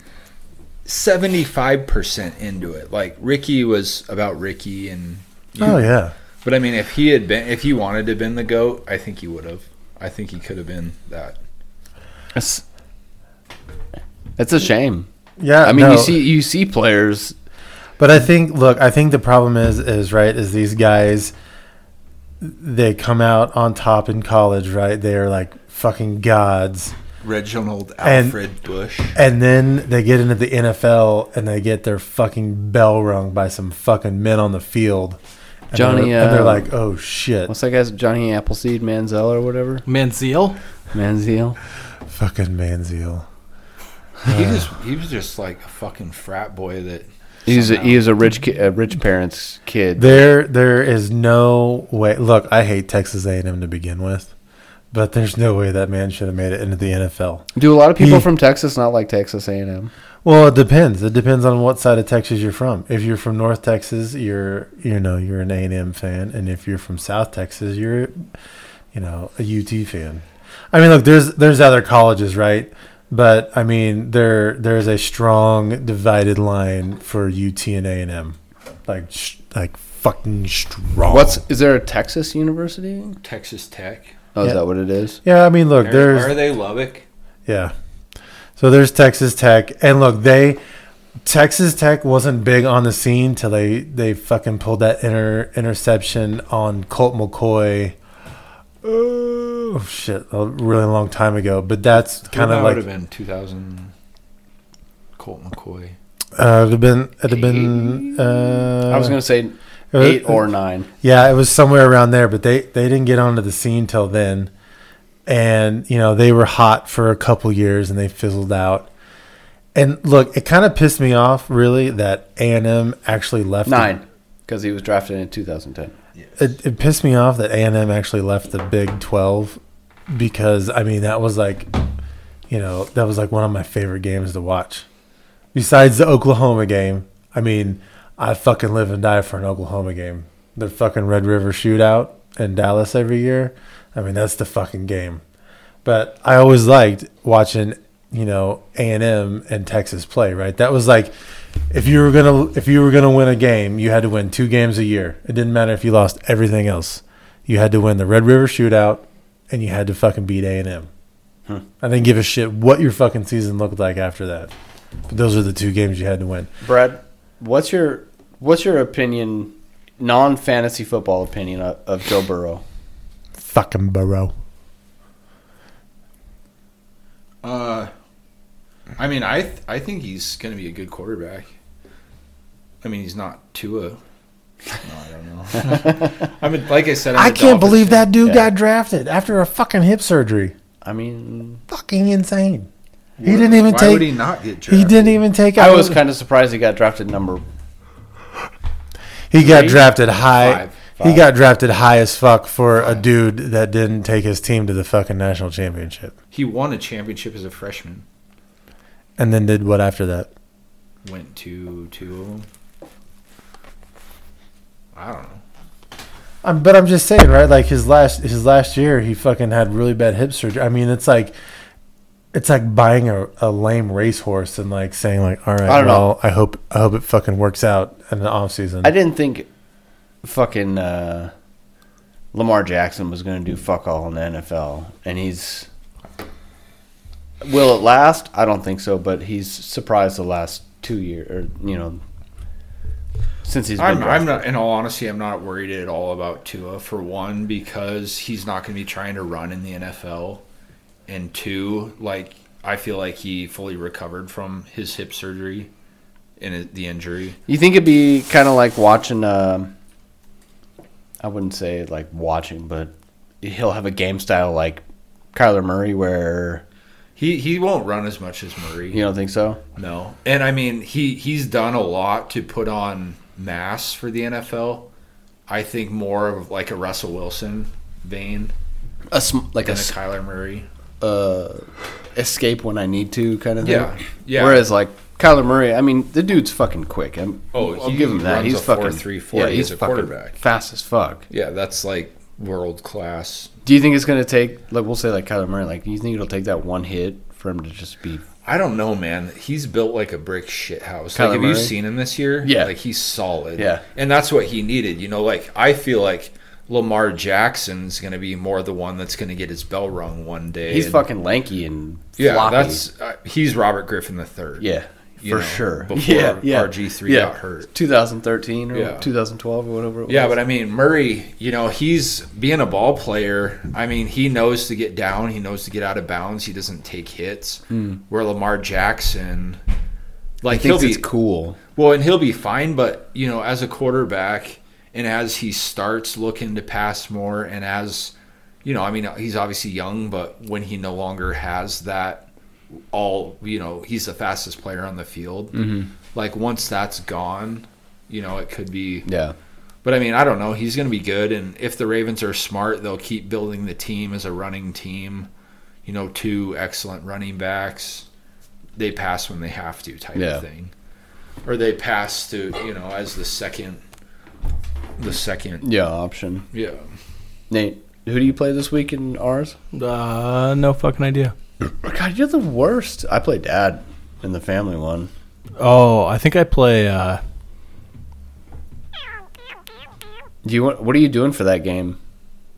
Speaker 4: 75% into it. Like Ricky was about Ricky and you-
Speaker 3: Oh yeah.
Speaker 4: But I mean if he had been if he wanted to have been the goat, I think he would have. I think he could have been that.
Speaker 2: It's, [LAUGHS] it's a shame.
Speaker 3: Yeah.
Speaker 2: I mean,
Speaker 3: no.
Speaker 2: you see, you see players.
Speaker 3: But I think, look, I think the problem is, is right, is these guys, they come out on top in college, right? They are like fucking gods,
Speaker 4: Reginald
Speaker 3: And-
Speaker 4: Alfred Bush.
Speaker 3: and then they get into the NFL and they get their fucking bell rung by some fucking men on the field. And they're-
Speaker 2: Johnny,
Speaker 3: and they're
Speaker 2: uh,
Speaker 3: like, oh shit,
Speaker 2: What's that guy's Johnny Appleseed Manziel or whatever
Speaker 5: Manziel.
Speaker 2: Manziel?
Speaker 3: fucking Manziel.
Speaker 4: He
Speaker 3: Uh.
Speaker 4: just he was just like a fucking frat boy that
Speaker 2: He's a,
Speaker 4: somehow-
Speaker 2: he is a rich ki- a rich parents kid.
Speaker 3: There, there is no way. Look, I hate Texas A&M to begin with, but there's no way that man should have made it into the NFL.
Speaker 2: Do a lot of people
Speaker 3: He-
Speaker 2: from Texas not like Texas A&M?
Speaker 3: Well, it depends. It depends on what side of Texas you're from. If you're from North Texas, you're you know you're an A and M fan, and if you're from South Texas, you're you know a UT fan. I mean, look, there's there's other colleges, right? But I mean, there there's a strong divided line for UT and A and M, like sh- like fucking strong.
Speaker 2: What's is there a Texas university?
Speaker 4: Texas Tech.
Speaker 2: Oh, is
Speaker 3: Yeah.
Speaker 2: that what it is?
Speaker 3: yeah? I mean, look,
Speaker 4: Are,
Speaker 3: there's
Speaker 4: are they Lubbock?
Speaker 3: Yeah. So there's Texas Tech, and look, they Texas Tech wasn't big on the scene till they they fucking pulled that inter, interception on Colt McCoy. Oh shit, a really long time ago. But that's kind
Speaker 4: Well, that
Speaker 3: of like
Speaker 4: would have been 2000 Colt McCoy.
Speaker 3: uh, it'd have been it'd have been. Uh,
Speaker 2: I was gonna say
Speaker 3: it was-
Speaker 2: eight or nine.
Speaker 3: Yeah, it was somewhere around there, but they they didn't get onto the scene till then. And you know they were hot for a couple years, and they fizzled out. And look, it kind of pissed me off, really, that A and M actually left.
Speaker 2: Nine, because he was drafted in 2010.
Speaker 3: The, it, it pissed me off that A and M actually left the Big Twelve because I mean that was like, you know, that was like one of my favorite games to watch. Besides the Oklahoma game, I mean, I fucking live and die for an Oklahoma game. The fucking Red River Shootout in Dallas every year. I mean, that's the fucking game. But I always liked watching, you know, A and M and Texas play. Right, that was like, if you were gonna if you were gonna win a game, you had to win two games a year. It didn't matter if you lost everything else. You had to win the Red River Shootout, and you had to fucking beat A and M. I didn't give a shit what your fucking season looked like after that. But those are the two games you had to win.
Speaker 2: Brad, what's your what's your opinion, non fantasy football opinion of, of Joe Burrow?
Speaker 3: Fucking Burrow.
Speaker 4: Uh, I mean, I th- I think he's going to be a good quarterback. I mean, he's not Tua. No, I don't know. [LAUGHS] I mean, like I said, I'm a
Speaker 3: I
Speaker 4: Dolphins
Speaker 3: can't believe
Speaker 4: fan.
Speaker 3: that dude
Speaker 2: Yeah.
Speaker 3: got drafted after a fucking hip surgery.
Speaker 2: I mean,
Speaker 3: Fucking insane. He didn't even
Speaker 4: Why
Speaker 3: take.
Speaker 4: would he
Speaker 3: He,
Speaker 4: not get drafted?
Speaker 3: didn't even take.
Speaker 2: I was kind of surprised he got drafted number
Speaker 3: He got
Speaker 2: Three?
Speaker 3: drafted high.
Speaker 2: Five.
Speaker 3: He got drafted high as fuck for a dude that didn't take his team to the fucking national championship,
Speaker 4: He won a championship as a freshman.
Speaker 3: and then did what after that?
Speaker 4: Went to two of them. I don't know.
Speaker 3: Um, but I'm just saying, right? Like his last his last year, he fucking had really bad hip surgery. I mean, it's like it's like buying a, a lame racehorse and like saying like, all right,
Speaker 2: I don't
Speaker 3: well, I hope I hope it fucking works out in the off season.
Speaker 2: I didn't think fucking uh, Lamar Jackson was going to do fuck all in the NFL, and he's will it last? I don't think so, but he's surprised the last two year or you know since he's been.
Speaker 4: I'm, I'm
Speaker 2: drafted.
Speaker 4: not, in all honesty, I'm not worried at all about Tua for one because he's not going to be trying to run in the NFL, and two, like I feel like he fully recovered from his hip surgery and it- the injury.
Speaker 2: You think it'd be kind of like watching? Um, I wouldn't say like watching, but he'll have a game style like Kyler Murray, where
Speaker 4: He he won't run as much as Murray.
Speaker 2: you don't think so.
Speaker 4: No, and I mean he he's done a lot to put on mass for the NFL. I think more of like a Russell Wilson vein
Speaker 2: A sm- like
Speaker 4: than
Speaker 2: a,
Speaker 4: a
Speaker 2: s-
Speaker 4: Kyler Murray.
Speaker 2: uh, escape when I need to kind of thing.
Speaker 4: Yeah, yeah.
Speaker 2: Whereas like Kyler Murray, I mean, the dude's fucking quick. I'm,
Speaker 4: Oh,
Speaker 2: I'll
Speaker 4: he
Speaker 2: give him that.
Speaker 4: runs
Speaker 2: He's
Speaker 4: a 4
Speaker 2: fucking
Speaker 4: 3 40 as a
Speaker 2: fucking
Speaker 4: quarterback.
Speaker 2: fast as fuck.
Speaker 4: Yeah, that's like world class.
Speaker 2: Do you think it's gonna take like we'll say like Kyler Murray? Like, do you think it'll take that one hit for him to just be?
Speaker 4: I don't know, man. He's built like a brick shit house.
Speaker 2: Kyler
Speaker 4: like, have you
Speaker 2: Murray?
Speaker 4: seen him this year?
Speaker 2: Yeah.
Speaker 4: like he's solid.
Speaker 2: Yeah.
Speaker 4: and that's what he needed. You know, like I feel like Lamar Jackson's going to be more the one that's going to get his bell rung one day.
Speaker 2: He's
Speaker 4: and-
Speaker 2: fucking lanky and
Speaker 4: Yeah,
Speaker 2: floppy.
Speaker 4: that's uh, he's Robert Griffin the third.
Speaker 2: yeah, for
Speaker 4: you know,
Speaker 2: sure.
Speaker 4: before
Speaker 2: [LAUGHS] yeah, yeah.
Speaker 4: RG3
Speaker 2: yeah.
Speaker 4: got hurt.
Speaker 2: 2013 or
Speaker 4: Yeah.
Speaker 2: 2012 or whatever. It
Speaker 4: Yeah,
Speaker 2: was.
Speaker 4: but I mean Murray, you know, he's being a ball player. I mean, he knows to get down, he knows to get out of bounds, he doesn't take hits. Where Lamar Jackson, like
Speaker 2: Hmm. he thinks
Speaker 4: he'll
Speaker 2: it's
Speaker 4: be
Speaker 2: cool.
Speaker 4: well, and he'll be fine. But you know, as a quarterback, and as he starts looking to pass more, and as you know, I mean, he's obviously young, but when he no longer has that, all you know, he's the fastest player on the field. Like once that's gone, you know, it could be.
Speaker 2: Yeah,
Speaker 4: But I mean, I don't know. He's going to be good, and if the Ravens are smart, they'll keep building the team as a running team. You know, two excellent running backs. They pass when they have to, type
Speaker 2: Yeah.
Speaker 4: of thing, or they pass to you know as the second, the second.
Speaker 2: yeah. Option.
Speaker 4: Yeah,
Speaker 2: Nate, who do you play this week in ours?
Speaker 1: Uh, no fucking idea.
Speaker 2: God, you're the worst. I play dad in the family one.
Speaker 1: Oh, I think I play. Uh,
Speaker 2: Do you want? What are you doing for that game?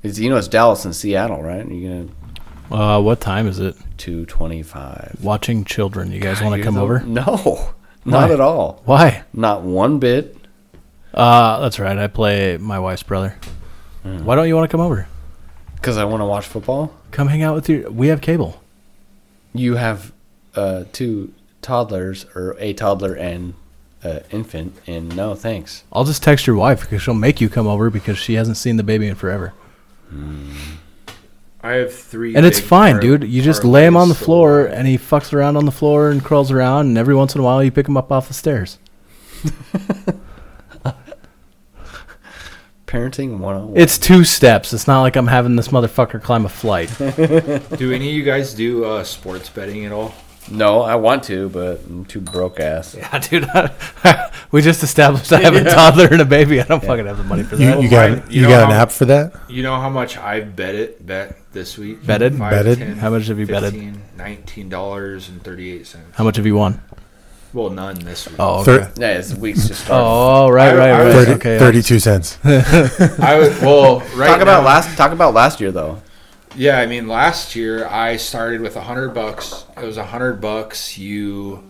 Speaker 2: It's, you know it's Dallas and Seattle, right? You're gonna
Speaker 1: uh, what time is it?
Speaker 2: two twenty five.
Speaker 1: Watching children. You
Speaker 2: Ah,
Speaker 1: guys want to come over?
Speaker 2: No, [LAUGHS] not
Speaker 1: Why?
Speaker 2: at all.
Speaker 1: Why?
Speaker 2: Not one bit.
Speaker 1: Uh, that's right. I play my wife's brother.
Speaker 2: Hmm.
Speaker 1: Why don't you want to come over?
Speaker 2: Because I want to watch football.
Speaker 1: Come hang out with your. We have cable.
Speaker 2: You have uh, two toddlers or a toddler and uh, infant, and no thanks.
Speaker 1: I'll just text your wife because she'll make you come over because she hasn't seen the baby in forever.
Speaker 4: I have three,
Speaker 1: And it's fine, dude. You just lay him on the floor and he fucks around on the floor and crawls around, and every once in a while you pick him up off the stairs.
Speaker 2: Parenting one on one.
Speaker 1: It's two steps. It's not like I'm having this motherfucker climb
Speaker 4: [LAUGHS]
Speaker 1: a flight.
Speaker 4: do any of you guys do uh, sports betting at all?
Speaker 2: No, I want to, but I'm too broke ass.
Speaker 1: Yeah, dude. [LAUGHS] we just established I have a toddler and a baby. I don't fucking have the money for
Speaker 3: You,
Speaker 1: that.
Speaker 3: you
Speaker 4: Oh,
Speaker 3: got
Speaker 4: mine-
Speaker 3: an-
Speaker 4: you
Speaker 3: you
Speaker 4: know
Speaker 3: got an
Speaker 4: how-
Speaker 3: app for that?
Speaker 4: You know how much I've bet it bet this week?
Speaker 1: Betted?
Speaker 4: Five,
Speaker 3: Betted?
Speaker 4: 10,
Speaker 1: How much have you betted?
Speaker 4: 15, Nineteen dollars and thirty-eight cents.
Speaker 1: How much have you won?
Speaker 4: Well, none this week.
Speaker 1: Oh,
Speaker 3: Thir-
Speaker 1: okay.
Speaker 2: Yeah, it's weeks just started.
Speaker 1: oh, right, right,
Speaker 4: I- I
Speaker 1: right.
Speaker 4: was-
Speaker 3: Thirty-
Speaker 1: okay,
Speaker 3: 32 cents.
Speaker 4: I was
Speaker 1: [LAUGHS]
Speaker 4: well. Right
Speaker 2: talk about
Speaker 4: now-
Speaker 2: last. Talk about last year though.
Speaker 4: Yeah, I mean, last year I started with a hundred bucks. It was a hundred bucks. You,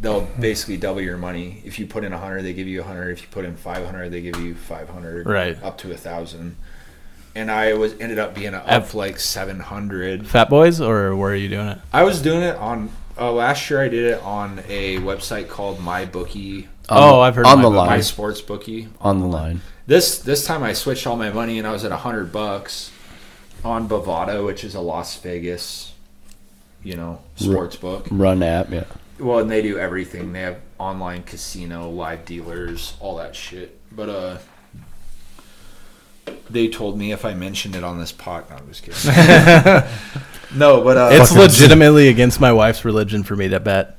Speaker 4: they'll
Speaker 1: Hmm.
Speaker 4: basically double your money. If you put in a hundred, they give you a hundred. If you put in five hundred, they give you five hundred.
Speaker 1: Right.
Speaker 4: Up to a thousand. And I was ended up being up
Speaker 1: Ev-
Speaker 4: like seven hundred.
Speaker 1: Fat boys, or where are you doing it?
Speaker 4: I was doing it on uh, last year. I did it on a website called My Bookie,
Speaker 1: Oh, I've heard
Speaker 2: on
Speaker 1: of
Speaker 2: the
Speaker 1: my-
Speaker 2: line.
Speaker 4: My Sports Bookie.
Speaker 2: On the line.
Speaker 4: This this time I switched all my money and I was at a hundred bucks on Bovada, which is a Las Vegas, you know, sports book.
Speaker 2: Run app, yeah.
Speaker 4: Well, and they do everything. They have online casino, live dealers, all that shit. But uh they told me if I mentioned it on this pot. No, I'm just kidding. no, but uh,
Speaker 1: It's
Speaker 3: Fucking-
Speaker 1: [LAUGHS] legitimately against my wife's religion for me to bet.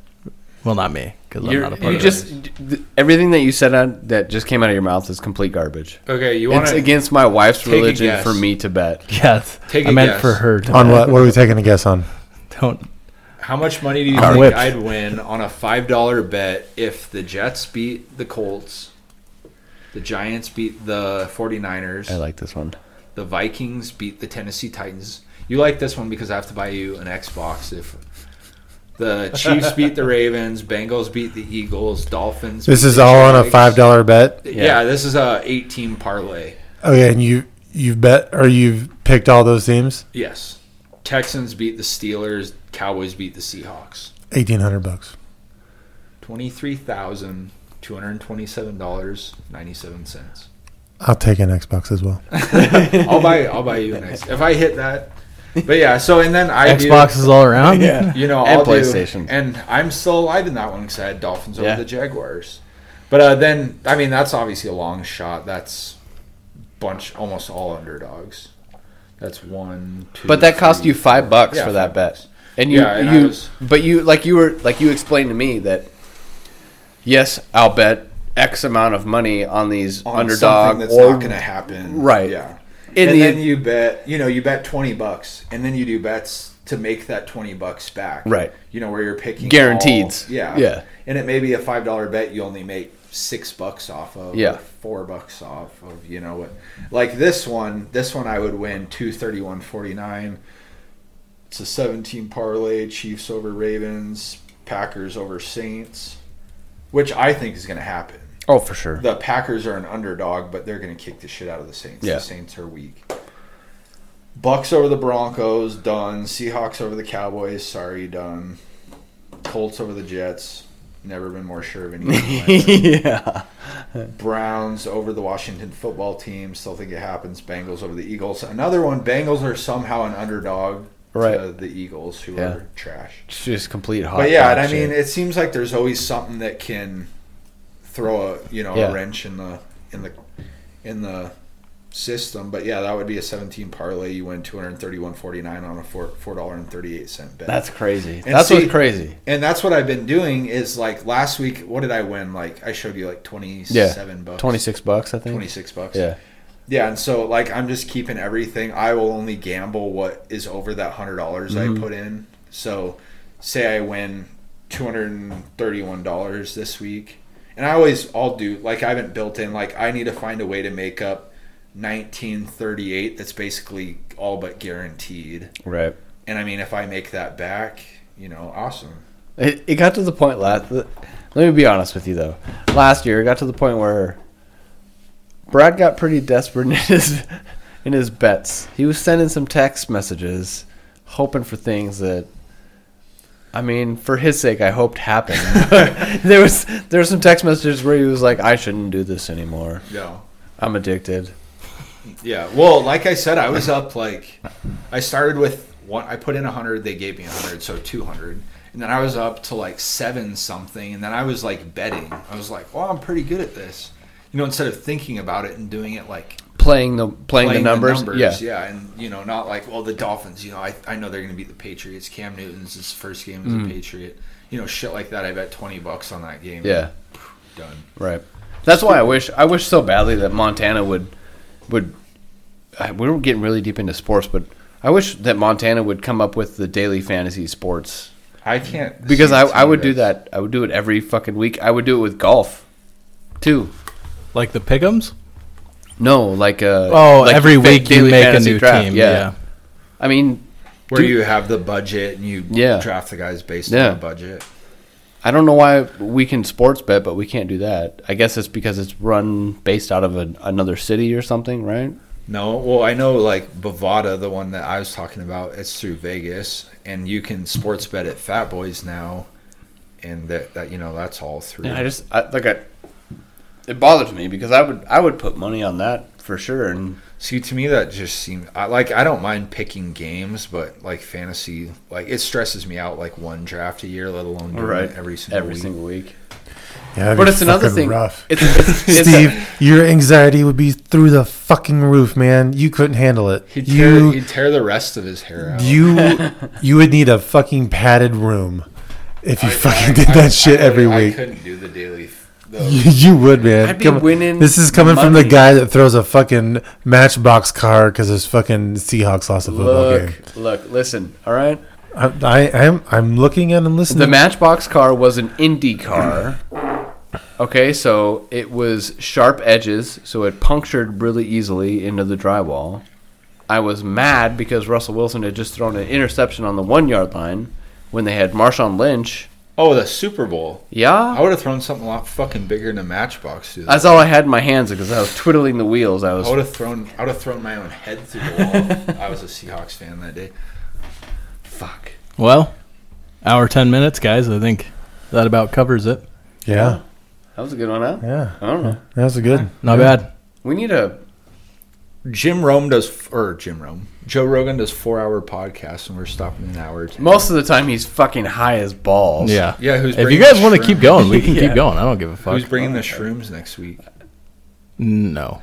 Speaker 1: Well, not me because I'm
Speaker 2: You're,
Speaker 1: not a part
Speaker 2: you
Speaker 1: of
Speaker 2: just
Speaker 1: it.
Speaker 2: th- everything that you said out, that just came out of your mouth is complete garbage.
Speaker 4: okay, you want
Speaker 2: It's
Speaker 4: to
Speaker 2: against my wife's
Speaker 4: take a
Speaker 2: religion
Speaker 4: guess.
Speaker 2: for me to bet.
Speaker 1: [LAUGHS] Yes,
Speaker 4: Take
Speaker 1: I
Speaker 4: a
Speaker 1: meant
Speaker 4: guess.
Speaker 1: for her. To
Speaker 3: On
Speaker 1: bet.
Speaker 3: what? What are we taking a
Speaker 2: [LAUGHS]
Speaker 3: guess on?
Speaker 1: Don't
Speaker 4: How much money do you
Speaker 1: I'm
Speaker 4: think
Speaker 1: whipped.
Speaker 4: I'd win on a five dollar bet if the Jets beat the Colts, the Giants beat the 49ers,
Speaker 2: I like this one.
Speaker 4: the Vikings beat the Tennessee Titans? You like this one because I have to buy you an Xbox if the Chiefs beat the Ravens, Bengals beat the Eagles, Dolphins.
Speaker 3: This
Speaker 4: beat
Speaker 3: is
Speaker 4: the
Speaker 3: all on a
Speaker 4: Jags.
Speaker 3: five dollar bet.
Speaker 4: Yeah. this is a eight team parlay.
Speaker 3: Okay, and you you've bet or you've picked all those teams.
Speaker 4: Yes, Texans beat the Steelers, Cowboys beat the Seahawks.
Speaker 3: Eighteen hundred bucks.
Speaker 4: Twenty-three thousand two hundred twenty-seven dollars ninety-seven cents.
Speaker 3: I'll take an Xbox as well.
Speaker 4: I'll buy. I'll buy you an Xbox if I hit that. But yeah, so and then I
Speaker 1: Xbox is all around.
Speaker 4: do, you know,
Speaker 2: and
Speaker 4: I'll do-
Speaker 2: PlayStation.
Speaker 4: and I'm still alive in that one because I had Dolphins
Speaker 2: Yeah.
Speaker 4: over the Jaguars. But uh, then, I mean, that's obviously a long shot. That's bunch almost all underdogs. That's one, two.
Speaker 2: But that cost
Speaker 4: three,
Speaker 2: you five bucks
Speaker 4: Yeah,
Speaker 2: for that
Speaker 4: five
Speaker 2: bet.
Speaker 4: bucks.
Speaker 2: And you,
Speaker 4: Yeah, and I
Speaker 2: you,
Speaker 4: was-
Speaker 2: but you, like you were, like you explained to me that, yes, I'll bet X amount of money on these
Speaker 4: on
Speaker 2: underdog
Speaker 4: something that's
Speaker 2: or
Speaker 4: not going to happen.
Speaker 2: Right.
Speaker 4: Yeah.
Speaker 2: In
Speaker 4: and
Speaker 2: the-
Speaker 4: then you bet, you know, you bet 20 bucks and then you do bets to make that 20 bucks back.
Speaker 2: Right.
Speaker 4: You know, where you're picking
Speaker 2: Guaranteed.
Speaker 4: all- yeah.
Speaker 2: Yeah.
Speaker 4: And it may be a $5 bet you only make six bucks off of. or
Speaker 2: Yeah.
Speaker 4: Four bucks off of, you know what. Like this one, this one I would win 231.49. It's a 17 parlay, Chiefs over Ravens, Packers over Saints, which I think is going to happen
Speaker 2: oh for sure.
Speaker 4: the Packers are an underdog, but they're going to kick the shit out of the Saints.
Speaker 2: Yeah.
Speaker 4: The Saints are weak. Bucks over the Broncos, done. Seahawks over the Cowboys, sorry, done. Colts over the Jets, never been more sure of
Speaker 2: [LAUGHS]
Speaker 4: anything.
Speaker 2: [LAUGHS] yeah,
Speaker 4: Browns over the Washington football team, still think it happens. Bengals over the Eagles, another one. Bengals are somehow an underdog to
Speaker 2: Right.
Speaker 4: the Eagles, who
Speaker 2: Yeah.
Speaker 4: are trash.
Speaker 2: it's just complete hot.
Speaker 4: But yeah,
Speaker 2: dog
Speaker 4: and I
Speaker 2: shit.
Speaker 4: mean, it seems like there's always something that can throw a you know
Speaker 2: Yeah.
Speaker 4: a wrench in the in the in the system. But yeah, that would be a 17 parlay. You win 231.49 on a four four dollar and thirty eight cent bet.
Speaker 2: that's crazy. that's
Speaker 4: see-
Speaker 2: what's crazy.
Speaker 4: and that's what I've been doing is like last week. What did I win? Like I showed you like 27
Speaker 2: Yeah,
Speaker 4: bucks,
Speaker 2: twenty six bucks, I think.
Speaker 4: 26 bucks.
Speaker 2: Yeah,
Speaker 4: Yeah, and so like I'm just keeping everything. I will only gamble what is over that hundred dollars I put in. So, say I win two hundred and thirty-one dollars this week, and I always I'll do like I haven't built in like I need to find a way to make up nineteen thirty-eight. That's basically all but guaranteed.
Speaker 2: right.
Speaker 4: And I mean, if I make that back, you know, awesome.
Speaker 2: It, it got to the point last. Let me be honest with you though. Last year, it got to the point where Brad got pretty desperate [LAUGHS] in his in his bets. He was sending some text messages, hoping for things that. I mean, for his sake, I hoped happened. [LAUGHS] there was there were some text messages where he was like, "I shouldn't do this anymore.
Speaker 4: Yeah.
Speaker 2: I'm addicted."
Speaker 4: Yeah. Well, like I said, I was up like I started with one I put in 100, they gave me 100, so 200. And then I was up to like 7 something and then I was like betting. I was like, "Well, I'm pretty good at this." You know, instead of thinking about it and doing it like
Speaker 2: Playing the playing, the, numbers. yeah.
Speaker 4: yeah, and you know, not like well, the Dolphins. You know, I, I know they're going to beat the Patriots. Cam Newton's his first game
Speaker 2: Mm.
Speaker 4: as a Patriot. You know, shit like that. I bet twenty bucks on that game.
Speaker 2: Yeah.
Speaker 4: done.
Speaker 2: Right. That's why I wish I wish so badly that Montana would would I, we're getting really deep into sports, but I wish that Montana would come up with the daily fantasy sports
Speaker 4: I can't
Speaker 2: because I,
Speaker 4: stand
Speaker 2: I would do
Speaker 4: this.
Speaker 2: that. I would do it every fucking week. I would do it with golf too.
Speaker 1: [LAUGHS] Like the Pickums?
Speaker 2: No, like uh
Speaker 1: Oh,
Speaker 2: like
Speaker 1: every
Speaker 2: fa-
Speaker 1: week you
Speaker 2: daily
Speaker 1: make a
Speaker 2: fantasy
Speaker 1: new
Speaker 2: draft.
Speaker 1: team.
Speaker 2: Yeah.
Speaker 1: yeah.
Speaker 2: I mean,
Speaker 4: where
Speaker 2: Do-
Speaker 4: you have the budget and you
Speaker 2: Yeah.
Speaker 4: draft the guys based
Speaker 2: Yeah.
Speaker 4: on the budget.
Speaker 2: I don't know why we can sports bet, but we can't do that. I guess it's because it's run based out of an, another city or something, right?
Speaker 4: No, well, I know like Bovada, the one that I was talking about, it's through Vegas, and you can sports bet at Fat Boys now, and that, that you know that's all through.
Speaker 2: Yeah, I just I, like I, it bothers me because I would I would put money on that for sure, and
Speaker 4: See, to me, that just seems I, like I don't mind picking games, but like fantasy, like it stresses me out. Like one draft a year, let alone doing
Speaker 2: Right.
Speaker 4: it every single
Speaker 2: every
Speaker 4: week.
Speaker 2: single week.
Speaker 3: Yeah,
Speaker 2: But it's another thing.
Speaker 3: Rough.
Speaker 2: It's, it's,
Speaker 3: [LAUGHS]
Speaker 2: it's
Speaker 3: Steve, your anxiety would be through the fucking roof, man. You couldn't handle it.
Speaker 4: he'd, tear,
Speaker 3: You,
Speaker 4: he'd tear the rest of his hair out.
Speaker 2: [LAUGHS]
Speaker 3: you, you would need a fucking padded room if you
Speaker 4: I-
Speaker 3: fucking
Speaker 4: I-
Speaker 3: did
Speaker 4: I-
Speaker 3: that shit
Speaker 4: I-
Speaker 3: every
Speaker 4: I
Speaker 3: week.
Speaker 4: couldn't do the daily. The,
Speaker 3: You, [LAUGHS] you would, man.
Speaker 2: I'd be
Speaker 3: Come on.
Speaker 2: winning
Speaker 3: This is coming from the
Speaker 2: money.
Speaker 3: guy that throws a fucking matchbox car because his fucking Seahawks lost a football game.
Speaker 2: look, look, listen. All right.
Speaker 3: I, I, I'm, I'm looking at and listening.
Speaker 2: The Matchbox car was an Indy car. Okay, so it was sharp edges, so it punctured really easily into the drywall. I was mad because Russell Wilson had just thrown an interception on the one yard line when they had Marshawn Lynch.
Speaker 4: oh, the Super Bowl! I
Speaker 2: Yeah,
Speaker 4: would have thrown something a lot fucking bigger in a matchbox. Dude.
Speaker 2: that's all I had in my hands because I was twiddling the wheels. I
Speaker 4: I would
Speaker 2: was
Speaker 4: have thrown. I would have thrown my own head through the
Speaker 3: [LAUGHS]
Speaker 4: wall. I was a Seahawks fan that day. Fuck.
Speaker 1: Well, hour ten minutes, guys. I think that about covers it.
Speaker 3: yeah,
Speaker 2: that was a good one, huh?
Speaker 3: yeah,
Speaker 2: I don't know.
Speaker 3: that was a good.
Speaker 1: Not bad.
Speaker 2: We need a
Speaker 4: Jim Rome does, or Jim Rome, Joe Rogan does four-hour podcasts, and we're stopping an hour. today.
Speaker 2: most of the time he's fucking high as balls.
Speaker 1: Yeah.
Speaker 4: Yeah, who's
Speaker 1: if you
Speaker 4: bringing
Speaker 1: guys
Speaker 4: the
Speaker 1: want to
Speaker 4: shroom?
Speaker 1: keep going, we
Speaker 2: [LAUGHS]
Speaker 1: can
Speaker 2: Yeah.
Speaker 1: keep going. I don't give a fuck.
Speaker 4: Who's bringing the shrooms next week?
Speaker 1: no.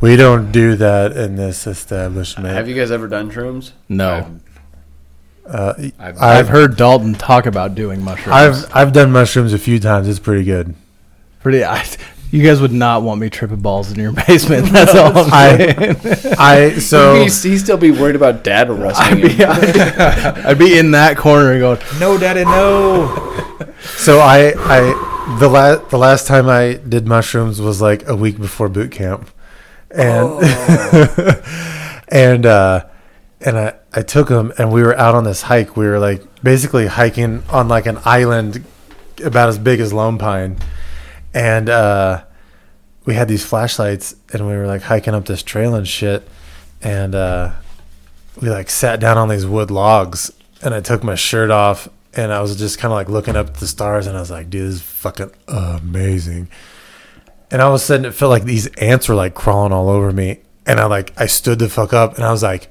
Speaker 3: We don't do that in this establishment.
Speaker 2: Have you guys ever done shrooms?
Speaker 1: No.
Speaker 3: uh,
Speaker 4: I've,
Speaker 3: I-
Speaker 1: I've heard Dalton talk about doing mushrooms.
Speaker 3: I've I've done mushrooms a few times. It's
Speaker 2: [LAUGHS]
Speaker 3: pretty good.
Speaker 1: pretty I, you guys would not want me tripping balls in your [LAUGHS] basement. That's all I'm
Speaker 3: I I so
Speaker 2: he'd, be- he'd still be worried about dad arresting him.
Speaker 1: Yeah, I'd, be, [LAUGHS] I'd be in that corner going,
Speaker 4: no, Daddy, no.
Speaker 3: so I I the last the last time I did mushrooms was like a week before boot camp, and [LAUGHS] and uh, and I I took them and we were out on this hike. We were like basically hiking on like an island about as big as Lone Pine, and uh, we had these flashlights and we were like hiking up this trail and shit, and uh, we like sat down on these wood logs and I took my shirt off and I was just kind of like looking up at the stars and I was like, dude, this is fucking amazing. And all of a sudden it felt like these ants were like crawling all over me. And I like, I stood the fuck up and I was like,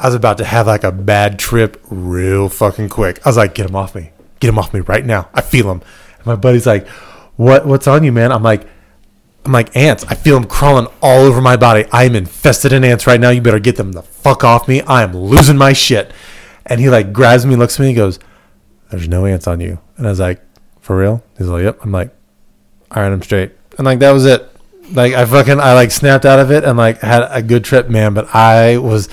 Speaker 3: I was about to have like a bad trip real fucking quick. I was like, get him off me. Get him off me right now. I feel him. And my buddy's like, what, what's on you, man? I'm like, I'm like, ants, I feel them crawling all over my body. I'm infested in ants right now. You better get them the fuck off me. I am losing my shit. And he like grabs me, looks at me, and goes, There's no ants on you. And I was like, For real? He's like, Yep. I'm like, All right, I'm straight. And like, that was it. Like, I fucking, I like snapped out of it and like had a good trip, man. But I was,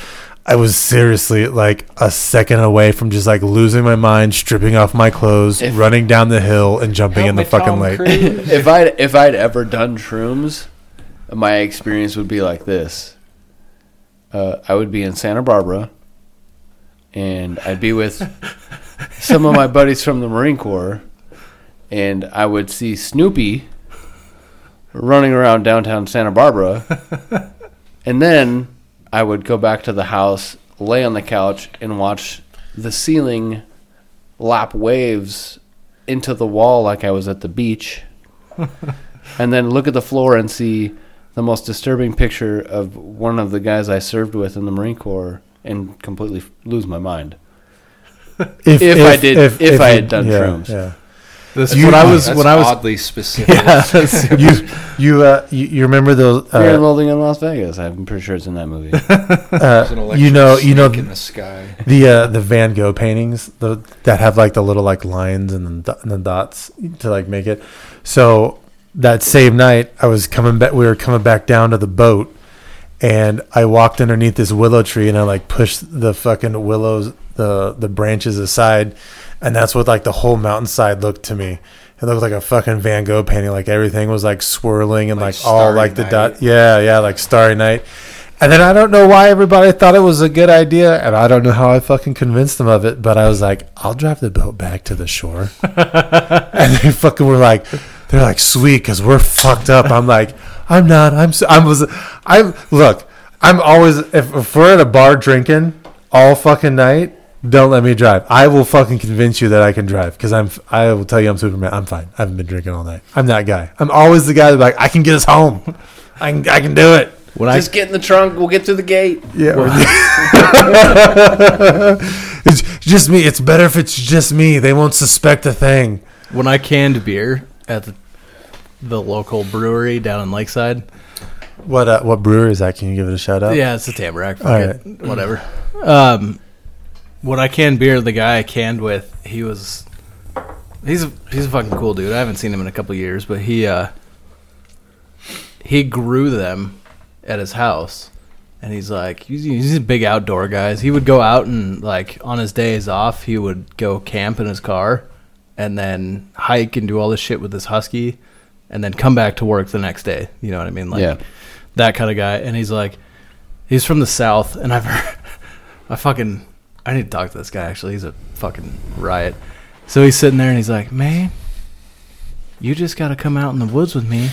Speaker 3: I was seriously like a second away from just like losing my mind, stripping off my clothes,
Speaker 2: If-
Speaker 3: running down the hill, and jumping in the fucking lake.
Speaker 2: if I'd if I'd ever done shrooms, my experience would be like this. Uh, I would be in Santa Barbara, and I'd be with some of my buddies from the Marine Corps, and I would see Snoopy running around downtown Santa Barbara, and then I would go back to the house, lay on the couch, and watch the ceiling lap waves into the wall like I was at the beach, and then look at the floor and see the most disturbing picture of one of the guys I served with in the Marine Corps and completely f- lose my mind. If I did- if I had done
Speaker 3: yeah,
Speaker 2: shrooms.
Speaker 3: yeah.
Speaker 1: this
Speaker 3: You-
Speaker 1: when I was,
Speaker 4: That's
Speaker 1: when I was,
Speaker 3: [LAUGHS]
Speaker 4: oddly specific.
Speaker 1: that's-
Speaker 3: you you uh you, you remember those
Speaker 2: Fear and
Speaker 3: uh,
Speaker 2: Loathing in Las Vegas. I'm pretty sure it's in that movie.
Speaker 4: There's an
Speaker 3: uh, you
Speaker 4: electric
Speaker 3: know you know
Speaker 4: snake in the sky.
Speaker 3: the uh, the Van Gogh paintings the, that have like the little like lines and then dot- and the dots to like make it. So that same night, I was coming back. We were coming back down to the boat, and I walked underneath this willow tree, and I like pushed the fucking willows the the branches aside, and that's what like the whole mountainside looked to me. It looked like a fucking Van Gogh painting. Like everything was like swirling and
Speaker 4: Like
Speaker 3: like, all
Speaker 4: Starry
Speaker 3: like the
Speaker 4: Night.
Speaker 3: dot. Yeah, yeah, like Starry Night. And then I don't know why everybody thought it was a good idea, and I don't know how I fucking convinced them of it, but I was like, I'll drive the boat back to the shore. and they fucking were like, they're like, sweet, because we're fucked up. I'm like, I'm not. I'm, so, I was, I'm, look, I'm always, if, if we're at a bar drinking all fucking night, don't let me drive. I will fucking convince you that I can drive because I'm, I will tell you I'm Superman. I'm fine. I haven't been drinking all night. I'm that guy. I'm always the guy that's like, I can get us home. I can, I can do it.
Speaker 1: When
Speaker 2: Just get in the trunk. We'll get to the gate.
Speaker 3: Yeah. [LAUGHS] it's just me. It's better if it's just me. They won't suspect a thing.
Speaker 1: I when I canned beer at the, the local brewery down in Lakeside.
Speaker 3: What uh, what brewer is that? Can you give it a shout out?
Speaker 1: Yeah, it's a Tamarack. Fuck
Speaker 3: All
Speaker 1: it. Whatever. Um, when I canned beer, the guy I canned with, he was he's a, he's a fucking cool dude. I haven't seen him in a couple years, but he uh he grew them at his house. And he's like, he's, he's a big outdoor guy. He would go out and like on his days off, he would go camp in his car, and then hike and do all this shit with his husky, and then come back to work the next day. You know what I mean? Like
Speaker 2: Yeah.
Speaker 1: that kind of guy. And he's like, he's from the south, and I've heard, [LAUGHS] I fucking, I need to talk to this guy. Actually, he's a fucking riot. So he's sitting there and he's like, man, you just got to come out in the woods with me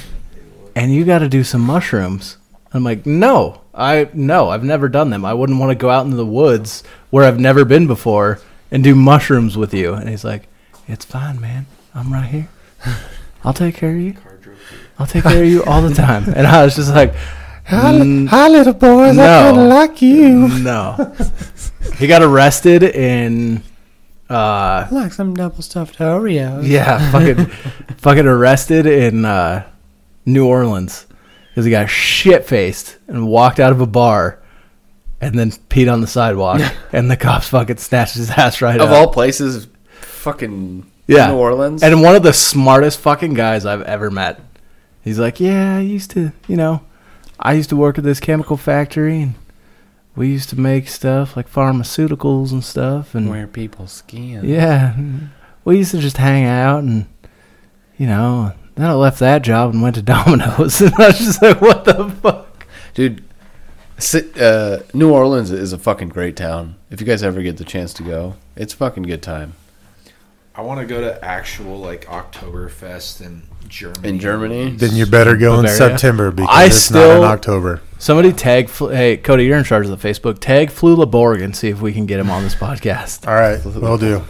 Speaker 1: and you got to do some mushrooms. I'm like, no, I no, I've never done them. I wouldn't want to go out into the woods where I've never been before and do mushrooms with you. And he's like, it's fine, man. I'm right here. I'll take care of you. I'll take care of you all the time. And I was just like,
Speaker 3: Hi, li-
Speaker 1: "Mm,
Speaker 3: hi, little boys. I
Speaker 1: no.
Speaker 3: kind of like you.
Speaker 1: no. He got arrested in uh
Speaker 3: I like some double stuffed Oreos.
Speaker 1: yeah, fucking fucking arrested in uh New Orleans cuz he got shit-faced and walked out of a bar and then peed on the sidewalk and the cops fucking snatched his ass right
Speaker 2: Of
Speaker 1: up.
Speaker 2: all places, fucking
Speaker 1: Yeah.
Speaker 2: New Orleans.
Speaker 1: And one of the smartest fucking guys I've ever met. He's like, Yeah, I used to, you know, I used to work at this chemical factory and we used to make stuff like pharmaceuticals and stuff. And
Speaker 2: where people skiing.
Speaker 1: yeah, and we used to just hang out and, you know, then I left that job and went to [LAUGHS] Domino's. And I was just like, What the fuck?
Speaker 2: Dude, si- uh, New Orleans is a fucking great town. If you guys ever get the chance to go, it's a fucking good time.
Speaker 4: I want to go to actual like Oktoberfest in Germany.
Speaker 2: In Germany?
Speaker 3: Then you better go in
Speaker 1: Bavaria.
Speaker 3: September because
Speaker 1: I
Speaker 3: it's not
Speaker 1: still-
Speaker 3: in October.
Speaker 1: Somebody tag, Fl- hey, Cody, you're in charge of the Facebook. Tag Flew LaBorg and see if we can get him on this podcast. [LAUGHS]
Speaker 3: All right, we'll do.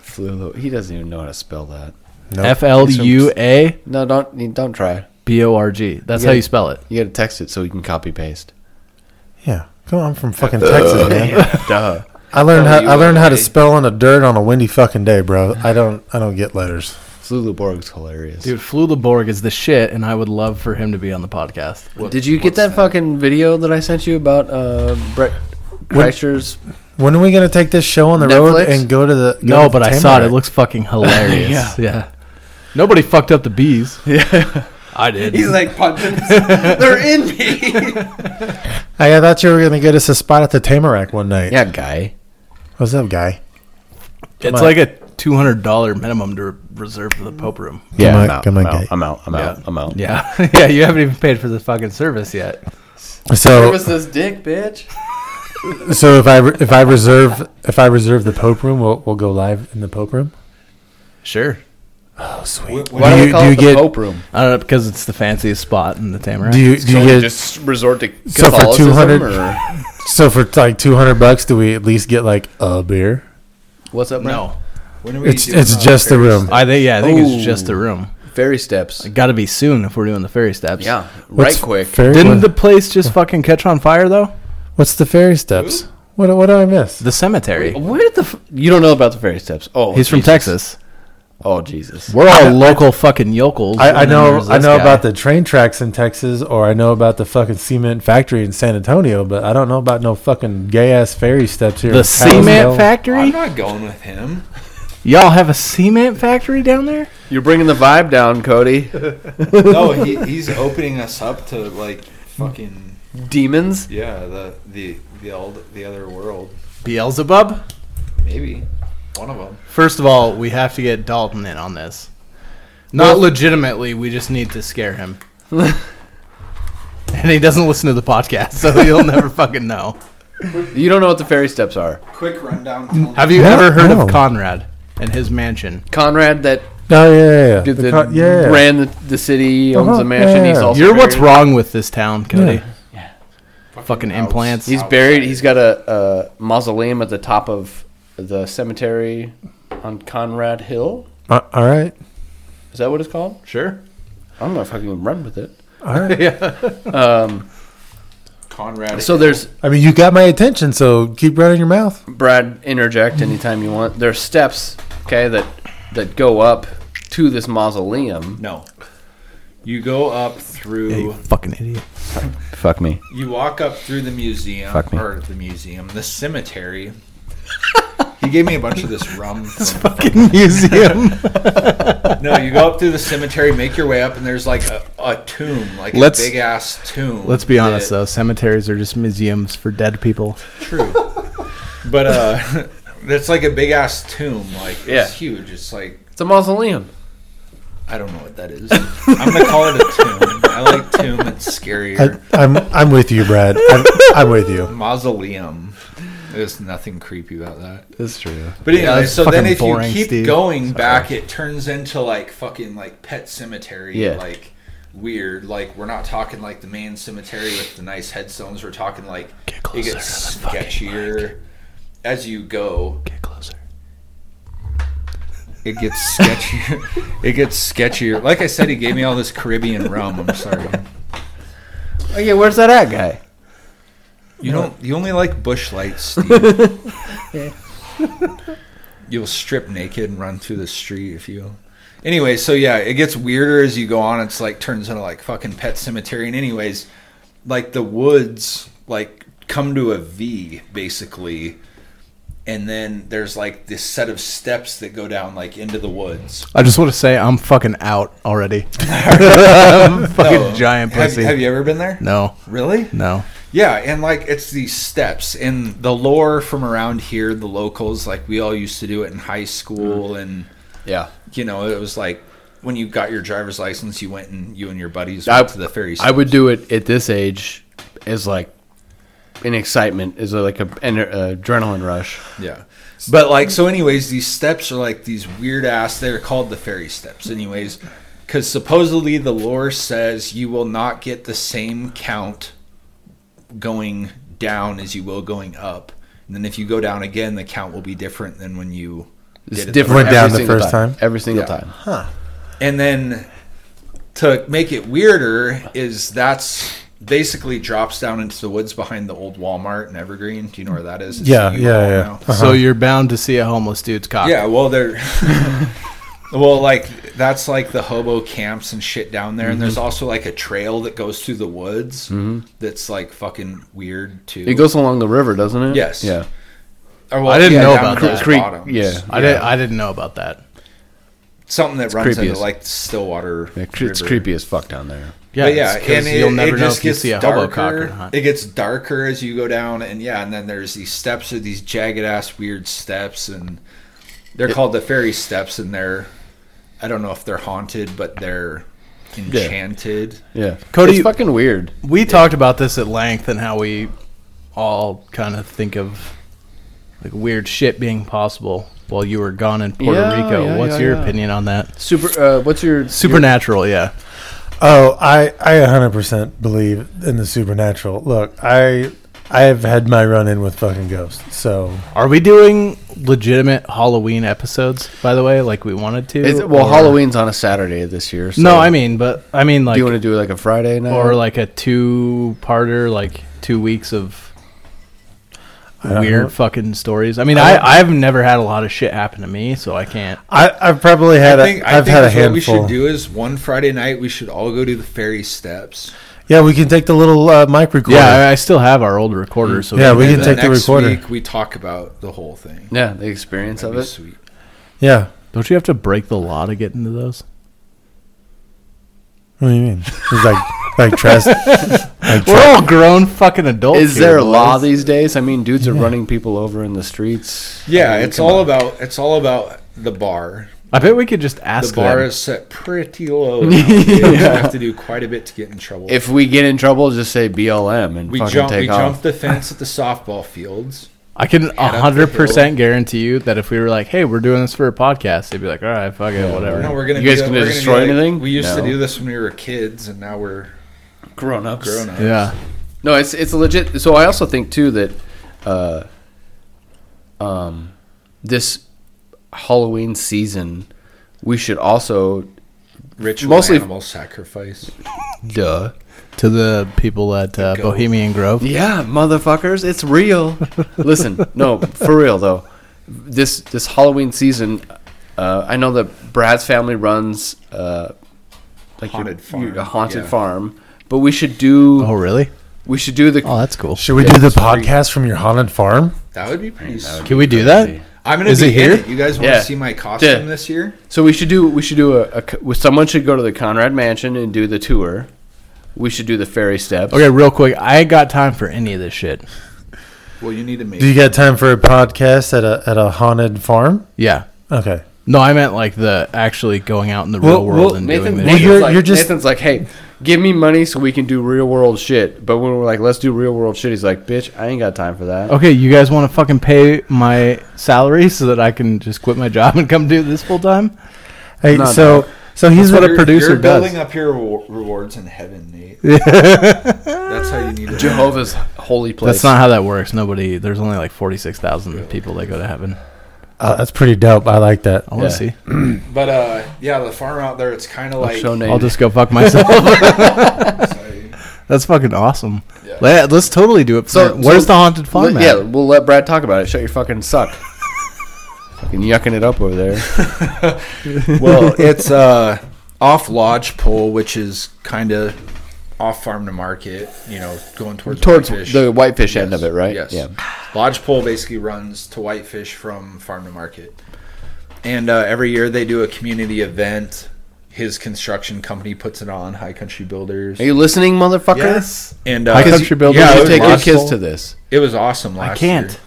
Speaker 2: Flew. He doesn't even know how to spell that.
Speaker 3: Nope.
Speaker 1: F L U A
Speaker 2: No, don't you- don't try.
Speaker 1: B O R G. That's
Speaker 2: Yeah.
Speaker 1: how you spell it.
Speaker 2: You got to text it so we can copy [LAUGHS] paste.
Speaker 3: yeah, come on, I'm from fucking Texas, man.
Speaker 2: Duh.
Speaker 3: I learned
Speaker 2: Oh,
Speaker 3: how
Speaker 2: you
Speaker 3: I learned how to
Speaker 2: okay?
Speaker 3: spell on the dirt on a windy fucking day, bro. I don't I don't get letters.
Speaker 2: Flew Borg's hilarious.
Speaker 1: Dude, Flew LaBorg is the shit, and I would love for him to be on the podcast.
Speaker 2: Did you get that, fucking video that I sent you about uh, Brett Kreischer's?
Speaker 3: When are we gonna take this show on the road
Speaker 2: Netflix?
Speaker 3: and go to the? go
Speaker 1: No,
Speaker 3: to
Speaker 1: but I saw it. It
Speaker 3: Tamarack?
Speaker 1: looks fucking hilarious.
Speaker 2: Yeah.
Speaker 1: [LAUGHS] yeah. Nobody fucked up the bees. [LAUGHS] Yeah. I did.
Speaker 4: like punching. They're in me.
Speaker 3: Hey, Oh, I thought you were gonna get us a spot at the Tamarack one night.
Speaker 2: Yeah, guy.
Speaker 3: What's up, guy?
Speaker 1: it's
Speaker 3: on.
Speaker 1: like a two hundred dollar minimum to re- reserve for the Pope room.
Speaker 2: Yeah,
Speaker 3: Come on-
Speaker 2: I'm, out,
Speaker 3: come
Speaker 2: I'm,
Speaker 3: on,
Speaker 2: out,
Speaker 3: guy.
Speaker 2: I'm out. I'm
Speaker 1: Yeah.
Speaker 2: out. I'm out.
Speaker 1: Yeah. [LAUGHS] yeah, you haven't even paid for the fucking service yet.
Speaker 3: So
Speaker 2: this dick, bitch?
Speaker 3: so if I re- if I reserve if I reserve the Pope room, we'll we'll go live in the Pope room.
Speaker 1: Sure.
Speaker 3: Oh sweet.
Speaker 2: Why do not
Speaker 3: do you,
Speaker 2: we call
Speaker 3: do you
Speaker 2: it the
Speaker 3: get
Speaker 2: Pope Room?
Speaker 1: I don't know because it's the fanciest spot in the Tamarack.
Speaker 3: do you do you get
Speaker 2: just resort to
Speaker 3: So for
Speaker 2: Catholicism
Speaker 3: 200
Speaker 2: or-
Speaker 3: so for like two hundred bucks? Do we at least get like a beer?
Speaker 2: What's up, Brett?
Speaker 1: no.
Speaker 4: When are we
Speaker 3: It's
Speaker 4: doing
Speaker 3: it's
Speaker 4: that?
Speaker 3: just the room.
Speaker 1: I think yeah, I think
Speaker 3: Oh.
Speaker 1: it's just
Speaker 2: Ooh.
Speaker 1: the room.
Speaker 2: Fairy steps.
Speaker 1: Got to be soon if we're doing the ferry steps.
Speaker 2: Yeah,
Speaker 3: What's
Speaker 2: right quick.
Speaker 3: Ferry,
Speaker 1: Didn't
Speaker 3: what-
Speaker 1: the place just fucking catch on fire though?
Speaker 3: what's the ferry steps? What what do I miss?
Speaker 1: The cemetery.
Speaker 2: Where the f- you don't know about the fairy steps? Oh,
Speaker 1: He's from
Speaker 2: Jesus.
Speaker 1: Texas.
Speaker 2: Oh Jesus!
Speaker 1: We're all local fucking yokels. and
Speaker 3: I, I
Speaker 1: then
Speaker 3: know
Speaker 1: there's
Speaker 3: I
Speaker 1: this
Speaker 3: know
Speaker 1: guy.
Speaker 3: about the train tracks in Texas, or I know about the fucking cement factory in San Antonio, but I don't know about no fucking gay ass ferry steps here.
Speaker 1: the
Speaker 3: in
Speaker 1: cement
Speaker 3: Kalispell.
Speaker 4: I'm
Speaker 1: factory.
Speaker 4: not going with him.
Speaker 1: Y'all have a cement factory down there?
Speaker 2: You're bringing the vibe down, Cody. [LAUGHS]
Speaker 1: [LAUGHS]
Speaker 4: No, he, he's opening us up to like fucking
Speaker 2: Demons.
Speaker 4: yeah the the the old the other world.
Speaker 1: Beelzebub.
Speaker 4: Maybe one of them.
Speaker 1: First of all, we have to get Dalton in on this. Not legitimately, we just need to scare him. and he doesn't listen to the podcast, so he'll never fucking know.
Speaker 2: You don't know what the fairy steps are.
Speaker 4: Quick rundown. Tell
Speaker 1: Have you
Speaker 3: What?
Speaker 1: ever heard
Speaker 3: No.
Speaker 1: of Conrad and his mansion?
Speaker 2: Conrad that
Speaker 3: Oh yeah, yeah, yeah. The
Speaker 2: that
Speaker 3: co- yeah, yeah.
Speaker 2: ran the, the city, owns
Speaker 3: Uh-huh,
Speaker 2: the mansion.
Speaker 3: yeah,
Speaker 2: He's
Speaker 3: yeah.
Speaker 2: also
Speaker 1: You're what's
Speaker 2: buried.
Speaker 1: wrong with this town, Cody.
Speaker 3: Yeah.
Speaker 1: Fucking
Speaker 4: house.
Speaker 1: implants.
Speaker 2: He's buried. He's got a, a mausoleum at the top of the cemetery on Conrad Hill.
Speaker 3: Uh, all right,
Speaker 2: Is that what it's called?
Speaker 1: sure.
Speaker 2: I don't know if I can run with it.
Speaker 3: all right.
Speaker 1: Yeah.
Speaker 2: Um,
Speaker 4: Conrad.
Speaker 2: So there's
Speaker 3: I mean, you got my attention, so keep running
Speaker 4: [LAUGHS]
Speaker 3: your mouth.
Speaker 2: Brad interject anytime you want. There's steps, okay, that that go up to this mausoleum.
Speaker 4: no. You go up through.
Speaker 1: fucking idiot.
Speaker 2: Fuck me.
Speaker 4: You walk up through the museum
Speaker 2: Fuck me.
Speaker 4: or the museum, the cemetery. he gave me a bunch of this
Speaker 1: [LAUGHS]
Speaker 4: rum. From,
Speaker 1: Fucking museum.
Speaker 4: no, you go up through the cemetery, make your way up, and there's like a, a tomb, like
Speaker 1: Let's-
Speaker 4: a big ass tomb.
Speaker 1: Let's be honest
Speaker 4: that-
Speaker 1: though, cemeteries are just museums for dead people.
Speaker 4: True. but uh [LAUGHS] that's like a big ass tomb. Like it's
Speaker 2: Yeah.
Speaker 4: huge. It's like
Speaker 2: It's a mausoleum.
Speaker 4: I don't know what that is. I'm gonna call it a tomb. I like tomb. It's
Speaker 3: I,
Speaker 4: scarier.
Speaker 3: I'm I'm with you, Brad. I'm, I'm with you.
Speaker 4: Mausoleum. There's nothing creepy about that.
Speaker 1: That's true.
Speaker 4: But anyway,
Speaker 1: that's
Speaker 4: so then
Speaker 1: fucking
Speaker 4: if
Speaker 1: boring,
Speaker 4: you keep
Speaker 1: Steve.
Speaker 4: going back, it turns into like fucking like pet cemetery,
Speaker 2: Yeah.
Speaker 4: like weird. Like we're not talking like the main cemetery with the nice headstones. We're talking like it gets sketchier as you go.
Speaker 1: Get closer.
Speaker 4: It gets sketchier. [LAUGHS] it gets sketchier. Like I said, he gave me all this Caribbean rum. I'm sorry.
Speaker 2: Okay, where's that at, guy?
Speaker 4: You don't. You only like bush
Speaker 1: [LAUGHS]
Speaker 4: lights. Steve. You'll strip naked and run through the street if you. Anyway, so yeah, it gets weirder as you go on. It's like turns into like fucking pet cemetery. And anyways, like the woods like come to a V basically, and then there's like this set of steps that go down like into the woods.
Speaker 1: I just want to say I'm fucking out already. [LAUGHS] I'm fucking
Speaker 4: No.
Speaker 1: giant
Speaker 4: Have-
Speaker 1: pussy.
Speaker 4: have you ever been there?
Speaker 1: no,
Speaker 4: Really?
Speaker 1: no.
Speaker 4: Yeah, and like it's these steps and the lore from around here, the locals, like we all used to do it in high school
Speaker 2: Mm-hmm.
Speaker 4: and
Speaker 2: Yeah.
Speaker 4: you know, it was like when you got your driver's license you went and you and your buddies
Speaker 2: I-
Speaker 4: went to the ferry
Speaker 2: I would do it at this age as like an excitement, as like a, an adrenaline rush.
Speaker 4: Yeah. But like so anyways, these steps are like these weird ass they're called the fairy steps anyways cuz supposedly the lore says you will not get the same count going down as you will going up. And then if you go down again, the count will be different than when you did
Speaker 2: It's
Speaker 4: it the
Speaker 2: different
Speaker 3: Went down
Speaker 2: every
Speaker 3: the
Speaker 2: single
Speaker 3: first time?
Speaker 2: Every single
Speaker 4: Yeah.
Speaker 2: time.
Speaker 4: And then to make it weirder is that's basically drops down into the woods behind the old Walmart in Evergreen. Do you know where that is? It's
Speaker 3: Yeah,
Speaker 4: a U
Speaker 3: yeah,
Speaker 4: haul
Speaker 3: yeah.
Speaker 4: now.
Speaker 1: So you're bound to see a homeless dude's cock.
Speaker 4: Uh-huh. Yeah, well they're [LAUGHS] Well, like that's like the hobo camps and shit down there, and there's also like a trail that goes through the woods that's like fucking weird too.
Speaker 2: It goes along the river, doesn't it?
Speaker 4: Yes.
Speaker 2: Yeah.
Speaker 4: Or, well,
Speaker 1: I didn't know
Speaker 4: down
Speaker 1: about
Speaker 4: to
Speaker 1: that.
Speaker 4: the
Speaker 2: Creek-
Speaker 4: bottom.
Speaker 2: yeah.
Speaker 1: I didn't. I didn't know about that.
Speaker 4: something that runs
Speaker 2: creepy
Speaker 4: into
Speaker 2: as-
Speaker 4: like the Stillwater.
Speaker 2: It's
Speaker 4: River.
Speaker 2: creepy as fuck down there.
Speaker 1: Yeah,
Speaker 4: but yeah,
Speaker 1: it's 'cause
Speaker 4: and it,
Speaker 1: you'll never
Speaker 4: it
Speaker 1: know
Speaker 4: just
Speaker 1: if you
Speaker 4: gets
Speaker 1: see a hobo cock or
Speaker 4: darker.
Speaker 1: not.
Speaker 4: It gets darker as you go down, and yeah, and then there's these steps or these jagged ass weird steps, and they're called the fairy steps, and they're I don't know if they're haunted, but they're enchanted.
Speaker 2: Yeah.
Speaker 1: Cody-
Speaker 2: it's fucking weird.
Speaker 1: we talked about this at length and how we all kind of think of like weird shit being possible while you were gone in Puerto
Speaker 2: Yeah,
Speaker 1: Rico.
Speaker 2: yeah,
Speaker 1: What's
Speaker 2: yeah,
Speaker 1: your
Speaker 2: yeah.
Speaker 1: opinion on that?
Speaker 2: Super. Uh, what's your
Speaker 1: Supernatural, yeah.
Speaker 3: Oh, I I 100% believe in the supernatural. Look, I I have had my run in with fucking ghosts, so
Speaker 1: Are we doing legitimate Halloween episodes? By the way, like we wanted to.
Speaker 2: Is, well,
Speaker 1: or-
Speaker 2: Halloween's on a Saturday this year. So
Speaker 1: No, I mean, but I mean,
Speaker 2: do
Speaker 1: like,
Speaker 2: you want to do like a Friday night
Speaker 1: or like a two-parter, like two weeks of
Speaker 3: don't know.
Speaker 1: weird fucking stories. I mean, I, I've never had a lot of shit happen to me, so I can't.
Speaker 3: I I've probably had
Speaker 4: I
Speaker 3: a
Speaker 4: think I
Speaker 3: have
Speaker 4: think
Speaker 3: had a
Speaker 4: that's what we should
Speaker 3: handful.
Speaker 4: do is one Friday night we should all go to the fairy steps.
Speaker 3: Yeah, we can take the little uh, mic recorder.
Speaker 1: Yeah, I, I still have our old recorder, so
Speaker 3: Yeah, we
Speaker 4: And
Speaker 3: can
Speaker 4: then
Speaker 3: take the
Speaker 4: next
Speaker 3: recorder.
Speaker 4: Week we talk about the whole thing.
Speaker 2: Yeah, the experience
Speaker 4: That'd
Speaker 2: of
Speaker 4: be
Speaker 2: it.
Speaker 4: sweet.
Speaker 3: yeah.
Speaker 1: Don't you have to break the law to get into those?
Speaker 3: What do you mean? It's like
Speaker 4: [LAUGHS]
Speaker 3: like trust. like
Speaker 1: We're
Speaker 3: trust.
Speaker 1: all grown fucking adults.
Speaker 2: Is
Speaker 1: here,
Speaker 2: there
Speaker 1: boys.
Speaker 2: law these days? I mean, dudes are running people over in the streets.
Speaker 4: Yeah, it's all about it's all about the bar.
Speaker 1: I bet we could just ask
Speaker 4: The bar
Speaker 1: them.
Speaker 4: is set pretty
Speaker 2: [LAUGHS]
Speaker 4: low. now. You have to do quite a bit to get in trouble.
Speaker 2: If we get in trouble, just say BLM and
Speaker 4: we
Speaker 2: fucking
Speaker 4: jump,
Speaker 2: take
Speaker 4: we
Speaker 2: off.
Speaker 4: jumped the fence at the softball fields.
Speaker 1: I can
Speaker 4: up the
Speaker 1: hundred percent guarantee you that if we were like, "Hey, we're doing this for a podcast," they'd be like, "All right, fuck it, whatever."
Speaker 4: No, we're gonna.
Speaker 2: [LAUGHS] You guys
Speaker 4: be-
Speaker 2: gonna
Speaker 4: we're be
Speaker 2: destroy anything?
Speaker 4: We used
Speaker 2: No.
Speaker 4: to do this when we were kids, and now we're
Speaker 2: grown ups.
Speaker 4: grown up.
Speaker 1: yeah,
Speaker 2: No, it's it's legit. So I also think too that, uh, um, this Halloween season, we should also
Speaker 4: Ritual
Speaker 2: Mostly-
Speaker 4: animal sacrifice.
Speaker 2: duh.
Speaker 1: to the people at uh,
Speaker 4: Go.
Speaker 1: Bohemian Grove.
Speaker 2: Yeah, motherfuckers, it's real. Listen, no, for real though. This this Halloween season, uh, I know that Brad's family runs uh, like your-
Speaker 4: Haunted farm,
Speaker 2: your- a haunted
Speaker 4: yeah.
Speaker 2: farm, but we should do
Speaker 1: Oh, really?
Speaker 2: we should do the
Speaker 1: Oh, that's cool.
Speaker 3: Should we
Speaker 2: Yeah,
Speaker 3: do the
Speaker 2: it's pretty-
Speaker 3: podcast from your haunted farm?
Speaker 4: That would be pretty. sweet.
Speaker 1: Can we do that?
Speaker 4: I'm gonna
Speaker 1: Is
Speaker 4: be
Speaker 1: it here?
Speaker 4: in You guys want to
Speaker 2: Yeah.
Speaker 4: see my costume
Speaker 2: Yeah.
Speaker 4: this year?
Speaker 2: So we should do we should do a, a co- someone should go to the Conrad Mansion and do the tour. We should do the fairy steps.
Speaker 1: Okay, real quick. I ain't got time for any of this shit.
Speaker 4: Well, you need to make.
Speaker 3: Do you got time for a podcast at a at a haunted farm?
Speaker 1: Yeah.
Speaker 3: Okay.
Speaker 1: No, I meant like the actually going out in the
Speaker 3: Well,
Speaker 1: real world
Speaker 3: well,
Speaker 1: and doing
Speaker 2: Nathan,
Speaker 3: Well,
Speaker 1: this.
Speaker 2: Nathan's,
Speaker 1: shit.
Speaker 3: you're-
Speaker 2: like,
Speaker 3: you're just-
Speaker 2: Nathan's like, hey, give me money so we can do real world shit. But when we're like, let's do real world shit, he's like, bitch, I ain't got time for that.
Speaker 1: Okay, you guys want to fucking pay my salary so that I can just quit my job and come do this full time?
Speaker 3: Hey,
Speaker 2: No,
Speaker 3: so so he's
Speaker 1: what a
Speaker 4: You're-
Speaker 1: producer
Speaker 4: you're
Speaker 1: does.
Speaker 4: building up your rewar- rewards in heaven,
Speaker 2: [LAUGHS]
Speaker 4: Nate. That's how you need to.
Speaker 2: Jehovah's holy place.
Speaker 1: That's not how that works. Nobody. There's only like forty six thousand people that go to heaven.
Speaker 3: uh, that's pretty dope. I like that.
Speaker 1: I want
Speaker 2: Yeah.
Speaker 1: to see.
Speaker 4: But uh, yeah, the farm out there, it's kind of
Speaker 2: I'll
Speaker 4: like.
Speaker 2: show Nate.
Speaker 1: I'll just go fuck
Speaker 2: [LAUGHS]
Speaker 1: myself.
Speaker 4: sorry.
Speaker 1: That's fucking awesome.
Speaker 4: Yeah.
Speaker 1: Let, us totally do it.
Speaker 2: So-
Speaker 1: So, where's
Speaker 2: so-
Speaker 1: the haunted [LAUGHS] farm? at?
Speaker 2: Let- yeah, we'll let Brad talk about it. Shut your
Speaker 1: [LAUGHS]
Speaker 2: fucking suck. fucking yucking it up over there. [LAUGHS]
Speaker 4: well, it's uh, off Lodgepole, which is kind of off farm to market. You know, going towards
Speaker 2: [LAUGHS] Towards
Speaker 4: Whitefish.
Speaker 2: the whitefish end of it, right?
Speaker 4: Yes.
Speaker 2: Yeah.
Speaker 4: Lodgepole basically runs to Whitefish from farm to market, and uh, every year they do a community event. His construction company puts it on. High Country Builders.
Speaker 2: Are you listening, motherfucker?
Speaker 1: Yes.
Speaker 4: And uh,
Speaker 1: High Country Builders
Speaker 4: Yeah,
Speaker 2: Yeah,
Speaker 4: it
Speaker 2: you
Speaker 4: was,
Speaker 2: take your
Speaker 4: last,
Speaker 2: kids to this.
Speaker 4: it was awesome last
Speaker 1: I can't.
Speaker 4: year.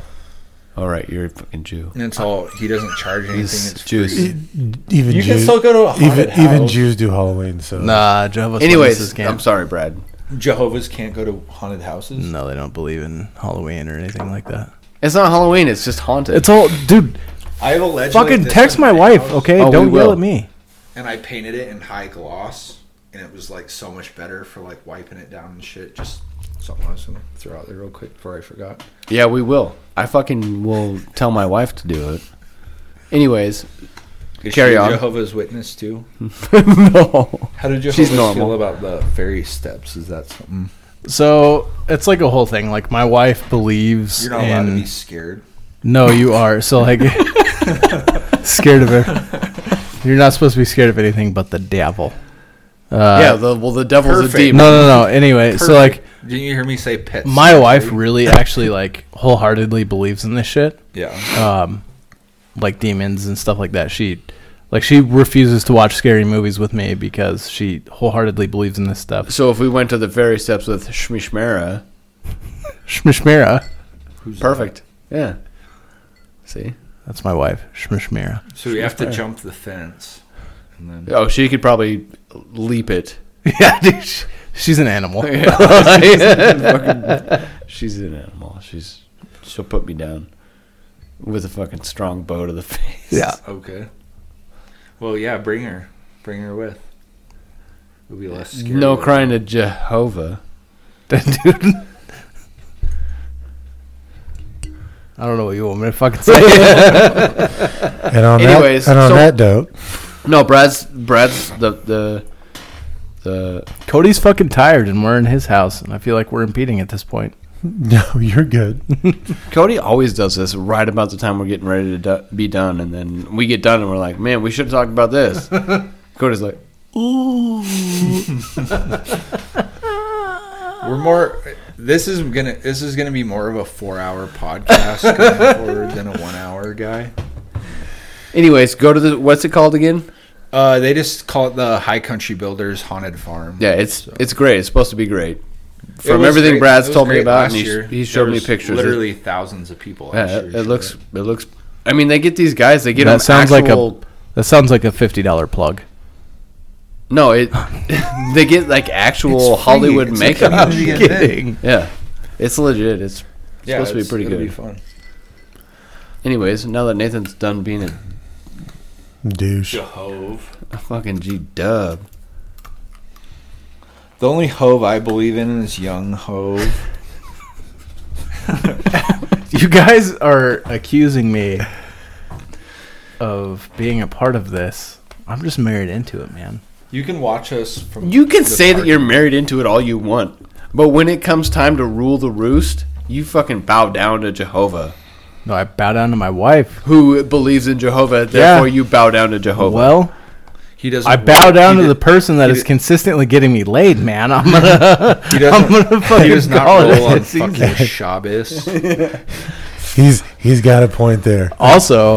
Speaker 2: All right, you're a fucking Jew.
Speaker 4: And it's all he doesn't charge anything.
Speaker 2: He's
Speaker 4: It's
Speaker 2: Jews.
Speaker 4: free.
Speaker 3: E, Even
Speaker 4: You
Speaker 3: Jews,
Speaker 4: can still go to a haunted
Speaker 3: even, even
Speaker 4: house.
Speaker 3: Jews do Halloween. So
Speaker 1: Nah, Jehovah's Witnesses
Speaker 2: Anyways,
Speaker 1: can't.
Speaker 2: I'm sorry, Brad.
Speaker 4: Jehovah's can't go to haunted houses.
Speaker 2: Mm.
Speaker 1: No, they don't believe in Halloween or anything like that.
Speaker 2: It's not Halloween. It's just haunted.
Speaker 1: It's all, dude.
Speaker 4: I have a legend.
Speaker 1: Fucking text my wife, okay?
Speaker 2: Oh, we
Speaker 1: don't yell
Speaker 2: will.
Speaker 1: at me.
Speaker 4: And I painted it in high gloss, and it was like so much better for like wiping it down and shit. Just something I was gonna throw out there real quick before I forgot.
Speaker 2: Yeah, we will. I fucking will tell my wife to do it. Anyways,
Speaker 4: Is
Speaker 2: Carry
Speaker 4: she a
Speaker 2: on.
Speaker 4: Jehovah's Witness too.
Speaker 2: no.
Speaker 4: How did
Speaker 2: She's
Speaker 4: Jehovah's
Speaker 2: normal.
Speaker 4: feel about the fairy steps? Is that something
Speaker 1: So it's like a whole thing. Like my wife believes
Speaker 4: you're not
Speaker 1: in.
Speaker 4: allowed to be scared?
Speaker 1: No, you are. So like, [LAUGHS] scared of it. You're not supposed to be scared of anything but the devil.
Speaker 2: yeah,
Speaker 1: Uh,
Speaker 2: the, well, the devil's
Speaker 4: Perfect.
Speaker 2: a demon.
Speaker 1: No, no, no. Anyway, so like,
Speaker 4: Didn't you hear me say pets?
Speaker 1: my wife really, actually, like, wholeheartedly believes in this shit.
Speaker 4: Yeah.
Speaker 1: um, like demons and stuff like that. She like she refuses to watch scary movies with me because she wholeheartedly believes in this stuff.
Speaker 2: So if we went to the fairy steps with Shmishmera,
Speaker 1: Shmishmira,
Speaker 2: perfect. Yeah. See?
Speaker 1: that's my wife. Shmishmira. [LAUGHS]
Speaker 4: So we have to jump the fence, and then
Speaker 2: Oh, she could probably leap it. [LAUGHS]
Speaker 1: Yeah, dude, she, she's an animal.
Speaker 2: She's an animal. She's she'll put me down with a fucking strong bow to the [LAUGHS] face.
Speaker 1: [LAUGHS] Yeah.
Speaker 4: okay. Well, yeah, bring her, bring her with. It'll be less scary.
Speaker 2: No
Speaker 4: then.
Speaker 2: crying to Jehovah.
Speaker 1: dude. I don't know what you want me to fucking [LAUGHS] say.
Speaker 3: and on
Speaker 2: Anyways,
Speaker 3: that and on
Speaker 2: so-
Speaker 3: that dope,
Speaker 2: No, Brad's Brad's the the the
Speaker 1: Cody's fucking tired, and we're in his house, and I feel like we're impeding at this point.
Speaker 3: [LAUGHS] no, you're good. [LAUGHS]
Speaker 2: Cody always does this right about the time we're getting ready to do- be done, and then we get done and we're like, "Man, we should talk about this." Cody's like,
Speaker 4: We're more. This is gonna. This is gonna be more of a four-hour podcast
Speaker 2: [LAUGHS]
Speaker 4: going forward than a one-hour guy.
Speaker 2: "Anyways, go to the what's it called again?"
Speaker 4: Uh, they just call it the High Country Builders Haunted Farm.
Speaker 2: Yeah, it's it's great. It's supposed to be great.
Speaker 4: It
Speaker 2: From
Speaker 4: was
Speaker 2: everything
Speaker 4: great-
Speaker 2: Brad's
Speaker 4: it was
Speaker 2: told me
Speaker 4: great
Speaker 2: about,
Speaker 4: last
Speaker 2: and he,
Speaker 4: year.
Speaker 2: he showed
Speaker 4: There
Speaker 2: me
Speaker 4: was
Speaker 2: pictures.
Speaker 4: Literally thousands of people.
Speaker 2: Yeah,
Speaker 4: last year
Speaker 2: it,
Speaker 4: showed
Speaker 2: looks it looks. I mean, they get these guys. They get
Speaker 1: That
Speaker 2: them
Speaker 1: sounds like a-
Speaker 2: actual-
Speaker 1: That sounds like a fifty dollar plug.
Speaker 2: no. It they get like actual
Speaker 4: It's free.
Speaker 2: Hollywood
Speaker 4: It's a
Speaker 2: makeup.
Speaker 4: community event.
Speaker 2: [LAUGHS] yeah, it's legit. It's
Speaker 4: Yeah,
Speaker 2: supposed to be
Speaker 4: it's-
Speaker 2: pretty
Speaker 4: it'll
Speaker 2: good.
Speaker 4: Be fun.
Speaker 2: Anyways, now that Nathan's done being a
Speaker 3: Douche.
Speaker 4: Jehovah.
Speaker 2: fucking G Dub,
Speaker 4: The only Hove I believe in is Young Hove.
Speaker 1: You guys are accusing me of being a part of this. I'm just married into it, man.
Speaker 4: You can watch us from.
Speaker 2: You can
Speaker 4: the
Speaker 2: say that
Speaker 4: parking
Speaker 2: you're married into it all you want, but when it comes time to rule the roost, you fucking bow down to Jehovah,
Speaker 1: No, I bow down to my wife.
Speaker 2: who believes in Jehovah. Therefore, you bow down to Jehovah.
Speaker 1: Well,
Speaker 4: He doesn't.
Speaker 1: I bow
Speaker 4: work.
Speaker 1: down
Speaker 4: He
Speaker 1: to
Speaker 4: did-
Speaker 1: the person that
Speaker 4: he
Speaker 1: is
Speaker 4: did-
Speaker 1: consistently getting me laid, man. I'm gonna, [LAUGHS]
Speaker 4: He
Speaker 2: [LAUGHS]
Speaker 1: I'm gonna
Speaker 4: doesn't. He does
Speaker 1: fucking
Speaker 4: not
Speaker 1: call it.
Speaker 4: roll on
Speaker 1: It's
Speaker 4: [LAUGHS]
Speaker 1: easy.
Speaker 4: fucking Shabbos.
Speaker 3: He's he's got a point there.
Speaker 4: [LAUGHS]
Speaker 1: Also,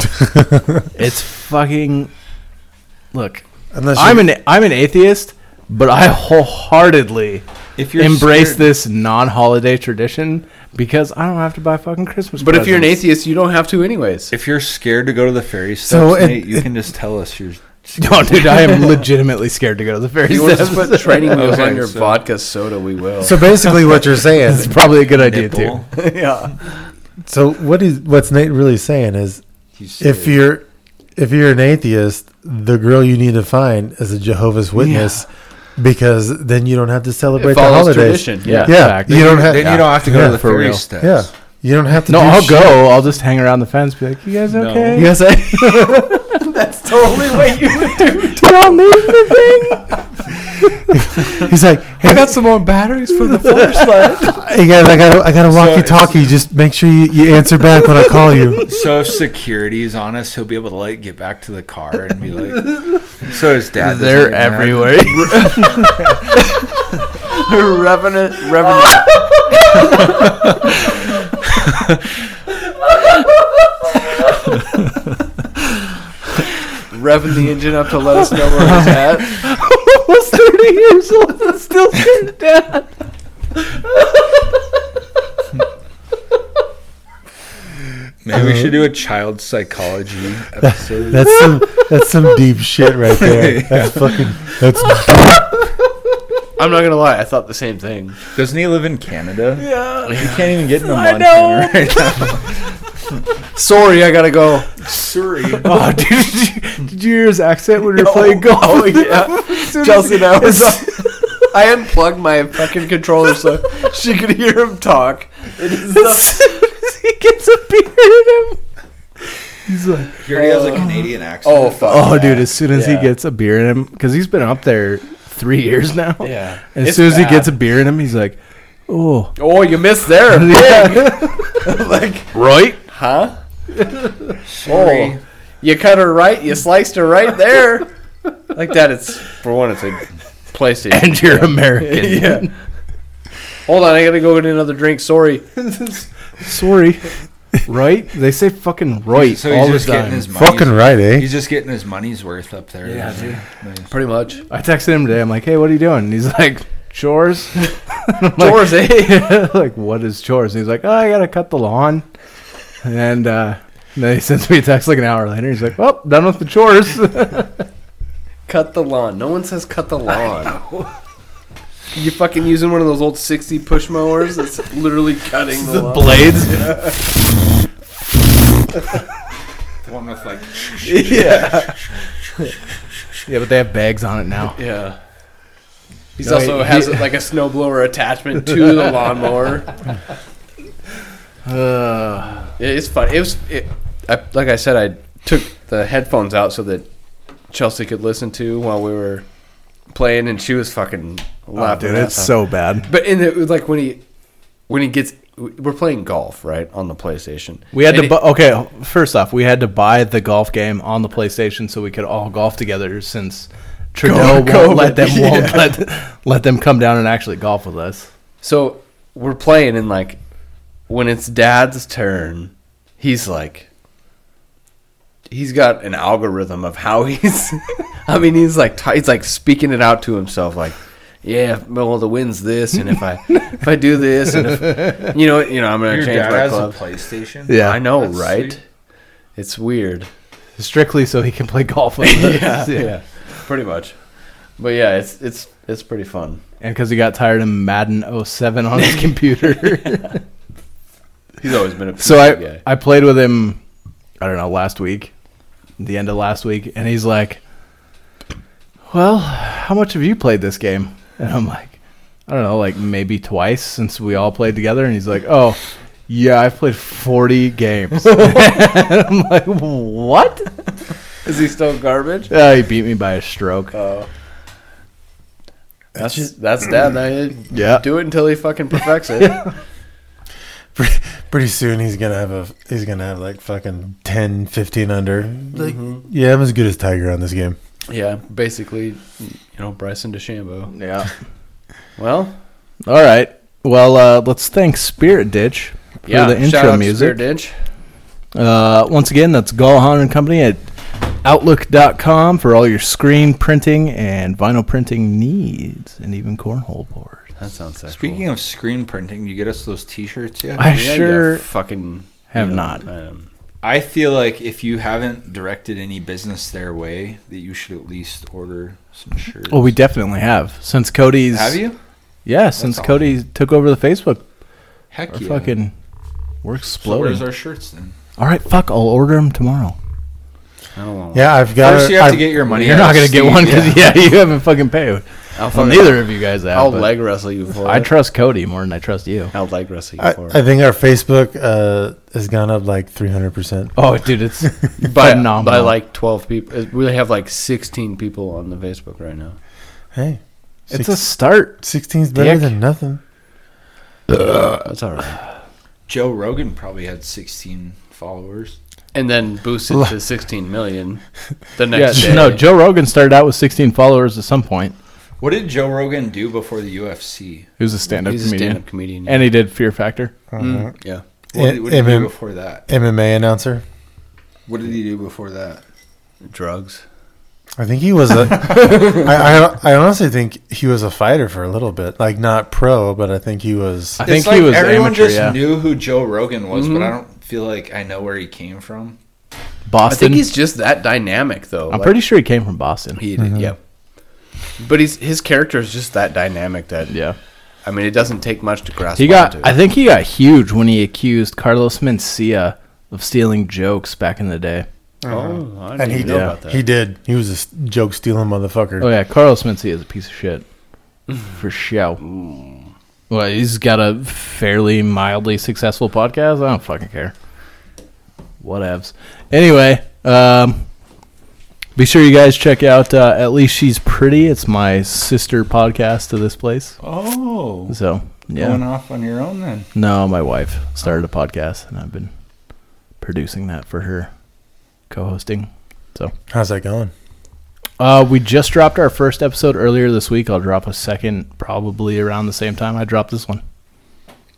Speaker 1: it's fucking. Look,
Speaker 3: Unless
Speaker 1: I'm
Speaker 3: you-
Speaker 1: an I'm an atheist, but I wholeheartedly
Speaker 4: If you're
Speaker 1: embrace
Speaker 4: scared-
Speaker 1: this non-holiday tradition because I don't have to buy fucking Christmas.
Speaker 2: but if you're an
Speaker 1: presents.
Speaker 2: atheist, you don't have to, anyways.
Speaker 4: If you're scared to go to the ferry steps,
Speaker 3: So it-
Speaker 4: Nate, you
Speaker 3: it-
Speaker 4: can just tell us you're.
Speaker 1: no, dude, I
Speaker 4: [LAUGHS]
Speaker 1: am legitimately scared to go to the ferry.
Speaker 2: you want to
Speaker 1: steps.
Speaker 2: just put training [LAUGHS] wheels
Speaker 4: Okay,
Speaker 2: on your
Speaker 4: so-
Speaker 2: vodka soda, we will.
Speaker 3: so basically, what you're
Speaker 1: [LAUGHS]
Speaker 3: saying.
Speaker 1: It's probably a good idea too.
Speaker 4: Nipple.
Speaker 2: [LAUGHS] yeah.
Speaker 3: So what is what's Nate really saying is
Speaker 4: He's
Speaker 3: if
Speaker 4: scared.
Speaker 3: you're if you're an atheist, the girl you need to find is a Jehovah's Witness because then you don't have to celebrate the
Speaker 2: follows
Speaker 3: holidays.
Speaker 2: tradition, yeah.
Speaker 3: yeah.
Speaker 1: Fact.
Speaker 3: You don't have
Speaker 4: then you don't have to go
Speaker 3: yeah,
Speaker 4: to the
Speaker 1: for
Speaker 4: ferry
Speaker 1: real.
Speaker 4: steps.
Speaker 3: yeah. You don't have to.
Speaker 1: No,
Speaker 3: do
Speaker 1: I'll
Speaker 3: shit.
Speaker 1: go. I'll just hang around the fence, be like, "You guys
Speaker 4: No.
Speaker 1: okay?
Speaker 4: [LAUGHS]
Speaker 3: You guys say
Speaker 2: That's totally what you would do.
Speaker 1: Y'all need anything?
Speaker 3: [LAUGHS] he's like, hey,
Speaker 1: got some more batteries for [LAUGHS] the flashlight."
Speaker 3: hey guys, I got I got a walkie-talkie. Just make sure you, you answer back when I call you.
Speaker 4: So if security's on us, he'll be able to like get back to the car and be like.
Speaker 1: [LAUGHS]
Speaker 4: So his dad. doesn't get
Speaker 1: They're
Speaker 4: mad.
Speaker 2: [LAUGHS]
Speaker 1: everywhere.
Speaker 2: Revenant, revenant. Revving the engine up to let us know where it's at.
Speaker 1: [LAUGHS] Almost thirty years old and still sitting down.
Speaker 4: Maybe we should do a child psychology episode.
Speaker 1: [LAUGHS]
Speaker 3: That's some that's some deep shit right there. That's fucking that's
Speaker 2: I'm not gonna lie, I thought the same thing.
Speaker 4: Doesn't he live in Canada?
Speaker 1: Yeah.
Speaker 4: He can't even get in the
Speaker 1: I
Speaker 4: Montana right [LAUGHS] now.
Speaker 2: Sorry, I gotta go.
Speaker 4: Surrey.
Speaker 1: [LAUGHS] Oh, dude, did you, did you hear his accent when you were [LAUGHS] playing golf?
Speaker 2: Oh [LAUGHS] yeah,
Speaker 1: As soon as
Speaker 2: Chelsea,
Speaker 1: he-
Speaker 2: that was.
Speaker 1: as-
Speaker 2: [LAUGHS] I unplugged my fucking controller so she could hear him talk. It is the-
Speaker 1: he gets a beer in him. He's like,
Speaker 4: He already has a Canadian accent.
Speaker 2: [LAUGHS] oh fuck.
Speaker 1: oh,
Speaker 2: that.
Speaker 1: dude, as soon as
Speaker 2: Yeah.
Speaker 1: he gets a beer in him, because he's been up there three years now.
Speaker 2: Yeah.
Speaker 1: And as
Speaker 2: It's
Speaker 1: soon as
Speaker 2: bad.
Speaker 1: he gets a beer in him, he's like, oh.
Speaker 2: Oh, you missed [LAUGHS] there. [LAUGHS] like,
Speaker 1: Right?
Speaker 2: huh?
Speaker 4: Sorry.
Speaker 2: Oh, you cut her right. You sliced her right there. like that. It's for one. It's a PlayStation.
Speaker 1: And you're [LAUGHS] American.
Speaker 2: [LAUGHS] yeah. [LAUGHS] Hold on, I gotta go get another drink. Sorry.
Speaker 1: Sorry. Right? They say fucking right
Speaker 4: So he's
Speaker 1: all the
Speaker 4: just getting
Speaker 1: time.
Speaker 4: his money's
Speaker 3: fucking right, eh?
Speaker 4: He's just getting his money's worth up there. Yeah, dude.
Speaker 2: Pretty much.
Speaker 1: I texted him today. I'm like, hey, what are you doing? And he's like, [LAUGHS] chores.
Speaker 2: Doors, eh?
Speaker 1: [LAUGHS] like, what is chores? And he's like, oh, I gotta cut the lawn. And uh, then he sends me a text like an hour later. He's like, well, done with the chores. [LAUGHS]
Speaker 2: Cut the lawn. No one says cut the lawn. You fucking using one of those old sixty push mowers that's literally cutting the, lawn.
Speaker 1: Blades.
Speaker 4: The one with like
Speaker 2: yeah.
Speaker 1: Yeah, but they have bags on it now.
Speaker 2: Yeah. He's
Speaker 1: No,
Speaker 2: also
Speaker 1: he-
Speaker 2: has
Speaker 1: he-
Speaker 2: like a snowblower attachment to
Speaker 1: [LAUGHS]
Speaker 2: the lawnmower.
Speaker 1: Uh,
Speaker 2: It- It's fun. It was it, I, like I said. I took the headphones out so that Chelsea could listen to while we were playing, and she was fucking laughing.
Speaker 1: [LAUGHS] Oh, dude,
Speaker 2: at
Speaker 1: it's
Speaker 2: that.
Speaker 1: so bad.
Speaker 2: But in the, it was like when he when he gets, we're playing golf right on the PlayStation.
Speaker 1: We had
Speaker 2: And
Speaker 1: to
Speaker 2: it-
Speaker 1: bu- okay. First off, we had to buy the golf game on the PlayStation so we could all golf together. Since Trudeau won't let them [LAUGHS] won't let, let them come down and actually golf with us.
Speaker 2: So we're playing, and like when it's dad's turn, he's like, he's got an algorithm of how [LAUGHS] he's. I mean, he's like t- he's like speaking it out to himself, like, yeah, well, the wind's this, and if I if I do this, and [LAUGHS] if you know, you know, I'm gonna
Speaker 4: your
Speaker 2: change
Speaker 4: dad
Speaker 2: my
Speaker 4: has
Speaker 2: club.
Speaker 4: a PlayStation.
Speaker 1: Yeah,
Speaker 2: I know,
Speaker 4: That's
Speaker 2: right?
Speaker 4: sweet.
Speaker 2: It's weird. [LAUGHS]
Speaker 1: strictly so he can play golf [LAUGHS] with us. yeah.
Speaker 2: pretty much. But yeah, it's it's it's pretty fun.
Speaker 1: and because he got tired of Madden 07 on
Speaker 2: [LAUGHS]
Speaker 1: his computer.
Speaker 2: He's always been a
Speaker 1: so
Speaker 2: PC
Speaker 1: I I played with him. I don't know last week, the end of last week, and he's like, "Well, how much have you played this game?" And I'm like, "I don't know, like maybe twice since we all played together." And he's like, "Oh." Yeah, I've played 40
Speaker 2: [LAUGHS]
Speaker 1: games. [LAUGHS] And I'm like, what?
Speaker 2: Is he still garbage?
Speaker 1: Uh, he beat me by a stroke.
Speaker 2: Oh. That's that's dad. I,
Speaker 1: Yeah.
Speaker 2: do it until he fucking
Speaker 1: [LAUGHS]
Speaker 2: perfects it.
Speaker 3: Pretty, pretty soon he's gonna have a he's gonna have like fucking 10, 15 under. Like, yeah, I'm as good as Tiger on this game.
Speaker 2: Yeah, basically, you know, Bryson DeChambeau.
Speaker 1: Yeah.
Speaker 2: Well,
Speaker 1: All right. Well, uh, let's thank Spirit Ditch for
Speaker 2: yeah,
Speaker 1: the
Speaker 2: shout
Speaker 1: intro
Speaker 2: out
Speaker 1: music.
Speaker 2: to Spirit Ditch.
Speaker 1: Uh, once again, that's Gallhan and Company at Outlook.com for all your screen printing and vinyl printing needs, and even cornhole board.
Speaker 2: That sounds sexual.
Speaker 4: Speaking of screen printing, you get us those T-shirts yet?
Speaker 1: I
Speaker 2: Yeah, you
Speaker 1: sure
Speaker 2: fucking
Speaker 1: have
Speaker 2: you know,
Speaker 1: not.
Speaker 2: um,
Speaker 4: I feel like if you haven't directed any business their way, that you should at least order some shirts.
Speaker 1: Well, Oh, we definitely have since Cody's.
Speaker 4: have you?
Speaker 1: Yeah, since
Speaker 4: awesome.
Speaker 1: Cody took over the Facebook,
Speaker 4: Heck
Speaker 1: our
Speaker 4: yeah!
Speaker 1: fucking we're
Speaker 4: so
Speaker 1: exploding.
Speaker 4: where's our shirts then?
Speaker 1: all right, fuck. I'll order them tomorrow.
Speaker 2: I don't want.
Speaker 3: Yeah, I've got.
Speaker 4: First, you have
Speaker 3: I've-
Speaker 4: to get your money.
Speaker 1: You're
Speaker 4: out of
Speaker 1: not gonna
Speaker 4: Steve,
Speaker 1: get one because [LAUGHS] yeah. you haven't fucking paid.
Speaker 2: I'll,
Speaker 1: Well,
Speaker 2: fucking-
Speaker 1: neither of you guys have.
Speaker 2: I'll
Speaker 1: but
Speaker 2: leg wrestle you for
Speaker 1: I
Speaker 2: it.
Speaker 1: trust Cody more than I trust you.
Speaker 2: I'll leg wrestle you
Speaker 3: I,
Speaker 2: for
Speaker 3: I
Speaker 2: it.
Speaker 3: think our Facebook uh, has gone up like 300%.
Speaker 1: Oh, dude, [LAUGHS] it's
Speaker 2: By,
Speaker 1: phenomenal.
Speaker 2: by like twelve people. We have like sixteen people on the Facebook right now.
Speaker 3: Hey,
Speaker 1: it's a start.
Speaker 3: 16 is better
Speaker 1: dick.
Speaker 3: than nothing.
Speaker 1: Uh,
Speaker 2: That's all right.
Speaker 4: [LAUGHS] Joe Rogan probably had 16 followers.
Speaker 2: And then boost it
Speaker 1: [LAUGHS]
Speaker 2: to sixteen million the next
Speaker 1: Yeah,
Speaker 2: day.
Speaker 1: no, Joe Rogan started out with 16 followers at some point.
Speaker 4: What did Joe Rogan do before the UFC?
Speaker 1: He was a stand-up
Speaker 2: He's a
Speaker 1: comedian,
Speaker 2: stand-up comedian.
Speaker 1: and he did Fear Factor.
Speaker 3: Uh-huh.
Speaker 2: Mm, yeah.
Speaker 4: What did, what did he
Speaker 3: MM
Speaker 4: do before that?
Speaker 3: MMA announcer.
Speaker 4: What did he do before that?
Speaker 2: drugs.
Speaker 3: I think he was a.
Speaker 4: [LAUGHS]
Speaker 3: I, I, I honestly think he was a fighter for a little bit. Like, not pro, but I think he was.
Speaker 1: I think he was
Speaker 4: everyone
Speaker 1: amateur.
Speaker 4: just
Speaker 1: yeah, Mm-hmm.
Speaker 4: knew who Joe Rogan was,
Speaker 2: Mhm.
Speaker 4: but I don't feel like I know where he came from.
Speaker 1: Boston.
Speaker 2: I think he's just that dynamic, though.
Speaker 1: I'm
Speaker 2: Like,
Speaker 1: pretty sure he came from Boston.
Speaker 2: He did,
Speaker 3: Uh-huh.
Speaker 2: yeah. But he's his character is just that dynamic that
Speaker 1: Yeah,
Speaker 2: I mean, it doesn't take much to grasp.
Speaker 1: he got.
Speaker 2: onto.
Speaker 1: I think he got huge when he accused Carlos Mencia of stealing jokes back in the day.
Speaker 2: Oh, I
Speaker 3: Uh-huh. and
Speaker 2: didn't
Speaker 3: he
Speaker 2: know
Speaker 3: did.
Speaker 2: about that.
Speaker 3: He did. He was a joke stealing motherfucker.
Speaker 1: Oh yeah, Carlos Mencia is a piece of
Speaker 4: [SIGHS]
Speaker 1: shit for show. Well, he's got a fairly mildly successful podcast. I don't fucking care. Whatevs. Anyway, um, be sure you guys check out uh, at least she's pretty. It's my sister podcast to this place.
Speaker 4: Oh.
Speaker 1: So
Speaker 4: Going
Speaker 1: yeah,
Speaker 4: off on your own then.
Speaker 1: no, my wife started a podcast and I've been producing that for her, co-hosting.
Speaker 3: How's that going?
Speaker 1: Uh, we just dropped our first episode earlier this week. I'll drop a second probably around the same time I dropped this one.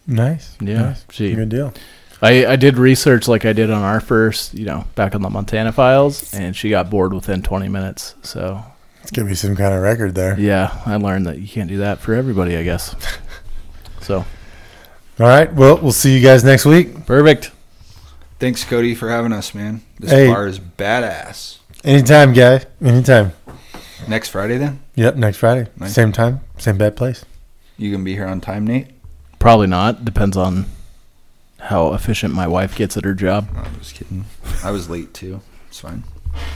Speaker 3: Nice.
Speaker 1: Yeah,
Speaker 3: Nice.
Speaker 1: gee.
Speaker 3: Good deal.
Speaker 1: I, I did research like I did on our first, you know, back on the Montana files, and she got bored within 20 minutes. So,
Speaker 3: It's going to be some kind of record there.
Speaker 1: yeah, I learned that you can't do that for everybody, I
Speaker 3: [LAUGHS]
Speaker 1: guess. So,
Speaker 3: All right. Well, we'll see you guys next week.
Speaker 1: perfect.
Speaker 4: Thanks, Cody, for having us, man. This
Speaker 3: Hey.
Speaker 4: bar is badass.
Speaker 3: Anytime, guy. Anytime.
Speaker 4: Next Friday then?
Speaker 3: Yep. Next Friday.
Speaker 4: Nice.
Speaker 3: Same time. Same bad place.
Speaker 4: You gonna be here on time, Nate?
Speaker 1: Probably not. Depends on how efficient my wife gets at her job.
Speaker 4: No, I'm just kidding. I was late too. It's fine.